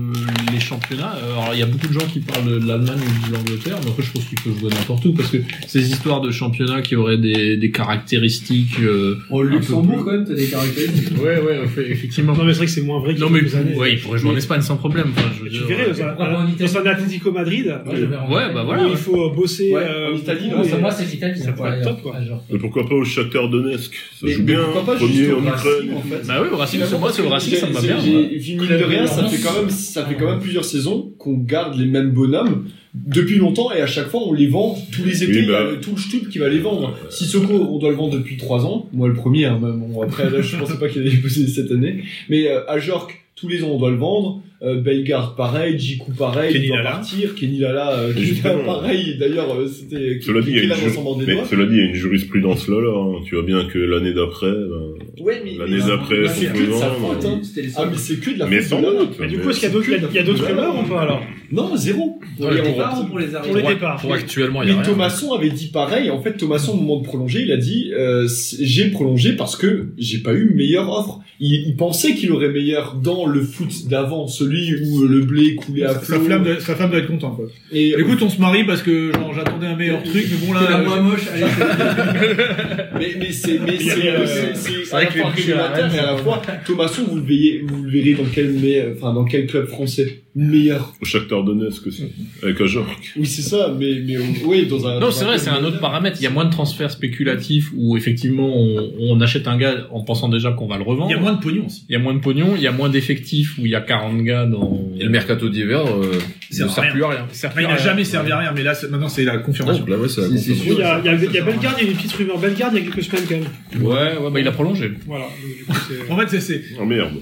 Speaker 11: les championnats, euh, alors, il y a beaucoup de gens qui parlent de l'Allemagne ou de l'Angleterre, mais après, je pense qu'ils peuvent jouer n'importe où, parce que ces histoires de championnats qui auraient des, des caractéristiques... Euh,
Speaker 15: Au
Speaker 11: un peu
Speaker 15: Luxembourg,
Speaker 11: plus-
Speaker 15: quand même, t'as des caractéristiques.
Speaker 11: Ouais, ouais, eff- effectivement.
Speaker 14: Non, mais c'est vrai que c'est moins vrai qu'il
Speaker 11: Non,
Speaker 14: y a
Speaker 11: mais
Speaker 14: quelques années.
Speaker 11: ouais, il pourrait jouer en
Speaker 14: Mais-
Speaker 11: Espagne sans problème. Enfin, je veux
Speaker 14: Tu
Speaker 11: dire,
Speaker 14: verrais,
Speaker 11: euh,
Speaker 14: dans, un- dans un Atlético Madrid,
Speaker 5: Ouais, je vais en
Speaker 11: Ouais,
Speaker 5: Italie.
Speaker 11: bah voilà.
Speaker 14: il faut bosser.
Speaker 15: Ouais,
Speaker 14: euh,
Speaker 15: en Italie,
Speaker 14: beaucoup,
Speaker 15: ouais,
Speaker 14: et-
Speaker 5: Moi, c'est l'Italie.
Speaker 14: Ça
Speaker 5: hein,
Speaker 14: pourrait être
Speaker 5: d'ailleurs.
Speaker 14: top, quoi.
Speaker 5: Ah, genre.
Speaker 12: Et pourquoi pas au Shakhtar Donetsk Ça
Speaker 15: Mais-
Speaker 12: joue
Speaker 15: mais
Speaker 12: bien,
Speaker 15: pourquoi pas
Speaker 12: premier
Speaker 15: juste au
Speaker 12: en
Speaker 15: Racing,
Speaker 12: Ukraine.
Speaker 15: en fait
Speaker 11: Bah oui, le Racing, pour moi, c'est le Racing, ça me va bien. moi.
Speaker 13: J'ai- j'ai- Mine de rien, ça fait quand même, ça fait quand même plusieurs saisons qu'on garde les mêmes bonhommes depuis longtemps et à chaque fois on les vend tous les étés.
Speaker 12: Oui,
Speaker 13: il y a
Speaker 12: bah.
Speaker 13: le- tout le stup qui va les vendre. Sissoko, on doit le vendre depuis 3 ans. Moi le premier, hein, même. Bon, après là, je pensais pas qu'il allait poser cette année. Mais euh, Ajork, tous les ans on doit le vendre. Euh, Bellegarde, pareil. Jiku, pareil.
Speaker 2: Kenny
Speaker 13: il doit
Speaker 2: Lala.
Speaker 13: partir. Kenny Lala, euh,
Speaker 12: Mais
Speaker 13: Kenny Lala,
Speaker 12: justement.
Speaker 13: pareil. D'ailleurs, euh, c'était.
Speaker 12: Cela dit, il y a
Speaker 13: Kenny
Speaker 12: une
Speaker 13: Lala
Speaker 12: ju-
Speaker 13: s'en mordait les
Speaker 12: mais
Speaker 13: doigts.
Speaker 12: cela dit, il y a une jurisprudence là, là. hein. Tu vois bien que l'année d'après, ben,
Speaker 13: Ouais, mais-
Speaker 12: l'année
Speaker 13: mais-
Speaker 12: d'après, ben,
Speaker 13: mais
Speaker 12: elles sont
Speaker 13: c'est que de sa
Speaker 12: présentes,
Speaker 13: faute, hein.
Speaker 15: C'était les
Speaker 13: Ah
Speaker 15: seuls.
Speaker 13: mais c'est que de la
Speaker 12: mais
Speaker 13: faute
Speaker 12: sans
Speaker 13: de Lala.
Speaker 12: doute.
Speaker 14: Mais du
Speaker 12: mais-
Speaker 14: coup, est-ce qu'il y a d'autres- il y a- il y a d'autres
Speaker 13: Voilà.
Speaker 14: rumeurs ou pas alors
Speaker 13: Non, zéro.
Speaker 15: Pour
Speaker 13: Et
Speaker 15: les
Speaker 13: on va-
Speaker 15: départs ou pour les
Speaker 14: Pour les
Speaker 15: arrivées
Speaker 14: départs.
Speaker 10: Pour actuellement, il y a
Speaker 13: Mais
Speaker 10: rien.
Speaker 13: Thomasson avait dit pareil. En fait, Thomasson, au moment de prolonger, il a dit euh, c'est- j'ai prolongé parce que j'ai pas eu meilleure offre. Il, il pensait qu'il aurait meilleur dans le foot d'avant, celui où le blé coulait à
Speaker 2: Sa, sa
Speaker 13: flot.
Speaker 2: flamme doit, Euh, sa femme doit être contente, quoi.
Speaker 13: Et
Speaker 2: Écoute, on se marie parce que, genre, j'attendais un meilleur truc, mais bon,
Speaker 15: euh, C'est la
Speaker 2: là, euh,
Speaker 15: moins moche, allez,
Speaker 13: mais, mais c'est mais c'est euh, c'est- c'est à
Speaker 11: vrai
Speaker 13: la
Speaker 11: que les
Speaker 13: fois
Speaker 11: bouchers à
Speaker 13: réglementaire et à la fois Thomasson, vous le verrez, vous le verrez dans quel mais, enfin dans quel club français meilleur.
Speaker 12: Au Shakhtar Donetsk aussi, avec Ajork.
Speaker 13: Oui, c'est ça. Mais mais euh, oui, dans un.
Speaker 11: Non,
Speaker 13: dans
Speaker 11: c'est
Speaker 13: un
Speaker 11: vrai,
Speaker 13: club
Speaker 11: c'est un autre
Speaker 13: meilleur.
Speaker 11: paramètre. Il y a moins de transferts spéculatifs où effectivement on, on achète un gars en pensant déjà qu'on va le revendre.
Speaker 2: il y a moins de pognon aussi.
Speaker 11: Il y a moins de pognon, il y a moins d'effectifs où il y a 40 gars dans.
Speaker 10: Et le mercato d'hiver euh,
Speaker 2: C'est
Speaker 10: ne sert
Speaker 2: rien.
Speaker 10: plus à rien.
Speaker 2: Enfin, il n'a jamais servi à rien, mais là, c'est- maintenant, c'est la confirmation.
Speaker 10: Donc là, ouais, c'est Oh, la
Speaker 15: C'est- c'est
Speaker 10: confirmation.
Speaker 14: Il y a, il y a- il y a Bellegarde, il y a eu une petite rumeur Bellegarde il y a quelques semaines quand même.
Speaker 11: Ouais, ouais, bah il a prolongé.
Speaker 14: Voilà. donc, du coup, c'est-
Speaker 2: En fait, c'est- c'est.
Speaker 12: Oh merde.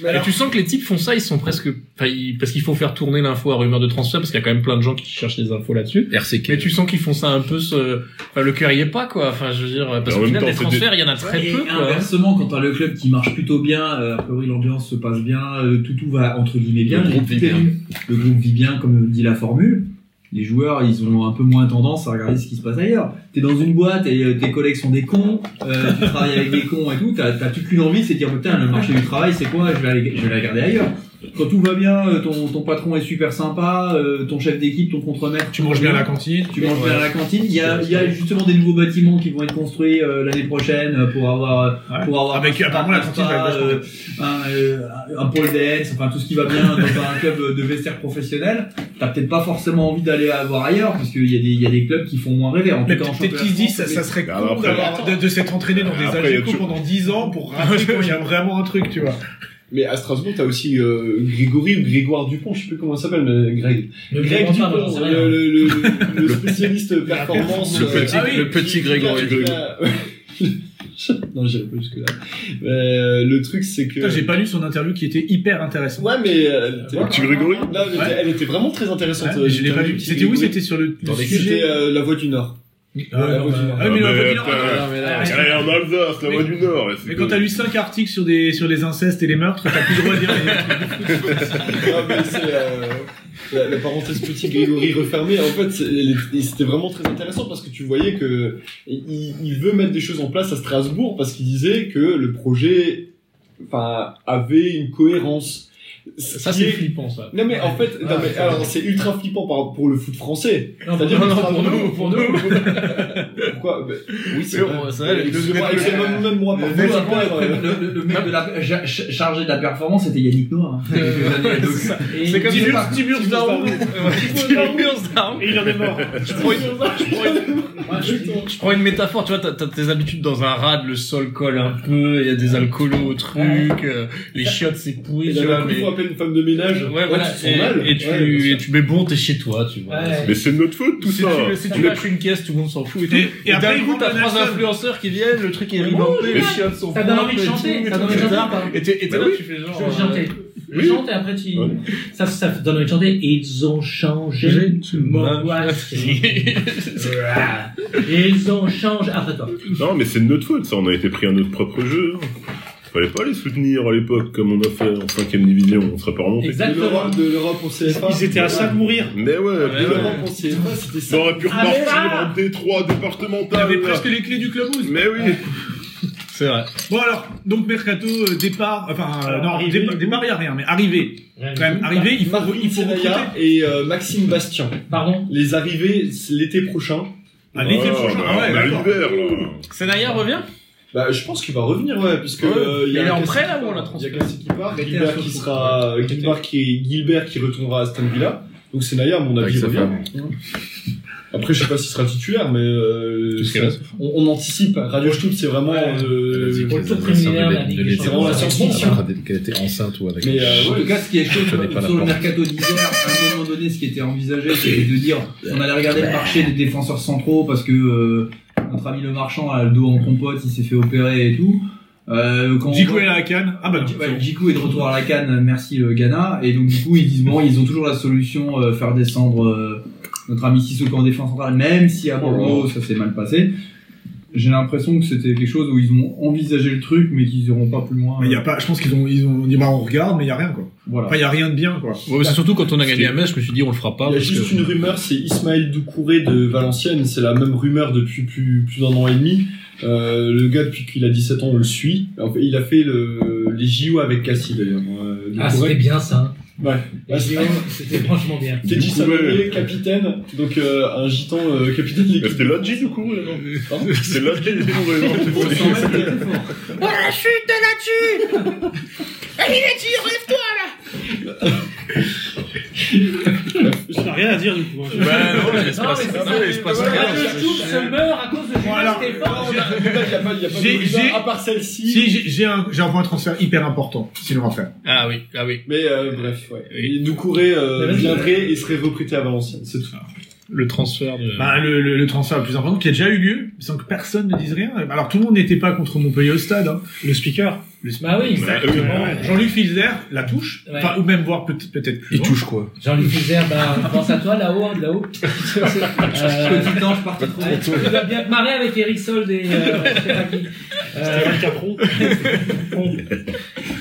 Speaker 11: Et tu sens que les types font ça, ils sont presque. Enfin, ils- parce qu'il faut faire tourner l'info à rumeur de transfert, parce qu'il y a quand même plein de gens qui cherchent des infos là-dessus.
Speaker 10: RCK.
Speaker 11: Mais tu sens qu'ils font ça un peu ce. Enfin, le cœur y est pas, quoi. Enfin, je veux dire, parce
Speaker 12: en
Speaker 11: qu'au
Speaker 12: même
Speaker 11: final,
Speaker 12: temps,
Speaker 11: des
Speaker 12: c'est des-
Speaker 11: transferts, il y en a très
Speaker 15: Et
Speaker 11: peu,
Speaker 2: hein.
Speaker 11: quoi.
Speaker 15: inversement, quand t'as le club qui marche plutôt bien, euh, a priori l'ambiance se passe bien, euh, tout, tout va entre guillemets bien.
Speaker 10: Le groupe
Speaker 15: tout
Speaker 10: vit
Speaker 15: est-
Speaker 10: bien.
Speaker 15: Le groupe vit bien, comme dit la formule. Les joueurs, ils ont un peu moins tendance à regarder ce qui se passe ailleurs. T'es dans une boîte et euh, tes collègues sont des cons, euh, tu travailles avec des cons et tout, t'as t'as plus qu'une envie, c'est de dire putain, le marché du travail, c'est quoi je vais, aller, je vais aller regarder ailleurs. Quand tout va bien, euh, ton, ton patron est super sympa, euh, ton chef d'équipe, ton contremaître.
Speaker 2: Tu manges bien à la cantine.
Speaker 15: Tu manges bien à la cantine. Il y a, il y a justement des nouveaux bâtiments qui vont être construits euh, l'année prochaine euh, pour avoir,
Speaker 2: Ouais.
Speaker 15: pour avoir
Speaker 2: Avec,
Speaker 15: un,
Speaker 2: apparemment, la
Speaker 15: un
Speaker 2: cantine va
Speaker 15: spa,
Speaker 2: être vachement
Speaker 15: euh, un, euh, un pole dance, enfin tout ce qui va bien dans un club de vestiaire professionnel. T'as peut-être pas forcément envie d'aller voir ailleurs parce qu'il y, a des- il y a des clubs qui font moins rêver. En
Speaker 2: Mais
Speaker 15: tout cas, en
Speaker 2: peut-être qu'ils se disent, ça, ça serait
Speaker 12: Bah,
Speaker 2: cool
Speaker 12: après-
Speaker 2: d'avoir- de, de s'être entraîné dans des
Speaker 12: Après, il y a
Speaker 2: algécos
Speaker 12: toujours-
Speaker 2: pendant 10 ans pour rater quand il y a vraiment un truc, tu vois.
Speaker 13: Mais à Strasbourg, t'as aussi euh, Grégory ou Grégoire Dupont, je sais plus comment il s'appelle, mais Greg.
Speaker 5: Le
Speaker 13: Greg
Speaker 5: Clémentin, moi, j'en
Speaker 13: Dupont,
Speaker 5: sais
Speaker 13: le,
Speaker 5: rien.
Speaker 13: le, le- le spécialiste performance. euh, Ah
Speaker 10: Le petit- le petit
Speaker 13: qui- qui-
Speaker 10: Grégory.
Speaker 13: qui- qui- non, j'irai pas jusque là. Euh, le truc, c'est que.
Speaker 2: Putain, J'ai pas lu son interview qui était hyper intéressante.
Speaker 13: Ouais, mais. euh, t'es-
Speaker 12: Le petit Grégory
Speaker 13: Non, elle, était,
Speaker 2: Ouais.
Speaker 13: elle était vraiment très intéressante.
Speaker 2: Ouais, mais je l'ai pas lu. C'était où C'était sur le, le
Speaker 13: C'était
Speaker 2: sujet.
Speaker 13: euh, la voix du Nord.
Speaker 2: Ah,
Speaker 13: la
Speaker 2: non,
Speaker 13: Voix du
Speaker 2: bah-
Speaker 13: Nord.
Speaker 2: Ah oui, mais
Speaker 12: Ah,
Speaker 2: la Voix
Speaker 12: mais
Speaker 2: du Nord,
Speaker 12: attends.
Speaker 2: ah,
Speaker 10: mais
Speaker 2: là,
Speaker 12: Il y a rien en Alsace, la
Speaker 2: Mais-
Speaker 12: voix du Nord. et c'est
Speaker 2: Mais
Speaker 12: que-
Speaker 2: quand t'as lu 5 articles sur, des, sur les incestes et les meurtres, t'as plus le droit de dire les trucs.
Speaker 13: Ah, mais c'est, euh, la, la parenthèse petit Grégory refermée, en fait, c'est- elle est- et c'était vraiment très intéressant parce que tu voyais que il, il veut mettre des choses en place à Strasbourg parce qu'il disait que le projet enfin, avait une cohérence. Ce
Speaker 11: Ça,
Speaker 13: qui
Speaker 11: c'est
Speaker 13: est-
Speaker 11: flippant, ça. Ah.
Speaker 13: Non mais en fait, non, mais, alors c'est ultra flippant par- pour le foot français. C'est-à-dire
Speaker 11: non,
Speaker 13: que
Speaker 11: non, pour
Speaker 13: Strasbourg-
Speaker 11: nous, pour nous.
Speaker 13: Pourquoi Bah, Oui, c'est
Speaker 11: Mais
Speaker 13: vrai.
Speaker 11: on- c'est vrai, le-
Speaker 13: Excuse-moi,
Speaker 11: le-
Speaker 13: excuse-moi,
Speaker 11: le-
Speaker 13: même moi, par
Speaker 15: Nous,
Speaker 13: contre,
Speaker 15: après,
Speaker 13: euh,
Speaker 15: le, le- le mec de la, ja- ch- chargé de la performance c'était Yannick Noir. hein. Donc, et-
Speaker 11: C'est comme
Speaker 15: je sais
Speaker 11: Timur-
Speaker 15: pas.
Speaker 11: Timur Zdaroum. Timur Zdaroum.
Speaker 14: Et il en est mort.
Speaker 11: Je prends une- je prends une- Je prends une métaphore, tu vois, t'as t'as tes habitudes dans un rad, le sol colle un peu, il y a des alcoolos au truc, euh, les chiottes c'est pourri,
Speaker 13: Il
Speaker 11: tu
Speaker 13: a
Speaker 11: vois,
Speaker 13: le
Speaker 11: mais...
Speaker 13: coup, à peine une femme de ménage.
Speaker 11: Ouais, voilà,
Speaker 13: tu te sens
Speaker 11: et,
Speaker 13: mal.
Speaker 11: et tu,
Speaker 13: Ouais, bien sûr.
Speaker 11: et tu mets bon, t'es chez toi, tu vois.
Speaker 5: Ouais.
Speaker 12: Mais c'est de notre faute, tout
Speaker 11: Si
Speaker 12: ça.
Speaker 11: tu, si tu lâches une caisse, tout le monde s'en fout et tout.
Speaker 2: Et- et
Speaker 11: Et,
Speaker 2: après,
Speaker 11: d'un
Speaker 2: ils
Speaker 11: coup,
Speaker 2: vont
Speaker 11: t'as
Speaker 2: dans
Speaker 11: trois
Speaker 2: la salle.
Speaker 11: influenceurs qui viennent, le truc est revampé, les chiottes sont
Speaker 5: Ça donne
Speaker 11: propres
Speaker 5: envie de
Speaker 11: et
Speaker 5: chanter, ça
Speaker 11: tout, et
Speaker 5: donne
Speaker 11: tout,
Speaker 5: envie de
Speaker 11: etc.
Speaker 5: chanter.
Speaker 11: Et t'es et t'es
Speaker 12: Bah
Speaker 11: là,
Speaker 12: oui.
Speaker 11: tu fais genre... euh,
Speaker 5: Je veux chanter.
Speaker 12: Oui.
Speaker 5: Je chante et après tu.
Speaker 12: Ouais.
Speaker 5: Ça, ça donne envie de chanter. Ils ont changé mon
Speaker 11: Ouais.
Speaker 5: Ils ont changé. Après toi.
Speaker 12: Non, mais c'est de notre faute, ça. On a été pris à notre propre jeu. hein. Fallait pas les soutenir à l'époque comme on a fait en 5 division, on serait pas remonté.
Speaker 13: De l'Europe- De l'Europe, on sait pas.
Speaker 14: Ils étaient à ça de mourir.
Speaker 12: Mais ouais,
Speaker 13: De
Speaker 12: putain.
Speaker 13: l'Europe, on sait pas, c'était ça.
Speaker 12: on aurait pu
Speaker 14: Ah, mais
Speaker 12: repartir
Speaker 14: là
Speaker 12: en D3 départemental.
Speaker 2: avait
Speaker 12: là.
Speaker 2: presque les clés du club
Speaker 12: Mais oui.
Speaker 11: C'est vrai.
Speaker 2: Bon alors, donc Mercato, euh, départ, enfin euh,
Speaker 14: Alors,
Speaker 2: non,
Speaker 14: arrivé,
Speaker 2: dépa-
Speaker 14: du
Speaker 2: départ, il n'y a rien, mais arrivé.
Speaker 5: Rien
Speaker 2: Quand même,
Speaker 5: du tout.
Speaker 15: bah,
Speaker 2: arrivé, il faut, il faut recruter.
Speaker 13: Tiraya et euh, Maxime Bastien.
Speaker 5: Pardon
Speaker 13: Les arrivées c'est l'été prochain.
Speaker 2: Ah, l'été
Speaker 12: Ah,
Speaker 2: prochain.
Speaker 12: bah,
Speaker 2: Ah ouais,
Speaker 12: on a
Speaker 2: d'accord.
Speaker 12: l'hiver, là.
Speaker 11: Senaya revient
Speaker 13: Bah, je pense qu'il va revenir, ouais, puisque
Speaker 11: Ouais.
Speaker 13: euh, il y
Speaker 11: Mais il est
Speaker 13: a
Speaker 11: en
Speaker 13: Cassie
Speaker 11: prêt, là,
Speaker 13: qui
Speaker 11: ou on l'a
Speaker 13: part,
Speaker 11: transféré
Speaker 13: Il y a Cassie qui part,
Speaker 15: Mettez
Speaker 13: Gilbert
Speaker 15: un
Speaker 13: qui
Speaker 15: sous-
Speaker 13: sera, euh, Gilbert qui, Gilbert qui retournera à Aston Villa. Donc Senaya, à mon
Speaker 11: Ah,
Speaker 10: Avec
Speaker 13: avis,
Speaker 10: sa
Speaker 13: revient.
Speaker 10: femme.
Speaker 13: Après, je sais pas s'il sera titulaire, mais euh,
Speaker 10: Tout ce
Speaker 13: ça-
Speaker 10: qu'elle a.
Speaker 13: on, on anticipe. Radio Stub, c'est vraiment.
Speaker 10: Elle a
Speaker 13: euh,
Speaker 10: dit
Speaker 5: Pour
Speaker 10: que
Speaker 5: le tour
Speaker 10: les
Speaker 5: préliminaire,
Speaker 10: adversaires
Speaker 5: la Ligue
Speaker 10: de
Speaker 5: des
Speaker 10: l'été,
Speaker 5: Champions,
Speaker 10: elle
Speaker 5: c'est
Speaker 10: était
Speaker 5: la science.
Speaker 10: enceinte- qu'elle était enceinte ou avec
Speaker 13: mais
Speaker 10: un
Speaker 13: euh,
Speaker 15: En
Speaker 13: ouais,
Speaker 15: tout cas, ce qui est chaud
Speaker 10: Je connais pas la
Speaker 15: sur le
Speaker 10: porte.
Speaker 15: mercato d'hiver, à un moment donné, ce qui était envisagé, c'était de dire on allait regarder le marché des défenseurs centraux parce que euh, notre ami le marchand a le dos en compote, il s'est fait opérer et tout. Euh, quand on
Speaker 2: Zico
Speaker 15: voit-
Speaker 2: est à la canne. Ah bah non.
Speaker 15: Ouais, Djikou est de retour à la canne, merci le Ghana. Et donc, du coup, ils disent bon, ils ont toujours la solution, euh, faire descendre euh, notre ami Sissoko en défense centrale, même si à Bordeaux ça s'est mal passé. J'ai l'impression que c'était quelque chose où ils ont envisagé le truc, mais qu'ils iront pas plus loin. euh.
Speaker 2: Mais il y a pas, je pense qu'ils ont, ils ont dit bah on regarde, mais il y a rien quoi.
Speaker 15: Voilà.
Speaker 2: Enfin, il y a rien de bien quoi.
Speaker 11: Ouais, mais c'est surtout quand on a gagné un match, je me suis dit on le fera pas.
Speaker 13: Il y a
Speaker 11: parce
Speaker 13: juste
Speaker 11: que-
Speaker 13: une rumeur, c'est Ismaël Doucouré de Valenciennes, c'est la même rumeur depuis plus, plus d'un an et demi. Euh, le gars, depuis qu'il a 17 ans, on le suit. En fait, il a fait le, les JO avec Cassie d'ailleurs. Euh,
Speaker 5: Ah,
Speaker 13: Doucouré.
Speaker 5: c'était bien ça.
Speaker 13: Ouais.
Speaker 5: Et
Speaker 13: Ah, c'est-
Speaker 5: Guillaume, C'était franchement bien.
Speaker 13: Kedji
Speaker 12: Doucouré.
Speaker 13: Samuel, capitaine, donc euh, un gitan euh, capitaine de
Speaker 12: Mais
Speaker 13: l'équipe.
Speaker 12: C'était l'Adji du coup, là, non C'était l'Adji du coup, là, non
Speaker 13: Pour 100 mètres, il était fort.
Speaker 2: Oh,
Speaker 14: On n'a rien à dire du coup. hein.
Speaker 11: Bah non, mais il se
Speaker 5: Non,
Speaker 11: passe
Speaker 5: mais c'est
Speaker 11: non,
Speaker 5: ça.
Speaker 11: mais il se passe rien.
Speaker 5: Le Stoup se meurt à cause de Julien
Speaker 2: alors,
Speaker 5: Stéphane.
Speaker 13: Il y a pas, il y a pas de
Speaker 2: J'ai-
Speaker 13: rumeur,
Speaker 2: j'ai-
Speaker 13: à part celle-ci.
Speaker 2: Si j'ai- j'ai un, j'ai un point de transfert hyper important, sinon à faire.
Speaker 11: Ah oui, ah oui.
Speaker 13: Mais euh, bref, ouais.
Speaker 11: Oui.
Speaker 13: Et Doucouré euh,
Speaker 5: Mais vas-y.
Speaker 13: viendrait et serait recruté à Valenciennes, c'est tout.
Speaker 11: Ah, Le transfert de.
Speaker 2: Bah, le, le, le transfert le plus important qui a déjà eu lieu, sans que personne ne dise rien. Alors tout le monde n'était pas contre Montpellier au stade. Hein. Le speaker, le speaker.
Speaker 5: Bah oui,
Speaker 12: Bah,
Speaker 2: Ouais. Jean-Luc Filzer la touche,
Speaker 5: Ouais.
Speaker 2: Enfin, ou même voir peut- peut-être plus. loin.
Speaker 10: touche quoi
Speaker 5: Jean-Luc Fusère, bah, on pense à toi là-haut, hein, de là-haut. Euh,
Speaker 15: Petit ange parti trop
Speaker 5: ouais,
Speaker 15: vite.
Speaker 5: tu vas bien te marrer avec Eric Sol et euh, je sais pas qui. Euh,
Speaker 14: C'était un capron.
Speaker 5: ouais, ouais,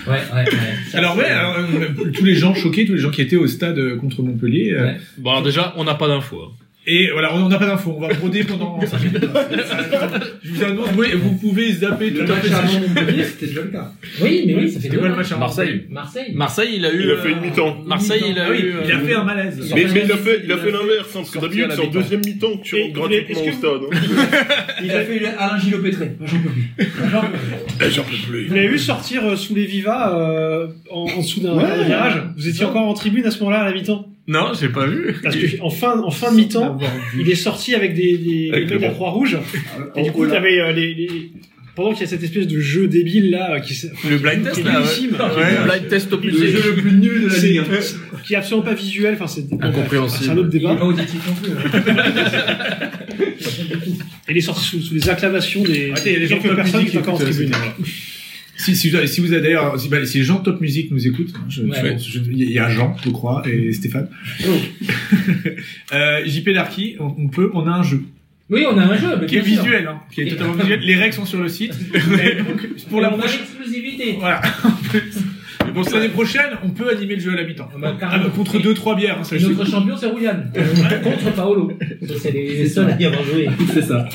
Speaker 5: ouais.
Speaker 2: Alors ouais, alors, euh, tous les gens choqués, tous les gens qui étaient au stade euh, contre Montpellier. euh,
Speaker 5: Ouais.
Speaker 11: Bon, alors déjà, on n'a pas d'infos. hein.
Speaker 2: Et voilà, on n'a pas d'infos, on va broder pendant. cinq minutes. Je vous annonce, oui, vous pouvez zapper
Speaker 15: Le
Speaker 2: tout à
Speaker 15: match
Speaker 2: fait.
Speaker 15: à Montpellier, c'était déjà le cas.
Speaker 5: Oui, mais oui, ça fait
Speaker 2: C'était
Speaker 5: deux.
Speaker 2: quoi le
Speaker 5: hein.
Speaker 2: match à
Speaker 11: Marseille.
Speaker 5: Marseille.
Speaker 11: Marseille, il a eu.
Speaker 12: Il a
Speaker 11: euh,
Speaker 12: fait une mi-temps.
Speaker 11: Marseille, il a
Speaker 2: Ah oui,
Speaker 11: eu. euh,
Speaker 2: il a fait un malaise.
Speaker 12: Mais, mais il a fait, il a fait l'inverse, hein, parce que
Speaker 11: Sorti à
Speaker 12: d'habitude
Speaker 11: la
Speaker 12: c'est en
Speaker 11: mi-temps.
Speaker 12: deuxième mi-temps que tu
Speaker 14: Et
Speaker 12: rentres
Speaker 14: vous voulez-
Speaker 12: gratuitement au
Speaker 14: est-ce
Speaker 12: stade. hein.
Speaker 15: Il a fait le Alain Gilopétré. J'en peux plus. J'en peux plus.
Speaker 12: Eh, J'en peux plus.
Speaker 14: Vous l'avez vu sortir euh, sous les vivas euh, en, en dessous d'un d'un virage. Vous étiez encore en tribune à ce moment-là à la mi-temps.
Speaker 11: Non, j'ai pas vu.
Speaker 14: Parce que en fin, en fin de mi-temps, il est sorti avec des, des
Speaker 12: Avec
Speaker 14: des
Speaker 12: le
Speaker 14: mecs à
Speaker 12: bon.
Speaker 14: Croix-Rouge. Et du coup, t'avais euh, les, les- pendant qu'il y a cette espèce de jeu débile là, euh, qui, s-
Speaker 11: Le blind
Speaker 14: qui
Speaker 11: test
Speaker 14: est
Speaker 11: là. ouais.
Speaker 14: nullissime,
Speaker 11: Le blind test
Speaker 14: Le
Speaker 11: obligé.
Speaker 14: jeu
Speaker 11: le plus nul
Speaker 14: qui est- qui est absolument pas visuel. Enfin, c'est bon,
Speaker 10: Incompréhensible.
Speaker 14: C'est un autre
Speaker 5: Il est
Speaker 14: débat.
Speaker 5: pas auditif non plus. hein.
Speaker 14: Et il est sorti sous, sous les acclamations des,
Speaker 2: Arrêtez, il y a des gens
Speaker 14: quelques
Speaker 2: de la
Speaker 14: personnes
Speaker 2: musique
Speaker 14: qui
Speaker 2: qui
Speaker 14: étaient encore en
Speaker 2: écoutent, euh,
Speaker 14: tribune.
Speaker 2: cette Si, si, vous avez- si vous avez d'ailleurs, si, bah, si les gens de Top Music nous écoutent, hein, je- je
Speaker 5: Ouais.
Speaker 2: pense- je- il y a Jean, je crois, et Stéphane.
Speaker 14: Oh.
Speaker 2: euh, JP Darky, on, on peut, on a un jeu
Speaker 5: Oui, on a un jeu. mais
Speaker 2: qui est
Speaker 5: bien sûr.
Speaker 2: visuel, hein, qui est totalement visuel. Les règles sont sur le site. Et donc, pour
Speaker 5: Et
Speaker 2: la
Speaker 5: on a
Speaker 2: prochaine,
Speaker 5: l'exclusivité.
Speaker 2: voilà. Et pour l'année prochaine, on peut animer le jeu à la mi-temps.
Speaker 5: Ah bah,
Speaker 2: Ah,
Speaker 5: carrément.
Speaker 2: contre deux, trois bières. hein, Euh, ça,
Speaker 5: Et
Speaker 2: je sais.
Speaker 5: notre champion, c'est Roulian. Euh, Contre Paolo. C'est les, les seuls à y avoir joué.
Speaker 15: C'est ça.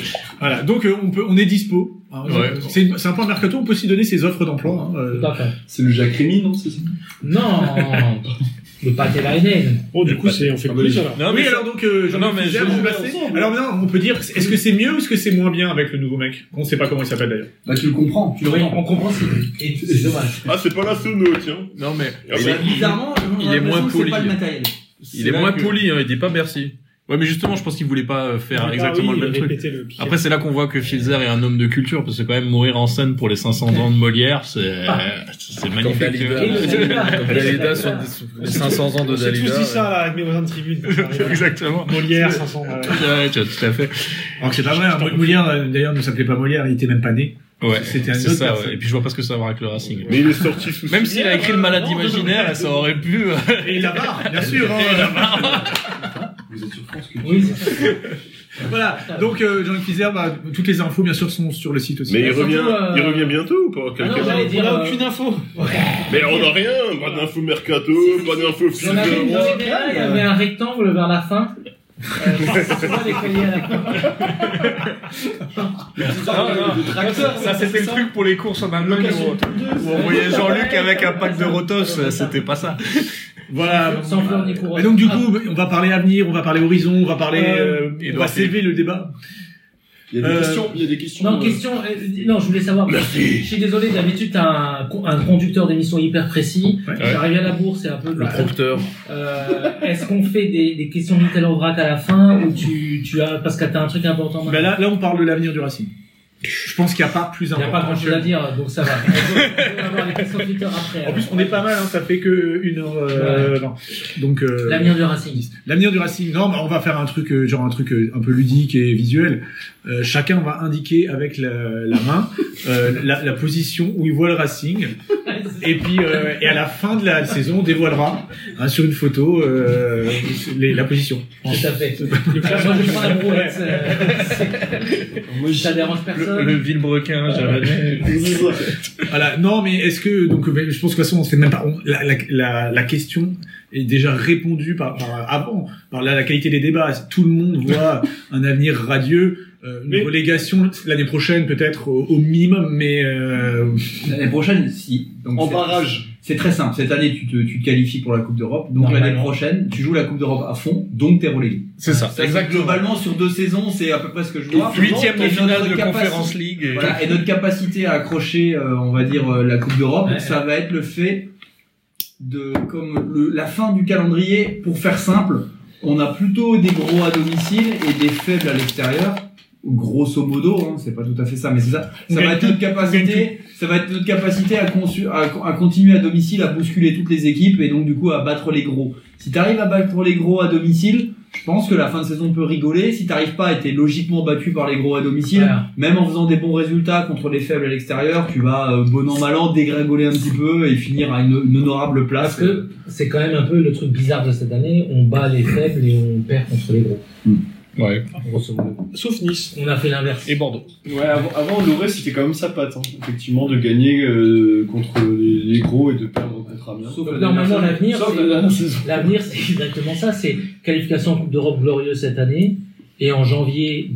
Speaker 2: Voilà. Donc, euh, on peut, on est dispo. hein,
Speaker 11: Ouais.
Speaker 2: C'est une- c'est un point mercato. On peut s'y donner ses offres d'emploi. hein, euh,
Speaker 5: Tout à fait.
Speaker 13: C'est le Jacques Rémy, non c'est ça
Speaker 5: Non Le pâté Lainen.
Speaker 14: Bon, Oh, du
Speaker 11: Bah,
Speaker 14: coup, c'est on fait le quiz alors.
Speaker 11: Non,
Speaker 2: oui,
Speaker 11: mais
Speaker 2: alors donc, euh, Jean-Luc
Speaker 11: Non, mais
Speaker 2: Fugère,
Speaker 11: je-
Speaker 2: vous passez. Alors maintenant, on peut dire, est-ce que c'est mieux ou est-ce que c'est moins bien avec le nouveau mec On sait pas comment il s'appelle d'ailleurs.
Speaker 15: Bah, tu le comprends. Tu le
Speaker 5: Oui,
Speaker 15: comprends.
Speaker 5: on comprend ce qu'il dit. Et C'est dommage.
Speaker 12: Ah, c'est pas la sono, tiens.
Speaker 11: Non, mais.
Speaker 12: Ah,
Speaker 11: Il
Speaker 12: bah,
Speaker 11: est,
Speaker 15: Bizarrement, on a
Speaker 11: Il est moins
Speaker 15: l'impression que
Speaker 11: poli.
Speaker 15: C'est pas le matériel.
Speaker 11: il est moins poli, hein, il dit pas merci. Ouais, mais justement, je pense qu'il voulait pas euh, faire
Speaker 14: Ah
Speaker 11: exactement
Speaker 14: oui,
Speaker 11: le même truc.
Speaker 14: répéter le piquet.
Speaker 11: Après, c'est là qu'on voit que Filzer est un homme de culture, parce que quand même mourir en scène pour les 500 ans de Molière, c'est, c'est magnifique.
Speaker 10: Dalida.
Speaker 5: Et le Dalida.
Speaker 10: Dalida sur des- les 500 ans de
Speaker 14: on s'est tous
Speaker 10: Dalida.
Speaker 14: dit ça là, avec mes voisins de tribune. quand ça arrive.
Speaker 11: Exactement.
Speaker 14: Molière, 500. ouais.
Speaker 11: Ouais, tu as tout à fait.
Speaker 2: Alors que c'est pas vrai. hein, Molière, euh, d'ailleurs, ne s'appelait pas Molière, il était même pas né.
Speaker 11: Ouais.
Speaker 2: C'était un
Speaker 11: C'est
Speaker 2: autre
Speaker 11: ça,
Speaker 2: personne.
Speaker 11: ouais. Et puis je vois pas ce que ça va avoir avec le Racing.
Speaker 12: Mais il est sorti sous
Speaker 11: Même s'il a écrit
Speaker 2: hein,
Speaker 11: le malade imaginaire, ça aurait pu. euh.
Speaker 2: Et la barre, bien sûr. hein.
Speaker 5: Oui, c'est ça.
Speaker 2: Voilà. Donc, euh, Jean-Luc Fizer, bah, toutes les infos, bien sûr, sont sur le site aussi. euh, Ah
Speaker 12: Mais il revient, il revient bientôt ou pas quelqu'un
Speaker 14: on
Speaker 11: euh,
Speaker 14: a aucune info.
Speaker 12: Mais on a rien, pas d'info mercato, pas d'info
Speaker 5: On
Speaker 12: film.
Speaker 5: avait une dans les médailles, il y avait un rectangle vers la fin. Euh, c'est pas des colliers à la fin.
Speaker 11: Ça, c'était le truc pour les courses en Allemagne où on voyait Jean-Luc avec un pack de Rotos. C'était pas ça.
Speaker 2: Voilà.
Speaker 5: Sans fleurs ni couronne.
Speaker 2: Et donc,
Speaker 11: Ah.
Speaker 2: du coup, on va parler avenir, on va parler horizon, on va parler, euh, on va
Speaker 10: Edouard
Speaker 2: s'élever le débat.
Speaker 13: Il y a des
Speaker 2: Euh,
Speaker 13: questions, il y a des questions.
Speaker 5: Non,
Speaker 13: euh,
Speaker 5: question. euh, non, je voulais savoir. Je suis désolé, d'habitude, t'as un, co- un conducteur d'émission hyper précis. J'arrive à la bourre, c'est un peu.
Speaker 10: Le prompteur.
Speaker 5: Euh, Est-ce qu'on fait des, des questions Mittel Vrac à la fin ou tu, tu as. Parce que t'as un truc important
Speaker 2: Bah,
Speaker 5: maintenant
Speaker 2: là, là, on parle de l'avenir du Racing. Je pense qu'il n'y a pas plus
Speaker 5: Il n'y a
Speaker 2: important.
Speaker 5: pas grand chose à dire, donc ça va. On peut- on peut avoir les questions Twitter après.
Speaker 2: En
Speaker 5: alors.
Speaker 2: plus, on est pas mal, hein, ça fait que une heure. euh, non. Donc euh,
Speaker 5: L'avenir du Racing.
Speaker 2: l'avenir du Racing. Non, mais on va faire un truc, euh, genre un truc euh, un peu ludique et visuel. Euh, chacun va indiquer avec la, la main euh, la, la position où il voit le Racing, et puis euh, et à la fin de la saison, on dévoilera hein, sur une photo euh, les- la position.
Speaker 5: Tout à fait.
Speaker 11: Ah,
Speaker 5: Alors, moi, je prends la brouette. euh, c'est- ça dérange
Speaker 11: Le,
Speaker 5: personne.
Speaker 11: le vilebrequin, j'avais.
Speaker 2: Voilà. Non, mais est-ce que donc mais je pense que de toute façon on sait même pas on- la, la, la, la question est déjà répondue par, par- avant par la, la qualité des débats. Tout le monde voit un avenir radieux. euh, une
Speaker 14: Mais-
Speaker 2: relégation l'année prochaine peut-être au, au minimum, mais euh,
Speaker 15: L'année prochaine, si. Donc,
Speaker 13: En
Speaker 15: c'est-
Speaker 13: barrage.
Speaker 15: C'est très simple. Cette année, tu te, tu te qualifies pour la Coupe d'Europe. Donc
Speaker 5: Normalement.
Speaker 15: l'année prochaine, tu joues la Coupe d'Europe à fond, donc t'es relégué.
Speaker 11: C'est ça.
Speaker 15: Ça, c'est Globalement, sur deux saisons, c'est à peu près ce que je vois.
Speaker 11: Huitième de
Speaker 15: Et notre
Speaker 11: finale de
Speaker 15: capaci-
Speaker 11: Conférence League. et-
Speaker 15: Voilà, et notre capacité à accrocher, euh, on va dire, euh, la Coupe d'Europe,
Speaker 5: Ouais.
Speaker 15: ça va être le fait de, comme le- la fin du calendrier, pour faire simple, on a plutôt des gros à domicile et des faibles à l'extérieur. Grosso modo, hein, c'est pas tout à fait ça, mais c'est ça. Ça va être notre capacité, ça va être notre capacité à, consu- à, à continuer à domicile, à bousculer toutes les équipes et donc du coup à battre les gros. Si t'arrives à battre les gros à domicile, je pense que la fin de saison peut rigoler. Si t'arrives pas, et t'es logiquement battu par les gros à domicile,
Speaker 5: Voilà.
Speaker 15: même en faisant des bons résultats contre les faibles à l'extérieur, tu vas euh, bon an mal an dégringoler un petit peu et finir à une, une honorable
Speaker 5: Parce
Speaker 15: place.
Speaker 5: que c'est quand même un peu le truc bizarre de cette année. On bat les faibles et on perd contre les gros.
Speaker 2: Hmm.
Speaker 11: Ouais.
Speaker 5: Grosso modo.
Speaker 14: Sauf Nice.
Speaker 5: On a fait l'inverse.
Speaker 11: Et Bordeaux.
Speaker 13: Ouais, avant, avant Loré, c'était quand même sa patte, hein, effectivement, de gagner euh, contre les, les gros et de perdre contre Amiens.
Speaker 15: Sauf la
Speaker 5: Normalement,
Speaker 15: dernière
Speaker 5: l'avenir,
Speaker 13: Sauf
Speaker 5: c'est-
Speaker 13: la dernière saison.
Speaker 5: L'avenir, c'est exactement ça. C'est qualification en Coupe d'Europe glorieuse cette année. Et en janvier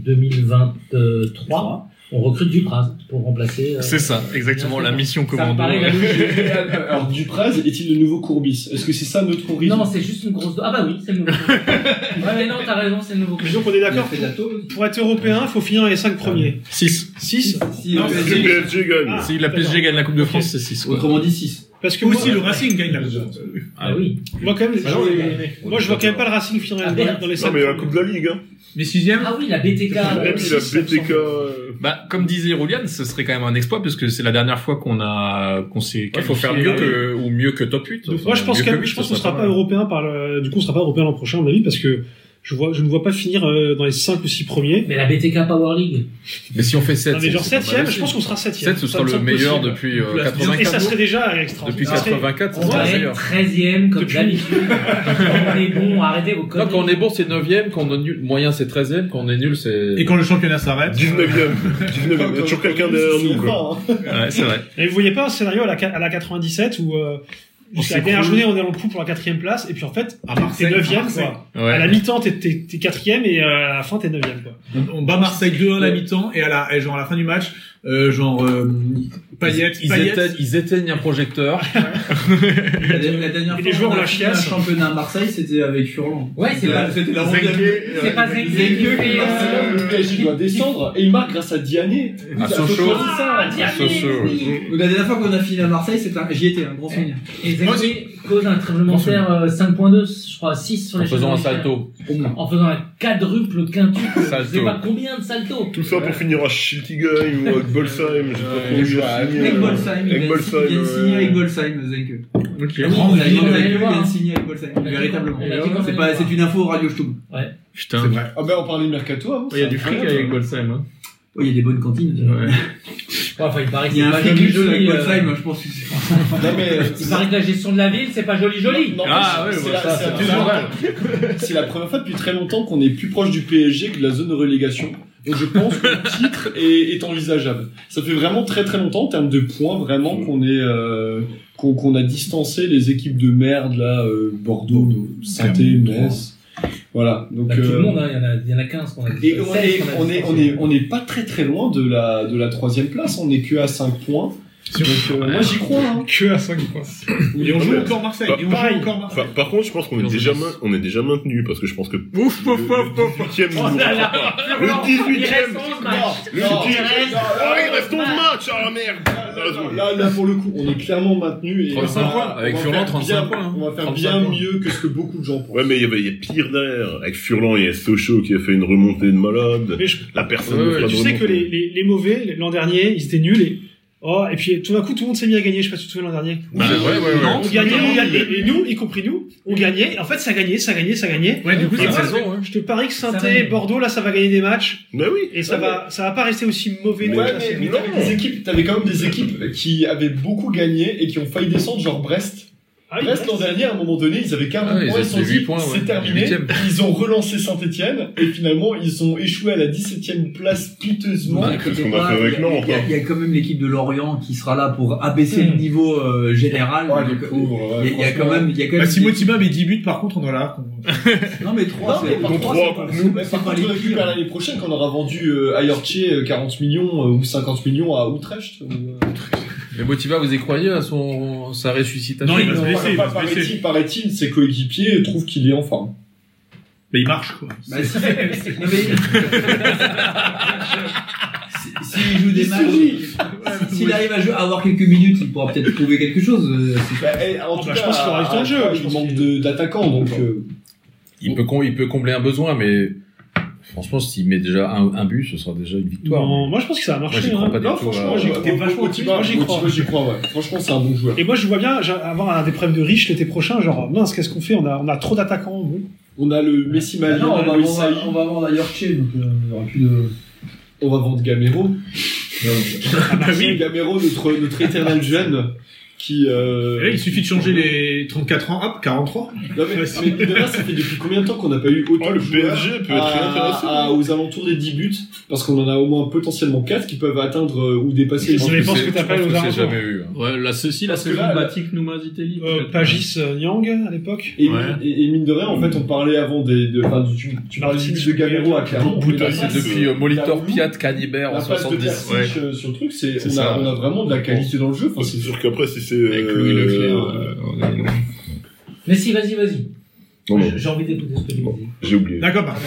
Speaker 5: 2023, on recrute Dupraz pour remplacer. euh,
Speaker 11: C'est ça, exactement, la mission
Speaker 5: Ça me
Speaker 11: commando.
Speaker 5: paraît la logique.
Speaker 13: Alors, Dupraz est-il le nouveau Courbis Est-ce que c'est ça notre horizon
Speaker 5: Non, c'est juste une grosse. Ah bah oui, c'est le nouveau. ouais, mais non, t'as raison, c'est le nouveau.
Speaker 14: Mais donc on est
Speaker 15: Il a
Speaker 14: d'accord,
Speaker 15: fait de la tôle.
Speaker 14: pour être européen, il faut finir les 5 premiers.
Speaker 11: 6.
Speaker 14: 6
Speaker 15: Si,
Speaker 14: Non,
Speaker 15: euh,
Speaker 14: c'est-
Speaker 12: Le PSG gagne.
Speaker 14: Ah.
Speaker 11: Si la PSG gagne la Coupe de France, c'est 6.
Speaker 15: Autrement dit 6.
Speaker 14: Parce que
Speaker 2: aussi
Speaker 14: moi,
Speaker 2: le Racing gagne la
Speaker 5: Ah oui.
Speaker 14: moi, quand même,
Speaker 13: Ah non,
Speaker 14: je-
Speaker 13: mais-
Speaker 14: moi je vois quand même pas le Racing finir
Speaker 5: Ah,
Speaker 14: dans,
Speaker 5: merde.
Speaker 14: dans les
Speaker 12: Non
Speaker 14: 5
Speaker 12: mais la Coupe de la Ligue. Hein.
Speaker 2: mais sixième.
Speaker 5: Ah oui, la BTK.
Speaker 12: Même si la BTK. euh,
Speaker 11: Bah, comme disait Roulian, ce serait quand même un exploit parce que c'est la dernière fois qu'on a qu'on s'est
Speaker 10: Il faut faire mieux que, ou mieux que top 8.
Speaker 14: Donc moi je pense que je pense qu'on sera pas européen par le, du coup on sera pas européen l'an prochain à mon avis parce que je vois je ne vois pas finir euh, dans les 5 ou 6 premiers.
Speaker 5: Mais la BTK Power League.
Speaker 10: Mais si on fait 7.
Speaker 14: Non, mais genre 7ème, je pense qu'on sera 7ème.
Speaker 10: 7, ce sera le meilleur depuis euh,
Speaker 14: Et ça
Speaker 10: 84.
Speaker 14: serait déjà extra.
Speaker 10: Depuis
Speaker 14: Ça serait-
Speaker 10: 84,
Speaker 5: On
Speaker 10: c'est
Speaker 5: va
Speaker 10: le
Speaker 5: être
Speaker 10: meilleur.
Speaker 5: 13ème comme
Speaker 14: Depuis-
Speaker 5: d'habitude. on est bon, arrêtez vos
Speaker 10: Non,
Speaker 5: conneries.
Speaker 10: quand on est bon, c'est 9ème, quand on est nul, moyen, c'est 13ème, quand on est nul, c'est.
Speaker 2: Et quand le championnat s'arrête,
Speaker 12: 19ème. 19ème. Il y a toujours quelqu'un derrière nous. Quoi.
Speaker 11: Ouais, c'est vrai.
Speaker 14: Et vous voyez pas un scénario à la, à la 97 où euh, jusqu'à la dernière journée on est dans le coup pour la quatrième place et puis en fait
Speaker 2: Oh, à
Speaker 14: t'es
Speaker 2: Marseille,
Speaker 14: 9ème
Speaker 2: à Marseille.
Speaker 14: quoi. À la
Speaker 11: Ouais.
Speaker 14: mi-temps t'es- t'es t'es quatrième et euh, à la fin t'es 9ème quoi.
Speaker 2: On- on bat Marseille 2-1 à la mi-temps et à la et genre à la fin du match, euh, genre euh, Payet,
Speaker 10: Ils,
Speaker 2: Payet-
Speaker 10: éteignent, ils éteignent un projecteur.
Speaker 15: La, la dernière
Speaker 14: Et
Speaker 15: fois,
Speaker 14: les joueurs
Speaker 15: on
Speaker 14: ont
Speaker 15: a
Speaker 14: la
Speaker 15: fait
Speaker 14: chiasse.
Speaker 15: Un championnat à Marseille, c'était avec Furlan.
Speaker 5: Ouais, c'est pas-
Speaker 15: C'était la
Speaker 12: Zenke,
Speaker 15: ronde
Speaker 12: euh,
Speaker 5: C'est pas Zenke
Speaker 15: Zenke
Speaker 5: qui
Speaker 15: qui
Speaker 5: fait,
Speaker 15: marque,
Speaker 5: euh,
Speaker 13: Barcelone, le PSG doit descendre et il marque grâce à Diané.
Speaker 15: Ah,
Speaker 10: À Sochaux.
Speaker 13: C'est ça.
Speaker 5: Ah,
Speaker 10: À Sochaux, oui.
Speaker 15: Donc, La dernière fois qu'on a fini à Marseille, c'était un... j'y étais, un grand souvenir.
Speaker 5: Et Zengue cause un tremblement de terre euh, 5.2, je crois, 6 sur
Speaker 10: En
Speaker 5: les
Speaker 10: faisant un
Speaker 5: championnats.
Speaker 10: salto.
Speaker 15: Au moins.
Speaker 5: En faisant un quadruple, quintuple, je sais
Speaker 10: Salto.
Speaker 5: pas combien de saltos.
Speaker 12: Tout ça pour finir à Schiltigheim ou à Bolsheim.
Speaker 10: les
Speaker 12: Je sais
Speaker 10: joueurs
Speaker 12: pas
Speaker 10: à
Speaker 12: trop où il a
Speaker 15: Avec
Speaker 12: signé, euh,
Speaker 15: Bolsheim, il
Speaker 12: avec euh.
Speaker 15: vient de signer- il vient de signer avec
Speaker 12: ouais.
Speaker 15: Bolsheim, Zenke.
Speaker 11: Ok.
Speaker 5: on
Speaker 15: Il
Speaker 5: allait
Speaker 15: vient de
Speaker 5: le voir, hein.
Speaker 15: signer avec Bolsheim,
Speaker 5: On a dit-
Speaker 15: véritablement.
Speaker 5: on a dit qu'on
Speaker 15: C'est
Speaker 5: allait
Speaker 15: pas-
Speaker 5: le voir.
Speaker 15: c'est une info au Radio Stub.
Speaker 2: C'est
Speaker 11: Putain.
Speaker 2: vrai.
Speaker 13: Ah ben on parlait mercato avant.
Speaker 11: Il y a du fric avec Goldsheim. Hein.
Speaker 15: Oh, il y a des bonnes cantines.
Speaker 11: Ouais.
Speaker 5: enfin, il paraît que
Speaker 15: Il y a
Speaker 5: c'est
Speaker 15: un
Speaker 5: pas
Speaker 15: flic
Speaker 5: joli,
Speaker 15: juste
Speaker 5: joli,
Speaker 15: avec
Speaker 5: euh,
Speaker 15: Wolfheim, je pense que c'est.
Speaker 13: Non, mais, euh,
Speaker 5: Il paraît que la gestion de la ville, c'est pas joli, joli.
Speaker 13: Ah
Speaker 10: oui,
Speaker 13: c'est
Speaker 10: bah, ça,
Speaker 13: la- c'est
Speaker 10: c'est
Speaker 13: la-
Speaker 10: normal.
Speaker 13: c'est la première fois depuis très longtemps qu'on est plus proche du PSG que de la zone de relégation. Donc je pense que le titre est, est envisageable. Ça fait vraiment très très longtemps en termes de points vraiment
Speaker 5: Mm.
Speaker 13: qu'on est euh, qu'on qu'on a distancé les équipes de merde là euh, Bordeaux, Santé, Metz. Voilà. Donc
Speaker 5: Mm. Bah, tout
Speaker 13: euh,
Speaker 5: le monde, hein, il y en a- il y, en a 15 qu'on a dit.
Speaker 13: et on est, on est, on est, on est pas très très loin de la, de la troisième place, on est que à 5 points. Donc euh, moi j'y crois. Hein.
Speaker 2: Que à 5 points. Et on joue encore
Speaker 12: Bah,
Speaker 2: Marseille. Et on joue encore Marseille.
Speaker 12: Par, par contre, je pense qu'on est déjà main- on est déjà maintenu parce que je pense que le
Speaker 16: Ouf, pouf, pouf, pouf.
Speaker 12: 18e
Speaker 5: Oh
Speaker 12: nous
Speaker 5: là là,
Speaker 12: rattrape pas.
Speaker 5: Florent,
Speaker 12: Le 18
Speaker 5: il reste
Speaker 12: e
Speaker 5: 11 matchs.
Speaker 12: le
Speaker 13: Non,
Speaker 12: 18
Speaker 5: reste
Speaker 12: Ah oui, il reste 11
Speaker 5: onze
Speaker 12: matchs Ah merde
Speaker 13: Là, là, pour le coup, on est clairement maintenu. Et
Speaker 10: 35
Speaker 13: on va-
Speaker 10: points.
Speaker 13: on va
Speaker 10: Avec
Speaker 13: faire
Speaker 10: Furlan,
Speaker 13: bien-
Speaker 10: 35 points, hein.
Speaker 13: On va faire
Speaker 10: 35
Speaker 13: bien
Speaker 10: points.
Speaker 13: mieux que ce que beaucoup de gens pensent.
Speaker 12: Ouais, mais il y, avait- il y a pire derrière. Avec Furlan, il y a Sochaux qui a fait une remontée de malade.
Speaker 14: Mais je-
Speaker 12: La personne
Speaker 10: Ouais,
Speaker 12: ne
Speaker 10: ouais,
Speaker 12: fera
Speaker 14: tu
Speaker 12: de
Speaker 14: sais que
Speaker 12: remontée.
Speaker 14: les, les, les mauvais, l'an dernier, ils étaient nuls et. Oh, et puis tout d'un coup, tout le monde s'est mis à gagner. Je sais pas si tu te souviens l'an dernier.
Speaker 12: Bah, ouais, ouais, ouais.
Speaker 14: on gagnait, on gagnait. Et nous, y compris nous, on gagnait. En fait, ça gagnait, ça gagnait, ça gagnait.
Speaker 2: Ouais, du coup,
Speaker 14: Et
Speaker 2: cette
Speaker 14: moi,
Speaker 2: saison,
Speaker 14: Je te parie que saint
Speaker 5: Ça gagne.
Speaker 14: Bordeaux, là, ça va gagner des matchs.
Speaker 12: Bah oui
Speaker 14: Et ça
Speaker 13: Ouais,
Speaker 14: va, ça va pas rester aussi mauvais.
Speaker 12: Mais
Speaker 14: toute
Speaker 13: Ouais,
Speaker 14: la
Speaker 13: mais,
Speaker 14: saison.
Speaker 13: mais t'avais des équipes, t'avais quand même des équipes qui avaient beaucoup gagné et qui ont failli descendre, genre Brest.
Speaker 14: Ah oui,
Speaker 13: Brest l'an dernier, à un moment donné, ils avaient 40
Speaker 10: Ah ouais, ils
Speaker 13: points, ils
Speaker 10: avaient
Speaker 13: se sont
Speaker 10: huit
Speaker 13: dit,
Speaker 10: points, ouais.
Speaker 13: c'est terminé.
Speaker 10: Huitième.
Speaker 13: Ils ont relancé Saint-Etienne et finalement, ils ont échoué à la 17ème place piteusement.
Speaker 12: Ouais. c'est ce qu'on a fait avec Nantes,
Speaker 15: Il y a-
Speaker 12: hein.
Speaker 15: il y a quand même l'équipe de Lorient qui sera là pour abaisser le
Speaker 5: Hmm.
Speaker 15: niveau euh, général.
Speaker 13: Oh, les
Speaker 15: Donc,
Speaker 13: pauvres,
Speaker 15: il
Speaker 13: ouais,
Speaker 15: y a- il y a quand
Speaker 13: franchement.
Speaker 15: même, il y a quand
Speaker 2: Bah,
Speaker 15: même.
Speaker 2: si Motima met 10 buts, par contre, on en a l'arc.
Speaker 15: Non mais 3
Speaker 13: Non, mais par
Speaker 15: c'est
Speaker 12: Dont
Speaker 13: contre,
Speaker 12: trois
Speaker 13: c'est pas-
Speaker 12: contre
Speaker 13: c'est
Speaker 15: nous,
Speaker 13: pas-
Speaker 15: c'est
Speaker 13: par
Speaker 15: pas
Speaker 13: contre,
Speaker 15: les
Speaker 13: on récupère
Speaker 15: pires.
Speaker 13: l'année prochaine quand on aura vendu euh, à Yorkshire, euh, 40 millions euh, ou 50 millions à Utrecht. ou, euh,
Speaker 10: Mais Motiva, vous y croyez à son, sa ressuscitation
Speaker 16: Non, il va se
Speaker 13: Non,
Speaker 16: blesser, il
Speaker 13: pas-
Speaker 16: va se
Speaker 13: paraît-il-
Speaker 16: blesser.
Speaker 13: Paraît-il, ses coéquipiers trouvent qu'il est en forme.
Speaker 16: Mais il marche, quoi.
Speaker 15: Bah, si- non, mais- Si- S'il joue des matchs, s'il arrive à, jouer- à avoir quelques minutes, il pourra peut-être trouver quelque chose. euh, c'est-
Speaker 13: Bah, eh, en
Speaker 14: Ah,
Speaker 13: tout
Speaker 14: bah,
Speaker 13: cas,
Speaker 14: je pense qu'il aura du temps de jeu, je
Speaker 13: Il
Speaker 14: pense
Speaker 13: manque
Speaker 14: qu'il-
Speaker 13: de- d'attaquants, donc. euh,
Speaker 10: il peut, com- il peut combler un besoin, mais franchement, s'il met déjà un, un but, ce sera déjà une victoire.
Speaker 14: Non, moi, je pense que ça va
Speaker 10: Moi, j'y
Speaker 14: marcher.
Speaker 10: crois
Speaker 14: hein.
Speaker 10: pas du
Speaker 14: Non,
Speaker 10: tout,
Speaker 14: franchement,
Speaker 10: euh,
Speaker 14: j'y
Speaker 13: Moi,
Speaker 14: crois vachement. plus.
Speaker 13: Motiva,
Speaker 14: Moi, j'y crois.
Speaker 13: Motiva, j'y crois, ouais. Franchement, c'est un bon joueur.
Speaker 14: Et moi, je vois bien j'ai- avoir un des problèmes de riche l'été prochain. Genre, mince, qu'est-ce qu'on fait on a, on a trop d'attaquants. bon.
Speaker 13: On a le Messi
Speaker 15: Bah
Speaker 13: Malien,
Speaker 15: non, on va,
Speaker 13: on,
Speaker 15: on va, on va vendre à Yorkshire, donc euh, il n'y aura plus de.
Speaker 13: va vendre Gamero.
Speaker 14: Ah, Marseille.
Speaker 13: Gamero, notre, notre éternel jeune, qui. euh,
Speaker 2: Et là, il suffit de changer les 34 ans, hop, 43.
Speaker 13: Non, mais, mais mine de rien, ça fait depuis combien de temps qu'on n'a pas eu autant
Speaker 12: Oh, le
Speaker 13: de joueurs
Speaker 12: PSG peut être
Speaker 13: à-
Speaker 12: intéressant.
Speaker 13: à- aux alentours des 10 buts Parce qu'on en a au moins potentiellement 4 qui peuvent atteindre euh, ou dépasser les
Speaker 10: Je pense
Speaker 14: Ça dépend ce
Speaker 10: c'est-
Speaker 14: que t'appelles
Speaker 10: je pense
Speaker 14: aux
Speaker 10: que c'est
Speaker 14: alentours.
Speaker 10: jamais eu. hein.
Speaker 11: Ouais, la, ceci, la
Speaker 13: Parce que
Speaker 11: saison
Speaker 13: là,
Speaker 11: de Batik Noumazitelli.
Speaker 14: Euh, Pagis euh, Nyang à l'époque.
Speaker 13: Et,
Speaker 11: Ouais.
Speaker 13: et, et mine de rien, en fait, on parlait avant des. De, enfin, tu, tu parlais
Speaker 14: Martin,
Speaker 13: du but de Gamero à Clermont.
Speaker 12: Bout-
Speaker 13: mais la
Speaker 12: Boutaïs,
Speaker 10: C'est
Speaker 13: passe,
Speaker 10: depuis
Speaker 13: euh,
Speaker 10: euh, Molitor
Speaker 13: Darwin,
Speaker 10: Piat Canibert en
Speaker 13: La passe de
Speaker 10: 70.
Speaker 13: Persic euh, sur le truc, c'est
Speaker 12: C'est
Speaker 13: on, a,
Speaker 12: ça.
Speaker 13: on a vraiment de la qualité dans le jeu. Enfin,
Speaker 12: C'est
Speaker 13: c'est
Speaker 12: sûr qu'après, si c'est.
Speaker 10: Avec Louis Leclerc, euh, on est-
Speaker 5: Mais si, vas-y, vas-y.
Speaker 12: Non, non,
Speaker 5: J'ai- J'ai envie d'écouter ce que tu dis.
Speaker 12: j'ai oublié.
Speaker 2: D'accord, pardon.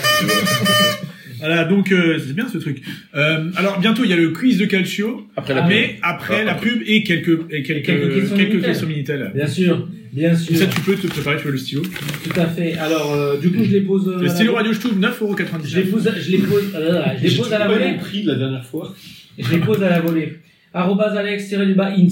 Speaker 2: Voilà, donc euh, c'est bien ce truc. Euh, alors bientôt il y a le quiz de Calcio,
Speaker 10: Après la
Speaker 2: mais après
Speaker 10: Ah,
Speaker 2: la pub et quelques et quelques
Speaker 5: quelques questions
Speaker 2: quelques
Speaker 5: Minitel.
Speaker 2: questions Minitel.
Speaker 5: Bien sûr, bien
Speaker 2: Et ça
Speaker 5: sûr,
Speaker 2: tu peux te préparer, tu veux le stylo.
Speaker 5: tout à fait. Alors, euh, du coup, je les pose. euh, à
Speaker 2: Le
Speaker 5: la-
Speaker 2: stylo Radio je trouve
Speaker 5: Je les
Speaker 2: 9,99€.
Speaker 5: pose, je les pose, euh, je les
Speaker 13: J'ai
Speaker 5: pose à la
Speaker 13: trouvé
Speaker 5: volée.
Speaker 13: le prix de la dernière fois.
Speaker 5: Je les pose à la volée. Arrobas Alex du bas int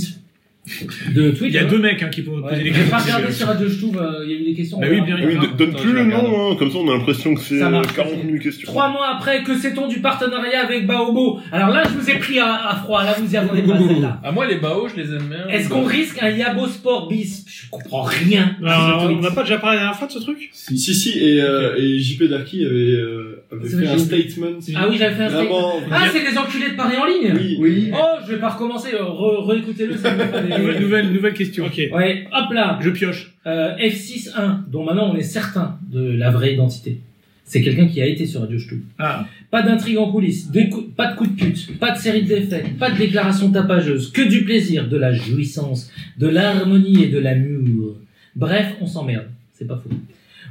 Speaker 5: de Twitter.
Speaker 2: Il y a deux mecs hein, qui peuvent poser
Speaker 5: Ouais.
Speaker 2: des
Speaker 5: J'ai pas
Speaker 2: questions.
Speaker 5: regardé sur Radio Stouv, euh, il y a eu des questions.
Speaker 2: Bah
Speaker 5: on
Speaker 2: oui,
Speaker 5: verra.
Speaker 2: bien, il y a
Speaker 12: Oui,
Speaker 2: Ah,
Speaker 12: d- donne
Speaker 10: attends,
Speaker 12: plus
Speaker 10: je
Speaker 12: le
Speaker 10: regarde.
Speaker 12: nom, hein, comme ça on a l'impression que c'est
Speaker 5: Ça marche.
Speaker 12: euh, 40 000 questions.
Speaker 5: Trois mois après, que sait-on du partenariat avec Baobo Alors là, je vous ai pris à, à froid, là, vous y attendez pas celle-là.
Speaker 10: Ah, moi, les Bao, je les aime bien.
Speaker 5: Est-ce qu'on risque un Yabo Sport bis Je comprends rien.
Speaker 14: Alors, on n'a pas déjà parlé la dernière fois de ce truc
Speaker 13: Si, si, et, euh, et JP Darky avait, euh, avait
Speaker 5: C'est vrai,
Speaker 13: fait un
Speaker 5: j'ai
Speaker 13: statement.
Speaker 5: Ah oui, j'avais fait un statement.
Speaker 13: Vraiment.
Speaker 5: Ah, c'est des enculés de Paris en ligne
Speaker 13: Oui.
Speaker 5: Oh, je vais pas recommencer, euh, re- réécoutez-le. ça me fait des-
Speaker 2: Nouvelle, nouvelle nouvelle question.
Speaker 14: Ok.
Speaker 5: Ouais, hop là
Speaker 2: Je pioche.
Speaker 5: Euh, F6.1, dont maintenant on est certain de la vraie identité. C'est quelqu'un qui a été sur Radio Stouff.
Speaker 2: Ah.
Speaker 5: Pas d'intrigue en coulisses, de coup- pas de coup de pute, pas de série de défaites, pas de déclaration tapageuse, que du plaisir, de la jouissance, de l'harmonie et de l'amour. Bref, on s'emmerde. C'est pas fou.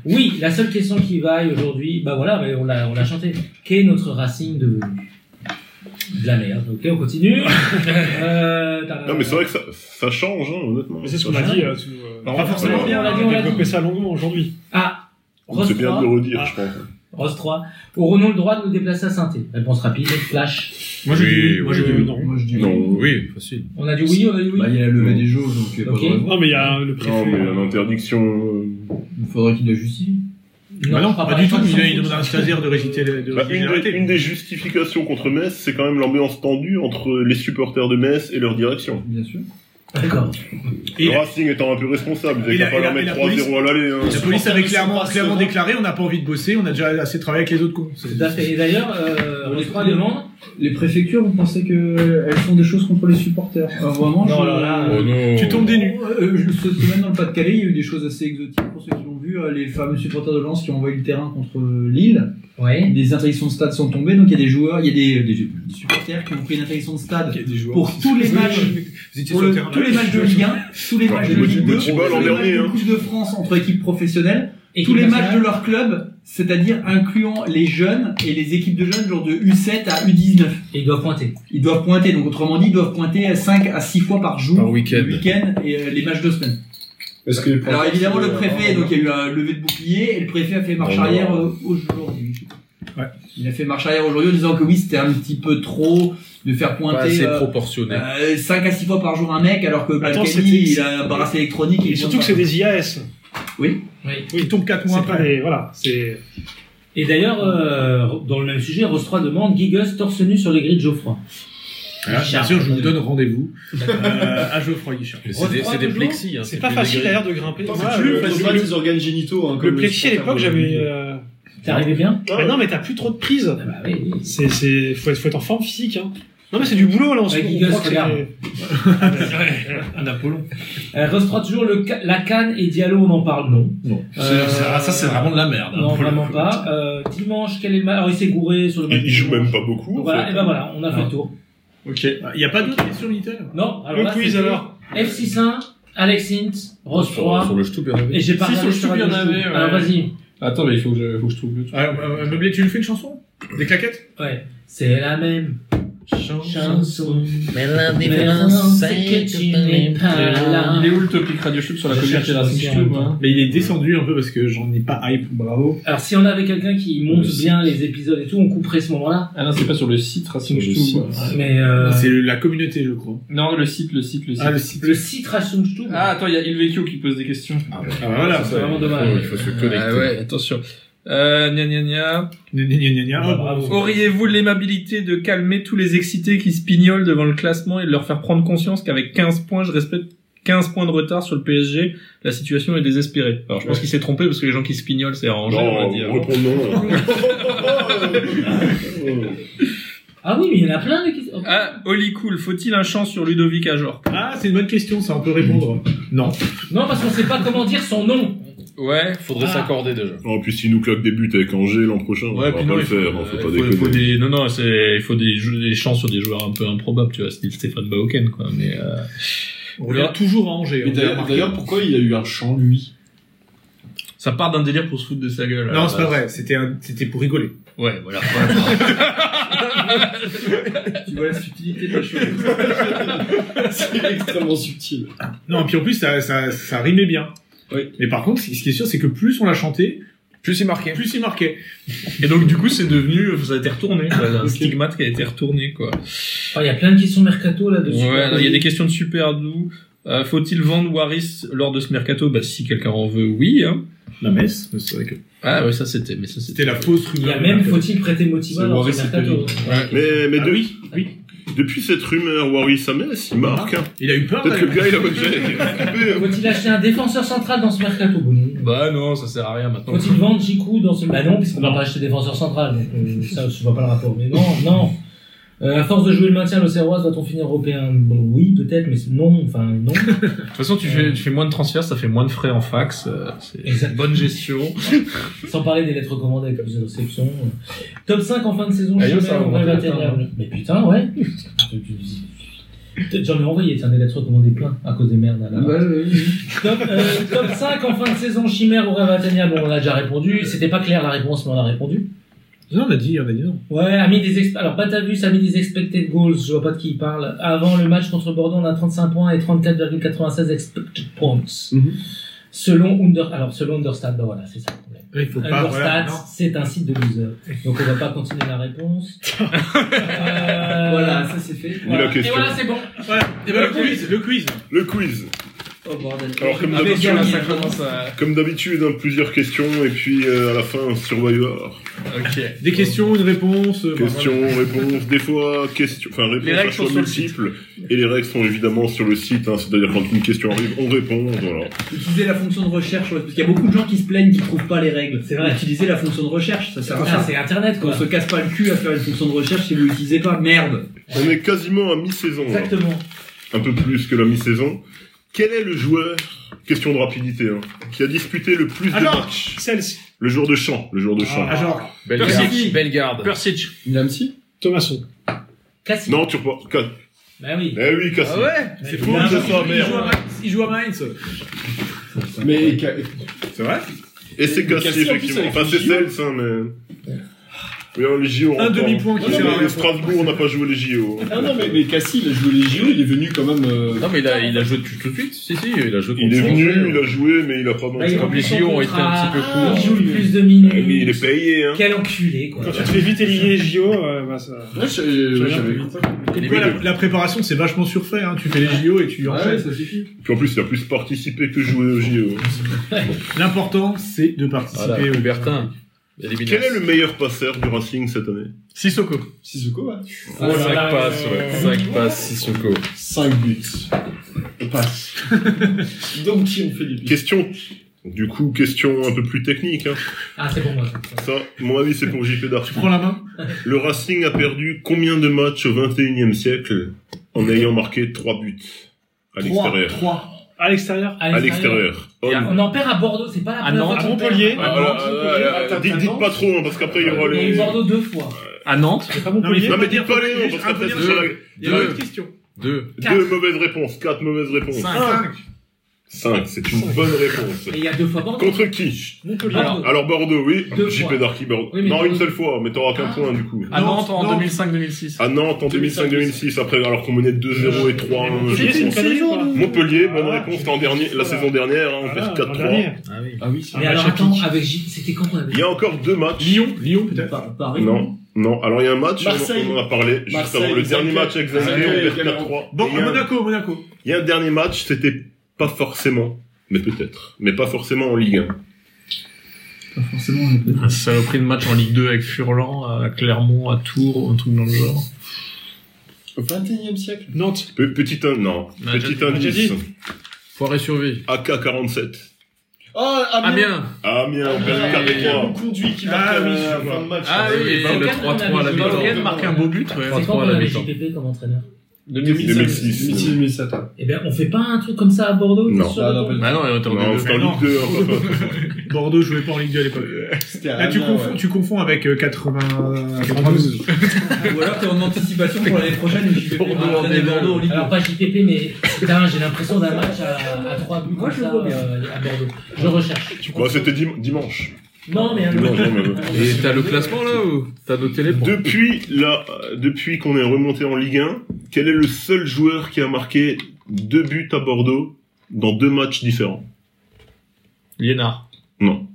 Speaker 5: Oui, la seule question qui vaille aujourd'hui, bah voilà, mais on l'a, on l'a chanté. Qu'est notre racine de... de la merde Ok, on continue. Euh, tarara.
Speaker 12: Non, mais c'est vrai que ça, ça change, hein, honnêtement.
Speaker 14: Mais C'est ce qu'on a dit. euh, sous, euh,
Speaker 2: Pas forcément
Speaker 5: on l'a dit, on l'a
Speaker 14: développer
Speaker 5: dit.
Speaker 14: ça longuement aujourd'hui.
Speaker 5: Ah,
Speaker 12: C'est bien de
Speaker 5: Rostra.
Speaker 12: le redire,
Speaker 14: Ah.
Speaker 12: je pense.
Speaker 5: Rose 3. Aurons-nous le droit de nous déplacer à Sainté Réponse rapide, flash.
Speaker 2: Moi je dis oui.
Speaker 10: Oui,
Speaker 2: Moi je
Speaker 14: Euh,
Speaker 2: dis oui.
Speaker 14: non.
Speaker 15: Moi je dis.
Speaker 12: Non,
Speaker 10: Oui, facile.
Speaker 5: On a dit oui, on a dit oui.
Speaker 15: Bah, il y a la levée des jauges, donc il n'y a pas
Speaker 5: Ok.
Speaker 15: de raison.
Speaker 14: Non, mais il y a le préfet.
Speaker 12: non mais l'interdiction. euh,
Speaker 15: Il faudrait qu'il la justifie.
Speaker 2: Non, Bah non, pas pas, par du tout. exemple, Il, sans il doute. demande à un stagiaire de réciter. le- de
Speaker 12: Bah,
Speaker 2: réciter
Speaker 12: une,
Speaker 2: l'arrêté.
Speaker 12: des, une des justifications contre Metz, c'est quand même l'ambiance tendue entre les supporters de Metz et leur direction.
Speaker 15: Bien sûr.
Speaker 5: D'accord.
Speaker 12: le Racing étant un peu responsable, vous
Speaker 2: Et
Speaker 12: n'allez
Speaker 2: la-
Speaker 12: pas
Speaker 2: et
Speaker 12: leur
Speaker 2: la- et
Speaker 12: mettre
Speaker 2: la
Speaker 12: 3-0 à l'aller. hein.
Speaker 2: La police avait clairement,
Speaker 5: pas
Speaker 2: clairement
Speaker 5: souvent.
Speaker 2: déclaré on n'a pas envie de bosser, on a déjà assez travaillé avec les autres cons. C'est-
Speaker 5: Tout à fait. Et d'ailleurs, euh, on les trois demandes.
Speaker 15: Les préfectures, vous pensez qu'elles font des choses contre les supporters Euh, Vraiment
Speaker 5: Non,
Speaker 15: je-
Speaker 5: alors là,
Speaker 10: Oh non.
Speaker 2: Tu tombes des nues.
Speaker 15: Euh, je- cette semaine dans le Pas-de-Calais, il y a eu des choses assez exotiques pour ceux qui l'ont vu. euh, Les fameux supporters de Lens qui ont envoyé le terrain contre euh, Lille.
Speaker 5: Ouais.
Speaker 15: Des interdictions de stade sont tombées, donc il y a des joueurs, il y a des, des- des supporters qui ont pris une interdiction de stade
Speaker 2: Il y a des joueurs.
Speaker 15: pour tous les matchs,
Speaker 2: Vous étiez
Speaker 15: pour
Speaker 2: sur le
Speaker 15: le-
Speaker 2: terrain.
Speaker 15: tous les matchs de Ligue 1, tous les
Speaker 12: Ouais,
Speaker 15: matchs de
Speaker 12: Mochi-
Speaker 15: Ligue 2, tous les
Speaker 12: Mochibal en dernier,
Speaker 15: matchs de
Speaker 12: hein.
Speaker 15: Coupe de France entre équipes professionnelles
Speaker 5: Et
Speaker 15: tous les matchs de leur club, c'est-à-dire incluant les jeunes et les équipes de jeunes, genre de U7 à U19.
Speaker 5: Et ils doivent pointer.
Speaker 15: Ils doivent pointer, donc autrement dit, ils doivent pointer 5 à 6 fois par jour,
Speaker 10: Par week-end.
Speaker 15: le week-end et euh, les matchs de semaine.
Speaker 13: Parce que
Speaker 15: Alors évidemment, le préfet, donc
Speaker 13: donc
Speaker 15: il y a eu un levé de bouclier et le préfet a fait marche
Speaker 12: Non, non.
Speaker 15: arrière euh, aujourd'hui.
Speaker 2: Ouais.
Speaker 15: Il a fait marche arrière aujourd'hui en disant que oui, c'était un petit peu trop de faire
Speaker 10: Pas
Speaker 15: pointer
Speaker 10: assez
Speaker 15: euh,
Speaker 10: proportionnel.
Speaker 15: euh, 5 à 6 fois par jour un mec, alors que
Speaker 14: Attends,
Speaker 15: Balkany,
Speaker 14: c'était-
Speaker 15: il a un bracelet électronique.
Speaker 14: Et
Speaker 15: il
Speaker 14: surtout que
Speaker 15: pointe
Speaker 14: c'est
Speaker 15: pas.
Speaker 14: des IAS.
Speaker 5: Oui.
Speaker 2: Il tombe 4 mois
Speaker 14: C'est pas
Speaker 2: après.
Speaker 14: des. Voilà. C'est.
Speaker 5: Et d'ailleurs, euh, dans le même sujet, Rose 3 demande Gigus torse nu sur les grilles de Geoffroy.
Speaker 2: Voilà, bien
Speaker 5: Guichard.
Speaker 2: sûr, je vous donne rendez-vous euh, à Geoffroy Guichard.
Speaker 10: Mais C'est
Speaker 5: ah,
Speaker 10: des,
Speaker 14: Refroid
Speaker 10: c'est des
Speaker 14: toujours
Speaker 10: plexis. hein,
Speaker 14: C'est pas
Speaker 10: plus
Speaker 14: facile
Speaker 10: des grilles.
Speaker 14: d'ailleurs de grimper.
Speaker 13: Putain,
Speaker 14: Moi,
Speaker 13: c'est plus
Speaker 14: le-
Speaker 13: facile
Speaker 14: le-
Speaker 13: des organes génitaux. Hein,
Speaker 14: Le
Speaker 13: comme
Speaker 14: plexi à l'époque,
Speaker 13: supporter de-
Speaker 14: j'avais. euh,
Speaker 5: T'es arrivé bien
Speaker 14: bah non, mais t'as plus trop de prise.
Speaker 5: Ah bah oui.
Speaker 14: C'est, c'est, faut être, faut être en forme physique, hein. Non, mais c'est du boulot, là, en
Speaker 5: Ouais,
Speaker 14: ce moment.
Speaker 5: Gigas,
Speaker 14: On croit que
Speaker 5: regarde.
Speaker 14: c'est- Ouais.
Speaker 11: Un Apollon.
Speaker 5: Euh, Rose 3 toujours le ca- la canne et Diallo, on en parle non.
Speaker 10: Non.
Speaker 5: Euh,
Speaker 11: C'est- ah, ça, ça, c'est vraiment de la merde. hein,
Speaker 5: Non,
Speaker 11: pour le
Speaker 5: vraiment
Speaker 11: coup.
Speaker 5: pas. Euh, dimanche, quel est le match Alors, il s'est gouré sur le match.
Speaker 12: Ils ils jouent
Speaker 5: dimanche.
Speaker 12: même pas beaucoup.
Speaker 5: Donc
Speaker 12: en
Speaker 5: voilà,
Speaker 12: fait.
Speaker 5: et ben voilà, on a
Speaker 11: Ah.
Speaker 5: fait le tour.
Speaker 2: Ok. Il n'y a pas d'autres questions, Little
Speaker 5: Non, alors
Speaker 14: Le
Speaker 5: là,
Speaker 14: quiz,
Speaker 5: c'était
Speaker 14: alors.
Speaker 5: F61, Alex Hint,
Speaker 11: Oh,
Speaker 5: Rose
Speaker 10: Sur,
Speaker 5: 3.
Speaker 10: sur le Stupé.
Speaker 5: Et j'ai pas
Speaker 11: Si, sur
Speaker 5: regardé
Speaker 11: le
Speaker 5: sur
Speaker 11: Stube, il y en
Speaker 5: Radio
Speaker 11: avait,
Speaker 5: Stube.
Speaker 11: ouais.
Speaker 5: Alors vas-y.
Speaker 10: Euh, Attends, mais il faut que je, faut que je trouve le truc.
Speaker 2: Alors, euh, Meublé, tu nous fais une chanson Des claquettes
Speaker 5: Ouais. C'est la même chanson.
Speaker 3: Mais la
Speaker 5: Mais non, c'est que tu n'es pas là.
Speaker 10: Il est où le topic Radio Stupé sur la
Speaker 5: Je
Speaker 10: communauté
Speaker 5: cherche aussi
Speaker 10: Racing
Speaker 5: en même
Speaker 10: Club hein
Speaker 2: Mais il est descendu un peu parce que j'en ai pas hype. Bravo.
Speaker 5: Alors si on avait quelqu'un qui monte
Speaker 10: Le-
Speaker 5: bien les épisodes et tout, on couperait ce moment-là.
Speaker 10: Ah non, c'est pas sur le site Racing Sur le Stube.
Speaker 5: Mais euh,
Speaker 2: C'est le- la communauté, je crois.
Speaker 10: Non, le site, le site, le site.
Speaker 2: Ah, le site.
Speaker 5: le site Rasumstu.
Speaker 10: Ah, attends, il y a Ilvecchio qui pose des questions.
Speaker 2: Ah, bah voilà.
Speaker 5: c'est vraiment dommage.
Speaker 10: Il faut se connecter. ouais, attention. Euh, gna gna gna.
Speaker 2: Gna, gna, gna, gna, gna.
Speaker 5: Ah,
Speaker 2: Oh,
Speaker 5: bravo.
Speaker 11: Auriez-vous l'amabilité de calmer tous les excités qui se pignolent devant le classement et de leur faire prendre conscience qu'avec 15 points, je respecte 15 points de retard sur le PSG, la situation est désespérée. Alors je pense qu'il s'est trompé parce que les gens qui se pignolent, c'est arrangé, on l'a dit
Speaker 12: Non,
Speaker 11: avant.
Speaker 12: réponds non.
Speaker 5: Oh. Ah oui, mais il y en a plein de questions.
Speaker 11: Ah, Oli Cool, faut-il un chant sur Ludovic Ajor
Speaker 2: Ah, c'est une bonne question, ça, on peut répondre. Non.
Speaker 5: Non, parce qu'on sait pas comment dire son nom.
Speaker 10: Ouais, faudrait
Speaker 5: Ah.
Speaker 10: s'accorder déjà.
Speaker 12: En plus, ils nous claquent des buts avec Angers l'an prochain. on va pas le faire, hein, faut pas déconner.
Speaker 11: euh, des, non, non, c'est, il faut des, jeux- des chants sur des joueurs un peu improbables, tu vois, style Stéphane Bauken, quoi, mais euh,
Speaker 2: On revient toujours à Angers.
Speaker 13: Mais
Speaker 2: on l'a
Speaker 13: d'ailleurs,
Speaker 2: remarqué.
Speaker 13: d'ailleurs, pourquoi il a eu un chant, lui
Speaker 11: ça part d'un délire pour se foutre de sa gueule.
Speaker 2: Non,
Speaker 11: Alors,
Speaker 2: c'est pas
Speaker 11: euh,
Speaker 2: vrai. C'était un- c'était pour rigoler.
Speaker 11: Ouais, voilà.
Speaker 15: Tu vois la subtilité de la chose.
Speaker 13: C'est extrêmement subtil.
Speaker 2: Non, et puis en plus, ça, ça, ça rimait bien.
Speaker 13: Oui.
Speaker 2: Mais par contre, ce qui est sûr, c'est que plus on l'a chanté,
Speaker 10: Plus c'est marqué.
Speaker 2: plus il marquait.
Speaker 11: Et donc du coup, c'est devenu, ça a été retourné, quoi, un stigmate qui a été retourné, quoi.
Speaker 5: Ah, Il y a plein de questions mercato là-dessus.
Speaker 11: Ouais, non, il y a des questions de super doux. Euh, Faut-il vendre Waris lors de ce mercato Bah si quelqu'un en veut, oui. hein.
Speaker 2: La messe, c'est vrai que
Speaker 11: Ah ouais, ça c'était, mais ça
Speaker 2: c'était
Speaker 11: c'était.
Speaker 2: la fausse rumeur.
Speaker 5: Il y a même faut-il prêter Motiva
Speaker 13: C'est
Speaker 5: dans
Speaker 13: Maurice
Speaker 5: ce mercato.
Speaker 12: Mais, mais
Speaker 2: Ah
Speaker 12: de-
Speaker 2: oui,
Speaker 12: depuis cette rumeur Waris à Metz, il marque.
Speaker 5: Ah.
Speaker 12: hein.
Speaker 2: Il a eu peur.
Speaker 12: Peut-être que le
Speaker 2: d'ailleurs.
Speaker 12: gars, il a bougé.
Speaker 5: Faut-il acheter un défenseur central dans ce mercato Bono
Speaker 11: Bah non, ça sert à rien maintenant.
Speaker 5: Faut-il vendre Jiku dans ce Ah, Bah non, puisqu'on va pas acheter défenseur central, donc euh, ça, je vois pas le rapport. Mais non, non. Euh, à force de jouer le maintien, l'Auxerrois doit-on finir européen Bon, Oui, peut-être, mais c'est- non, enfin non.
Speaker 11: De toute façon, tu fais, tu fais moins de transferts, ça fait moins de frais en fax. euh, c'est
Speaker 5: Exact.
Speaker 11: une bonne gestion.
Speaker 5: Sans parler des lettres commandées avec les réceptions. Top 5 en fin de saison,
Speaker 10: Ah, yo,
Speaker 5: Chimel,
Speaker 10: ça a
Speaker 5: on va
Speaker 10: augmenté,
Speaker 11: hein.
Speaker 5: atteignable. Mais putain, ouais. Tu- tu dis- Peut-être J'en ai envoyé, tiens, des lettres commandées plein à cause des merdes. à la- Top, euh, top 5 en fin de saison, chimère ou rêve atteignable, on a déjà répondu. C'était pas clair la réponse, mais on a répondu.
Speaker 2: Non, on a dit, on a dit non.
Speaker 5: Ouais, a mis des ex- alors Batavus a mis des expected goals, je vois pas de qui il parle. Avant le match contre Bordeaux, on a 35 points et 34,96 expected points.
Speaker 13: Mhm.
Speaker 5: Selon Under, alors selon Understat, ben voilà, c'est ça le problème.
Speaker 2: Il faut pas.
Speaker 5: Understat,
Speaker 2: Voilà, non.
Speaker 5: c'est un site de loser. Donc on va pas continuer la réponse. Euh,
Speaker 15: Voilà, ça c'est fait.
Speaker 12: Ni la
Speaker 5: Et
Speaker 12: question.
Speaker 5: voilà, Ah, c'est bon.
Speaker 2: Voilà. Et ben, le quiz, le quiz.
Speaker 12: Le quiz.
Speaker 5: Oh bordel.
Speaker 12: Alors comme
Speaker 5: Ah, mais
Speaker 12: d'habitude,
Speaker 5: voilà, ça commence à-
Speaker 12: comme d'habitude, hein, plusieurs questions et puis euh, à la fin un survivor.
Speaker 2: Des questions, une réponse. euh,
Speaker 12: Questions,
Speaker 2: voilà.
Speaker 12: réponses, des fois questions, enfin réponses
Speaker 2: Les
Speaker 12: à
Speaker 2: règles
Speaker 12: choix
Speaker 2: sont sur le
Speaker 12: multiples. Et les règles sont évidemment sur le site, hein, c'est-à-dire quand une question arrive, on répond. Voilà.
Speaker 15: Utilisez la fonction de recherche, ouais, parce qu'il y a beaucoup de gens qui se plaignent qu'ils trouvent pas les règles. C'est
Speaker 5: vrai.
Speaker 15: Utilisez la fonction de recherche, ça sert à
Speaker 5: Ah,
Speaker 15: ça.
Speaker 5: c'est Internet, quoi.
Speaker 15: On se casse pas le cul à faire une fonction de recherche si vous l'utilisez pas. Merde.
Speaker 12: On est quasiment à mi-saison. là.
Speaker 5: Exactement.
Speaker 12: Un peu plus que la mi-saison. Quel est le joueur, question de rapidité, hein, qui a disputé le plus de
Speaker 14: Alors,
Speaker 12: matchs
Speaker 14: celle
Speaker 12: Le jour de champ. Le jour de champ.
Speaker 14: Ah, genre.
Speaker 12: Bellegarde.
Speaker 11: Bellegarde. Persic.
Speaker 13: Milamsi.
Speaker 14: Thomasson.
Speaker 5: Cassie.
Speaker 12: Non, tu reprends. Ca-
Speaker 5: Bah oui.
Speaker 12: Eh oui, Cassie.
Speaker 2: C'est faux,
Speaker 12: Bien
Speaker 2: Ah il
Speaker 12: joué,
Speaker 2: joue- il
Speaker 12: merde.
Speaker 2: joue à Mainz, il joue à Mainz.
Speaker 13: Mais
Speaker 12: C'est vrai Et c'est
Speaker 13: Mais
Speaker 12: Cassie,
Speaker 13: Cassie, en plus,
Speaker 12: effectivement.
Speaker 13: avec
Speaker 12: Enfin,
Speaker 13: les
Speaker 12: c'est
Speaker 13: JO.
Speaker 12: Cels, hein, mais. Oui, hein, les JO.
Speaker 2: Un
Speaker 12: encore.
Speaker 2: demi-point qui
Speaker 12: Non,
Speaker 2: sert à
Speaker 12: mais
Speaker 2: rien.
Speaker 12: Strasbourg, on n'a pas joué les hein. JO.
Speaker 13: Ah non, mais, mais Cassie, il a joué les JO, il est venu quand même. euh,
Speaker 10: Non, mais il a, il a joué tout, tout de suite. Si, si, il a joué
Speaker 12: Il
Speaker 10: contre
Speaker 12: est
Speaker 10: son
Speaker 12: venu,
Speaker 10: frère.
Speaker 12: il a joué, mais il a pas
Speaker 5: Bah, il
Speaker 12: monté.
Speaker 10: Comme
Speaker 5: remplit
Speaker 10: les
Speaker 5: son
Speaker 10: JO ont été
Speaker 5: contrat.
Speaker 10: un petit peu
Speaker 5: Ah,
Speaker 10: courts.
Speaker 5: Il joue le plus de
Speaker 12: Eh oui, il
Speaker 5: minutes.
Speaker 12: est payé, hein.
Speaker 5: Quel enculé, quoi.
Speaker 14: Quand tu te fais vite éliminer JO, euh, bah ça.
Speaker 13: Ouais, j'ai-
Speaker 14: Ça
Speaker 13: ouais,
Speaker 14: vient
Speaker 13: j'avais
Speaker 14: plus
Speaker 13: compris.
Speaker 10: Il est
Speaker 2: Ouais,
Speaker 10: venu.
Speaker 2: la, la préparation, c'est vachement surfait. Hein. Tu fais les JO et tu
Speaker 13: Ah ouais,
Speaker 2: enchaînes.
Speaker 13: ça suffit.
Speaker 12: Puis en plus, il a plus participé que joué aux JO.
Speaker 2: L'important, c'est de
Speaker 10: Voilà,
Speaker 2: participer. au
Speaker 10: Hubertin.
Speaker 12: Quel est le meilleur passeur du Racing cette année
Speaker 11: Sissoko.
Speaker 13: Sissoko, ouais.
Speaker 5: Ah,
Speaker 10: 5 Oh, passes, ouais.
Speaker 5: euh, oh.
Speaker 10: 5 passes, Sissoko.
Speaker 13: 5 buts. Et passe. Donc, qui ont fait les buts
Speaker 12: Question. Du coup, question un peu plus technique. Hein.
Speaker 5: Ah, c'est pour moi.
Speaker 12: Ça, mon avis, c'est pour JP Darty.
Speaker 2: Prends la main.
Speaker 12: Le Racing a perdu combien de matchs au 21e siècle en ayant marqué 3 buts à
Speaker 2: 3,
Speaker 12: l'extérieur
Speaker 2: 3.
Speaker 14: À l'extérieur.
Speaker 12: À l'extérieur. On-
Speaker 5: On en perd à Bordeaux, c'est pas la
Speaker 11: À
Speaker 5: première
Speaker 11: Nantes,
Speaker 5: fois qu'on
Speaker 14: à
Speaker 5: perd.
Speaker 14: Montpellier.
Speaker 12: Ah, voilà, ah, ah, ah, dites, dites pas trop, hein, parce qu'après il y aura
Speaker 5: On a eu
Speaker 12: les.
Speaker 5: Bordeaux deux fois.
Speaker 11: À Nantes.
Speaker 14: C'est pas
Speaker 2: Non, mais
Speaker 14: Montpellier.
Speaker 12: Non, mais
Speaker 2: dire
Speaker 12: dites pas les
Speaker 2: faut
Speaker 12: noms, parce qu'après
Speaker 2: juste
Speaker 12: c'est la...
Speaker 2: Il y a
Speaker 10: Deux.
Speaker 2: une autre question.
Speaker 10: 2.
Speaker 12: Deux mauvaises réponses, quatre mauvaises réponses.
Speaker 11: Cinq.
Speaker 2: 5.
Speaker 12: 5, c'est une bonne réponse.
Speaker 5: Et il y a deux fois Bordeaux.
Speaker 12: Contre qui
Speaker 14: Montpellier.
Speaker 5: Alors,
Speaker 12: Alors Bordeaux, oui.
Speaker 5: Deux fois.
Speaker 12: JP Darky, Bordeaux.
Speaker 5: Oui, mais
Speaker 12: non,
Speaker 5: Bordeaux-
Speaker 12: une seule fois, mais t'auras qu'un
Speaker 5: Ah.
Speaker 12: point du coup.
Speaker 11: À Nantes en
Speaker 2: Nantes.
Speaker 11: 2005-2006.
Speaker 12: À Nantes en 2005-2006, après, alors qu'on menait 2-0 et 3-1.
Speaker 14: Montpellier, c'est
Speaker 12: je
Speaker 14: une
Speaker 12: crois.
Speaker 14: connerie. ou pas
Speaker 12: Montpellier, bonne
Speaker 14: Voilà.
Speaker 12: réponse l'an dernier, la
Speaker 14: Voilà.
Speaker 12: saison dernière, hein, on
Speaker 14: Voilà,
Speaker 12: perd
Speaker 14: l'an
Speaker 12: 4-3.
Speaker 14: dernier.
Speaker 13: Ah oui, c'est
Speaker 5: Mais alors attends, avec J, c'était quand qu'on avait
Speaker 12: Il y a encore deux matchs.
Speaker 2: Lyon, Lyon peut-être.
Speaker 15: Par- Paris.
Speaker 12: Non, non. Alors il y a un match, on-
Speaker 13: Marseille.
Speaker 12: on en a parlé juste
Speaker 13: Marseille,
Speaker 12: avant. Le dernier match
Speaker 13: Marseille,
Speaker 12: avec Zanguet,
Speaker 13: Marseille,
Speaker 12: on perd
Speaker 13: Cameroun.
Speaker 12: 4-3.
Speaker 2: Bon,
Speaker 12: Et il y a un-
Speaker 2: Monaco, Monaco.
Speaker 12: Il y a un dernier match, c'était pas forcément, mais peut-être, mais pas forcément en Ligue 1.
Speaker 15: Pas forcément. mais peut-être.
Speaker 11: Un saloperie de match en Ligue 2 avec Furlan, à Clermont, à Tours, un truc dans le genre.
Speaker 13: Au 21 e siècle.
Speaker 14: Nantes.
Speaker 12: Pe- petit in- non,
Speaker 11: Ah,
Speaker 12: petit
Speaker 11: j'ai-
Speaker 14: j'ai dit.
Speaker 12: indice.
Speaker 10: Foiré survie.
Speaker 12: AK-47.
Speaker 13: Oh, Amiens
Speaker 10: Amiens.
Speaker 12: Ah, Amiens, on perd
Speaker 10: oui.
Speaker 12: le quart des
Speaker 13: Le
Speaker 12: points.
Speaker 13: conduit qui
Speaker 2: Ah
Speaker 13: marque à
Speaker 2: oui,
Speaker 13: la
Speaker 2: je vois.
Speaker 13: fin de match.
Speaker 10: Ah oui, et le
Speaker 5: Balkan,
Speaker 10: 3-3 à la
Speaker 5: on avait
Speaker 10: mi-temps.
Speaker 5: joué.
Speaker 11: marque un beau but, ouais.
Speaker 5: C'est quand
Speaker 10: 3-3 à
Speaker 5: qu'on
Speaker 10: la
Speaker 5: avait
Speaker 10: mi-temps.
Speaker 5: JPP comme entraîneur
Speaker 12: 2006.
Speaker 13: 2007.
Speaker 5: Eh ben, on fait pas un truc comme ça à Bordeaux
Speaker 12: Non.
Speaker 5: sur
Speaker 13: Ah,
Speaker 5: le
Speaker 13: non,
Speaker 5: banc
Speaker 10: Bah non, il était en
Speaker 12: Non,
Speaker 10: Ligue 2.
Speaker 12: c'est en Ligue 2. hein, papa.
Speaker 2: Bordeaux jouait Oh, pas en Ligue 2 à l'époque.
Speaker 12: Euh,
Speaker 13: C'était à
Speaker 12: Ah,
Speaker 2: Là, tu,
Speaker 13: Amiens,
Speaker 2: confonds,
Speaker 13: ouais.
Speaker 2: tu confonds avec euh, 80... 92.
Speaker 15: Ou alors t'es en anticipation pour l'année prochaine et JPP
Speaker 10: Bordeaux en
Speaker 15: va entraîner
Speaker 10: D2.
Speaker 15: Bordeaux en Ligue
Speaker 5: Alors pas JPP, mais putain, j'ai l'impression d'un match à, à 3 buts
Speaker 15: Moi,
Speaker 5: comme
Speaker 15: je
Speaker 5: ça,
Speaker 15: vois bien.
Speaker 5: euh, à Bordeaux. Je recherche.
Speaker 12: Bah, c'était dim- dimanche.
Speaker 5: Non, mais un
Speaker 12: Dimanche, non, mais bon.
Speaker 10: Et t'as le classement là ou t'as noté les points
Speaker 12: Depuis la, depuis qu'on est remonté en Ligue 1, quel est le seul joueur qui a marqué deux buts à Bordeaux dans deux matchs différents
Speaker 11: Liénard.
Speaker 12: Non,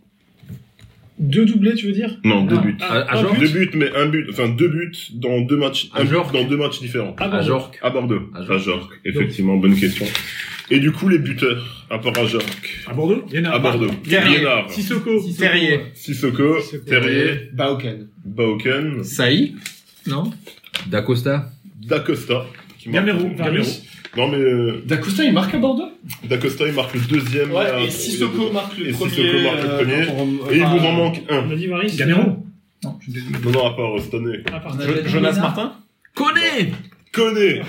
Speaker 14: Deux doublés, tu veux dire
Speaker 12: non, deux
Speaker 5: Non.
Speaker 12: buts.
Speaker 10: À- à
Speaker 14: un
Speaker 10: Jorge.
Speaker 12: Deux buts, mais un but, enfin deux buts dans deux matchs,
Speaker 10: À
Speaker 12: un but
Speaker 10: Jorque.
Speaker 12: dans deux matchs différents.
Speaker 14: Ah,
Speaker 10: À
Speaker 14: bon.
Speaker 10: Jorque.
Speaker 12: À Bordeaux,
Speaker 10: À
Speaker 12: à
Speaker 10: Jorque.
Speaker 12: Jorque, effectivement, bonne question. Et du coup, les buteurs, à part à Jorque,
Speaker 2: À Bordeaux
Speaker 12: à Bordeaux,
Speaker 11: Terrier.
Speaker 12: Liénard,
Speaker 2: Sissoko.
Speaker 11: Terrier.
Speaker 12: Sissoko, Terrier,
Speaker 13: Bauken.
Speaker 12: Bauken,
Speaker 10: Saï Non D'Acosta
Speaker 12: Dacosta, qui marque-
Speaker 2: Gamero,
Speaker 12: Gamero.
Speaker 2: Varis.
Speaker 12: Non mais euh,
Speaker 13: Dacosta, il marque à Bordeaux
Speaker 12: Dacosta, il marque le deuxième. à-
Speaker 13: Ouais, et Sissoko marque le
Speaker 12: Et
Speaker 13: premier.
Speaker 12: Sissoko marque le
Speaker 13: euh,
Speaker 12: premier.
Speaker 13: pour, euh,
Speaker 12: Et il vous
Speaker 13: enfin,
Speaker 12: en manque un.
Speaker 14: On a dit Varis.
Speaker 2: Gamero.
Speaker 12: Non, non, à part euh, cette année.
Speaker 14: Ah, pardon.
Speaker 15: On a
Speaker 11: Jo-
Speaker 15: déjà dit
Speaker 11: Jonas
Speaker 15: Lénard.
Speaker 11: Martin
Speaker 10: Koné
Speaker 12: Connais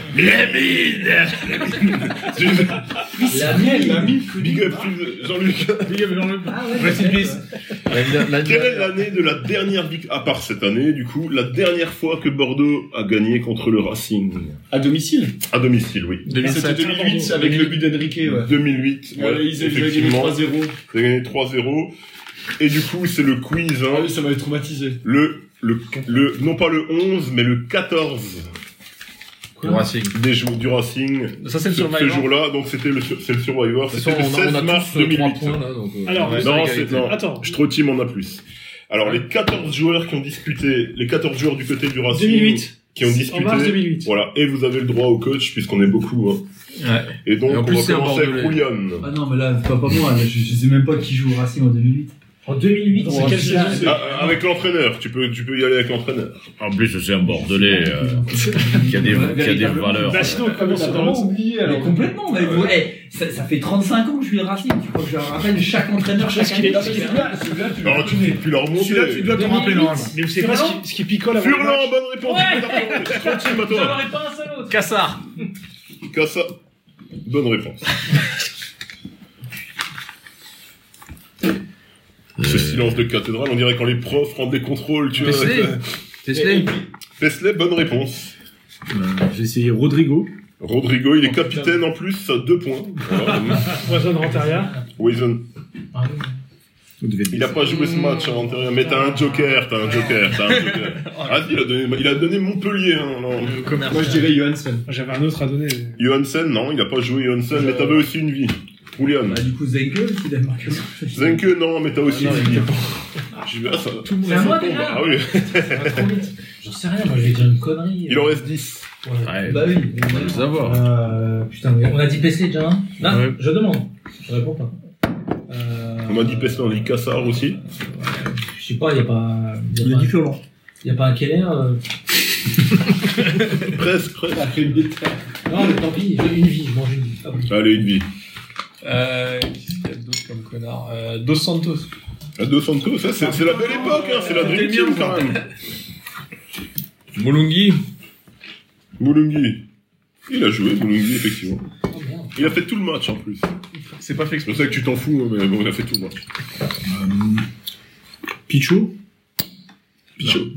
Speaker 5: La mienne.
Speaker 13: La mine
Speaker 12: Big up Phil- Jean-Luc.
Speaker 5: Ah ouais,
Speaker 2: Rest in
Speaker 5: peut-être.
Speaker 2: peace.
Speaker 12: Quelle est l'année de la dernière victoire, à part cette année, du coup, la dernière fois que Bordeaux a gagné contre le Racing
Speaker 13: À domicile
Speaker 12: À domicile, oui.
Speaker 13: C'était
Speaker 11: 2007.
Speaker 13: 2008 avec le but d'Enrique, ouais.
Speaker 12: 2008,
Speaker 13: Ouais,
Speaker 12: ouais,
Speaker 13: ils avaient gagné
Speaker 12: effectivement.
Speaker 13: 3-0.
Speaker 12: Ils avaient gagné 3-0. Et du coup, c'est le quiz,
Speaker 13: Ah
Speaker 12: hein.
Speaker 13: oui, ça m'avait traumatisé.
Speaker 12: Le, le, le, non pas le 11, mais le 14
Speaker 10: Le Racing.
Speaker 12: des jours du Racing.
Speaker 11: Ça, c'est le
Speaker 12: Ce, ce
Speaker 11: Survivor.
Speaker 12: jour-là, donc c'était le, sur- c'est le Survivor,
Speaker 10: De toute façon,
Speaker 12: c'était
Speaker 10: on
Speaker 12: le
Speaker 10: a-
Speaker 12: 16
Speaker 10: on a
Speaker 12: mars
Speaker 10: tous 3
Speaker 12: 2008.
Speaker 10: points là. donc, euh,
Speaker 14: Alors,
Speaker 10: on est
Speaker 12: Non,
Speaker 10: à
Speaker 12: c'est,
Speaker 10: égalité.
Speaker 12: non,
Speaker 14: Attends.
Speaker 12: Strotim en a plus. Alors, les 14 joueurs qui ont disputé, les 14 joueurs du côté du Racing,
Speaker 14: 2008.
Speaker 12: qui ont
Speaker 14: En mars
Speaker 12: disputé,
Speaker 14: 2008.
Speaker 12: voilà, et vous avez le droit au coach, puisqu'on est beaucoup, hein. Et donc,
Speaker 15: Et en
Speaker 12: on
Speaker 15: plus,
Speaker 12: va
Speaker 15: c'est un
Speaker 12: commencer avec
Speaker 15: Bordelais.
Speaker 12: Rouillonne.
Speaker 15: Ah non, mais là, pas, pas moi, là, je, je sais même pas qui joue au Racing en 2008.
Speaker 5: En 2008,
Speaker 15: c'est quelle saison c'est
Speaker 12: Ah, Avec l'entraîneur, tu peux, tu peux y aller avec l'entraîneur.
Speaker 17: En plus, c'est un Bordelais euh, qui a des, qui a des valeurs.
Speaker 14: Bah,
Speaker 12: Ah,
Speaker 15: oublié alors. complètement, mais vous, eh, ça, ça fait 35 ans que je suis le Racing, tu crois que je rappelle chaque entraîneur, chaque année
Speaker 12: Alors, Ah, tu ne peux plus leur remonter.
Speaker 14: Celui-là, tu dois t'en rappeler, normalement. Mais vous savez pas ce qui- ce qui picole avant le
Speaker 12: Furlan,
Speaker 14: match
Speaker 12: bonne réponse.
Speaker 14: Ouais.
Speaker 12: Tranquille, maintenant.
Speaker 14: Vous en aurez
Speaker 5: pas un seul autre.
Speaker 12: Cassard. Cassard. Bonne réponse. Ce silence de cathédrale, on dirait quand les profs rendent des contrôles, tu vois.
Speaker 2: Fesley. Fesley.
Speaker 12: Fesley, bonne réponse.
Speaker 2: J'ai essayé Rodrigo.
Speaker 12: Rodrigo, il est capitaine en plus, à deux points. Voilà.
Speaker 14: Poison Renteria.
Speaker 12: Wison. Il a pas joué ce match avant Terrier, mais t'as un joker, t'as un joker, t'as un joker. Ah si, il a donné, il a donné Montpellier. Hein, non.
Speaker 14: Moi, je dirais
Speaker 12: Johansen.
Speaker 14: Ah, J'avais un autre à donner.
Speaker 12: Johansen, non, il a pas joué Johansen, mais
Speaker 5: Euh,
Speaker 12: t'avais aussi une vie. Julian.
Speaker 5: Bah,
Speaker 15: du coup, Zenke aussi, il a marqué.
Speaker 12: Zenke, non, mais t'as
Speaker 5: Ah
Speaker 12: aussi une vie. J'ai vu, ah, ça, tout le
Speaker 5: C'est à moi,
Speaker 12: tombe.
Speaker 5: déjà
Speaker 12: Ah oui.
Speaker 5: J'en sais rien, moi je vais dire une connerie.
Speaker 12: Il en reste 10.
Speaker 5: Ouais, bah oui, on va le Euh,
Speaker 10: savoir.
Speaker 5: putain, mais on a dit PC déjà, hein Non, je demande. Je réponds pas. Euh,
Speaker 12: On m'a dit Pestin, on dit Cassard aussi.
Speaker 5: Je sais pas, y a pas. Y a pas du Y a pas un Keller euh,
Speaker 12: Presque, presque.
Speaker 5: Non, mais tant pis, j'ai une vie, je mange une vie. Ah, bon.
Speaker 12: Allez, une vie.
Speaker 11: Euh, qu'est-ce qu'il y a d'autre comme connard Euh, Dos Santos.
Speaker 12: La Ah, Dos Santos, ça, c'est c'est la belle époque, hein, c'est la Dream Team quand même.
Speaker 11: Moulungi.
Speaker 12: Moulungi. Il a joué, Moulungi, effectivement.
Speaker 5: Oh,
Speaker 12: Il a fait tout le match en plus.
Speaker 11: C'est pas fait
Speaker 12: Je sais que tu t'en fous, hein, mais bon, il a fait tout le match.
Speaker 2: Euh, Pichot.
Speaker 12: Pichot.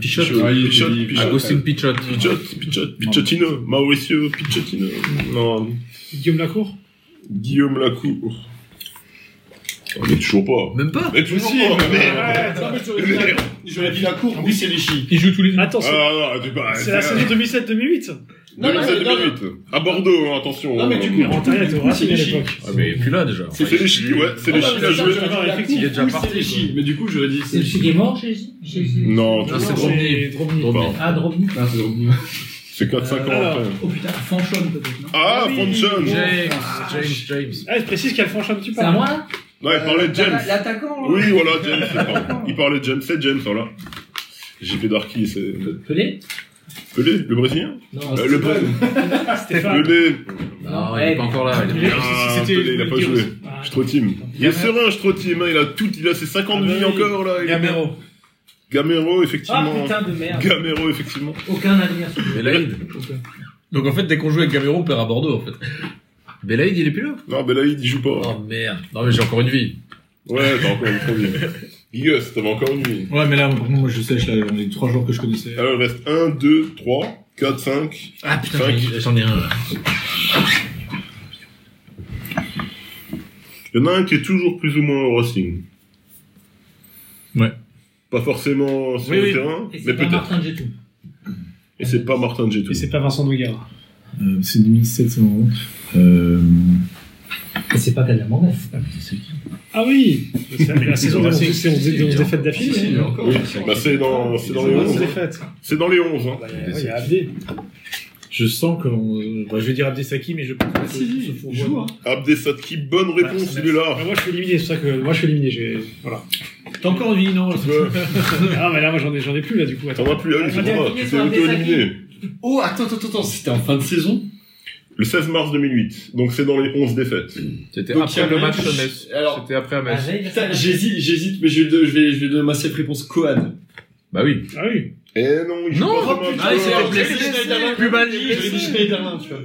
Speaker 2: Pichot.
Speaker 12: Pichot. Pichot.
Speaker 10: Agustin
Speaker 12: Pichot. Pichot. Pichot. Pichotino. Mauricio Pichotino. Non.
Speaker 14: Guillaume Lacour
Speaker 12: Guillaume Lacour. Ah, mais toujours pas.
Speaker 10: Même pas
Speaker 12: Mais toujours
Speaker 14: Si,
Speaker 12: pas.
Speaker 14: mais-
Speaker 12: Merde.
Speaker 14: Ouais, ça, mais j'aurais dit-
Speaker 12: J'aurais dit Lacour. Oui, c'est les chiens.
Speaker 11: Il joue tous les
Speaker 14: Attends, c'est-
Speaker 12: Ah non, tu pas.
Speaker 14: c'est la saison 2007-2008.
Speaker 12: 2008. À Bordeaux, hein, attention.
Speaker 14: Non, mais tu comprends, Renteria était au Racing à l'époque.
Speaker 10: Ah, mais plus là déjà.
Speaker 12: C'est c'est les chiens, ouais. Ah, bah, C'est les chiens, il a joué.
Speaker 10: Il est déjà parti. quoi.
Speaker 13: Mais du coup, j'aurais dit.
Speaker 5: C'est le chic qui est mort chez chez- chez- Non,
Speaker 12: Non, c'est
Speaker 5: c'est Ah, Drobny.
Speaker 12: Drobny.
Speaker 5: Ah, Drobny.
Speaker 12: C'est 4-5 ans
Speaker 14: Alors.
Speaker 12: après.
Speaker 15: Oh putain, Fanchon peut-être, non
Speaker 12: Ah,
Speaker 14: Oui.
Speaker 12: Fonchon.
Speaker 10: James, James, James.
Speaker 14: Ah, je précise qu'elle franchit un petit peu.
Speaker 5: C'est à moi hein. là
Speaker 12: Non, il parlait de
Speaker 5: Ah, bah,
Speaker 12: James.
Speaker 15: L'attaquant
Speaker 12: Oui, voilà, James. c'est pas- Il parlait de James, c'est James, voilà. J'ai fait Darky, c'est.
Speaker 5: Pelé
Speaker 12: Pelé, le Brésilien
Speaker 5: Non,
Speaker 12: Euh, Le Brésilien.
Speaker 14: Stéphane.
Speaker 12: Pelé.
Speaker 5: Non,
Speaker 10: Ah, Non, il est
Speaker 15: eh.
Speaker 5: ouais,
Speaker 10: pas encore là. il est-
Speaker 12: Ah, Pelé, il a pas joué. Strotim. Il est serein, Strotim. hein, Il a tout, il a ses
Speaker 10: Ah
Speaker 12: 50
Speaker 10: bah
Speaker 12: vies encore, là. il est-
Speaker 11: Gamero.
Speaker 12: Gamero,
Speaker 5: Ah
Speaker 12: effectivement.
Speaker 5: putain de merde.
Speaker 12: Gamero, effectivement.
Speaker 5: Aucun avenir. ce jeu.
Speaker 10: Belaïd.
Speaker 5: Aucun.
Speaker 11: Donc en fait, dès qu'on joue avec Gamero, on perd à Bordeaux en fait.
Speaker 10: Belaïd, il est plus là.
Speaker 12: Non, Belaïd, il joue pas.
Speaker 10: Oh merde. Non, mais j'ai encore une vie.
Speaker 12: Ouais, t'as encore une première. Gus, t'avais encore une vie.
Speaker 2: Ouais, mais là, par contre, moi, je sèche, là, j'en ai trois joueurs que je connaissais.
Speaker 12: Alors, il reste 1, 2, 3, 4, 5.
Speaker 10: Ah putain,
Speaker 12: Cinq.
Speaker 10: j'en ai- j'en ai un là.
Speaker 12: Il y en a un qui est toujours plus ou moins au Racing.
Speaker 10: Ouais.
Speaker 12: Pas forcément sur
Speaker 10: Oui,
Speaker 12: le
Speaker 10: oui.
Speaker 12: terrain,
Speaker 5: Et c'est
Speaker 12: mais
Speaker 5: pas
Speaker 12: peut-être.
Speaker 5: Martin Getou.
Speaker 12: Et c'est pas Martin Getou.
Speaker 14: Et c'est pas Vincent Noguera.
Speaker 2: Euh, c'est 1700. Euh...
Speaker 5: Et c'est pas Calamandès.
Speaker 14: Ah oui C'est la saison des 11, c'est 11 dé- 11 défaites d'affilée. hein.
Speaker 12: Oui, bah c'est dans, c'est dans les
Speaker 14: 11
Speaker 12: 11.
Speaker 14: défaites.
Speaker 12: C'est dans les 11. Hein.
Speaker 14: Ouais, Il y a Abdé.
Speaker 2: Je sens que. on- bah, je vais dire Abdesaki, mais je pense que
Speaker 14: si,
Speaker 2: se fourvoie.
Speaker 14: joue, hein.
Speaker 12: Abdesatki, bonne réponse, il est
Speaker 14: Ah,
Speaker 12: là.
Speaker 14: Moi je suis éliminé, c'est pour ça que moi je suis éliminé. j'ai- Voilà.
Speaker 2: T'as encore une vie, non
Speaker 14: Ah mais là moi j'en ai, j'en ai plus là du coup. Attends.
Speaker 12: T'en as plus,
Speaker 2: Ah,
Speaker 12: là, c'est
Speaker 5: Abdesaki,
Speaker 12: pas grave, tu t'es
Speaker 5: sur Abdesaki.
Speaker 12: auto-éliminé.
Speaker 13: Oh, attends, attends, attends, c'était en fin de saison
Speaker 12: Le 16 mars 2008, donc c'est dans les 11 défaites.
Speaker 10: C'était
Speaker 13: Donc, il y
Speaker 10: après
Speaker 13: a
Speaker 10: le
Speaker 13: même-
Speaker 10: match à Metz.
Speaker 13: Alors-
Speaker 10: C'était après à
Speaker 5: Ah,
Speaker 10: Metz.
Speaker 5: j'allais dire
Speaker 13: Putain,
Speaker 5: ça.
Speaker 13: j'hésite, j'hésite, mais je vais, je vais, je vais donner ma safe réponse Cohan.
Speaker 10: Bah oui.
Speaker 14: Ah oui.
Speaker 12: Eh non, il joue
Speaker 10: Non,
Speaker 12: pas vraiment.
Speaker 10: ah, il s'est fait
Speaker 12: Ah,
Speaker 10: blesser.
Speaker 13: Plus mal
Speaker 10: dit,
Speaker 13: je l'ai dit Schneiderlin, tu vois.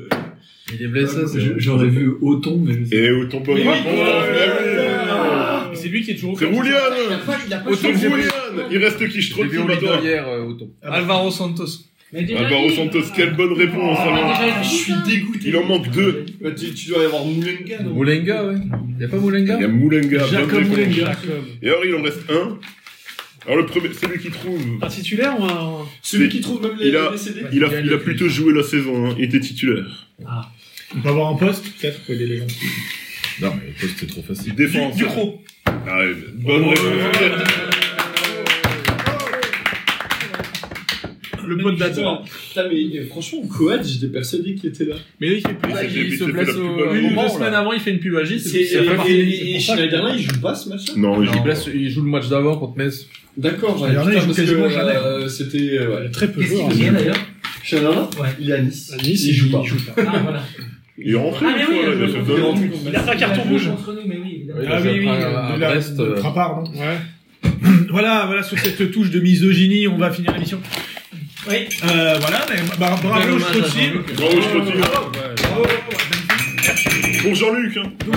Speaker 10: Il est blessé. c'est-
Speaker 15: Je- J'aurais vu Auton, mais je sais
Speaker 12: Et autant bonne
Speaker 14: Mais oui,
Speaker 12: réponse.
Speaker 14: ouais.
Speaker 2: C'est lui qui est toujours.
Speaker 12: C'est Roulian
Speaker 5: Il a pas
Speaker 12: Autant
Speaker 5: changé. Ah
Speaker 12: Roulian Il reste qui,
Speaker 10: Je l'ai vu au
Speaker 12: Strotkin, à
Speaker 10: leader
Speaker 12: toi
Speaker 10: hier, euh, Otto.
Speaker 11: Alvaro Santos.
Speaker 5: Mais déjà,
Speaker 12: Alvaro
Speaker 5: il-
Speaker 12: Santos, Ah bah, quelle bonne réponse alors.
Speaker 5: déjà, il-
Speaker 13: Je suis dégoûté.
Speaker 12: Il en manque deux.
Speaker 13: Bah, tu, tu dois y avoir Moulenga, non
Speaker 10: Moulenga, ouais. Y'a pas Moulenga
Speaker 12: Il y a Moulenga, bonne
Speaker 14: Jacob
Speaker 12: réponse.
Speaker 14: Moulenga.
Speaker 12: Et alors, il en reste un. Alors, le premier, celui qui trouve,
Speaker 14: Un titulaire ou un.
Speaker 13: Celui qui trouve même les,
Speaker 12: Il a-
Speaker 13: les CD
Speaker 12: il a, il a plutôt joué la saison, hein. il était titulaire.
Speaker 5: Ah.
Speaker 2: On peut avoir un poste, peut-être, pour aider les gens.
Speaker 10: Non, mais le poste c'est trop facile.
Speaker 12: Défense. Ah, euh, bonne réponse.
Speaker 2: le pote d'Adam.
Speaker 13: Putain, mais euh, franchement, au coad, j'étais persuadé qu'il était là.
Speaker 2: Mais là, il fait plus.
Speaker 13: Ouais,
Speaker 2: il,
Speaker 13: Ah, il
Speaker 2: se
Speaker 13: fait
Speaker 2: place
Speaker 13: la pub
Speaker 2: au.
Speaker 13: à
Speaker 2: au
Speaker 13: Laurent,
Speaker 2: moment,
Speaker 13: là.
Speaker 2: deux semaines avant, il fait une pub à Gilles,
Speaker 13: C'est-
Speaker 2: c'est
Speaker 13: et-
Speaker 2: pas
Speaker 13: et-
Speaker 2: fini,
Speaker 13: et- et
Speaker 2: c'est pour ça que-
Speaker 13: Schneiderlin, il joue pas ce match-là
Speaker 12: Non,
Speaker 10: il, place- il joue le match d'avant contre Metz.
Speaker 13: D'accord, ouais,
Speaker 10: Schneiderlin,
Speaker 13: putain,
Speaker 10: il joue
Speaker 13: parce que,
Speaker 10: quasiment jamais.
Speaker 13: euh, C'était. euh, ouais.
Speaker 14: Très peu
Speaker 13: Qu'est-ce
Speaker 14: joueur,
Speaker 13: qu'il
Speaker 14: hein.
Speaker 13: vient, d'ailleurs Schneiderlin Il est à Nice.
Speaker 14: À Nice,
Speaker 13: il, joue pas.
Speaker 5: Ah, voilà.
Speaker 12: Il est rentré
Speaker 5: Ah,
Speaker 12: une
Speaker 5: mais
Speaker 12: fois,
Speaker 5: oui,
Speaker 12: là,
Speaker 5: je-
Speaker 12: il a
Speaker 5: je-
Speaker 12: fait
Speaker 13: Il est
Speaker 12: deux
Speaker 13: rentré.
Speaker 14: Il a fait un
Speaker 5: Il
Speaker 14: carton
Speaker 5: a joué
Speaker 14: rouge.
Speaker 5: contre nous, mais oui, évidemment.
Speaker 10: Il a
Speaker 2: Ah oui,
Speaker 10: joué
Speaker 2: oui,
Speaker 10: après, à
Speaker 2: de la-
Speaker 10: Brest,
Speaker 2: de
Speaker 10: euh,
Speaker 2: Crapard, non Voilà, voilà, sur cette touche de misogynie, on va finir l'émission.
Speaker 5: Oui.
Speaker 2: Euh, voilà, mais bah,
Speaker 10: Bel
Speaker 2: bravo,
Speaker 10: hommage à
Speaker 2: je continue.
Speaker 10: Jean-Luc.
Speaker 12: Bravo, je continue.
Speaker 2: Bravo.
Speaker 12: Pour Jean-Luc, hein.
Speaker 2: Donc,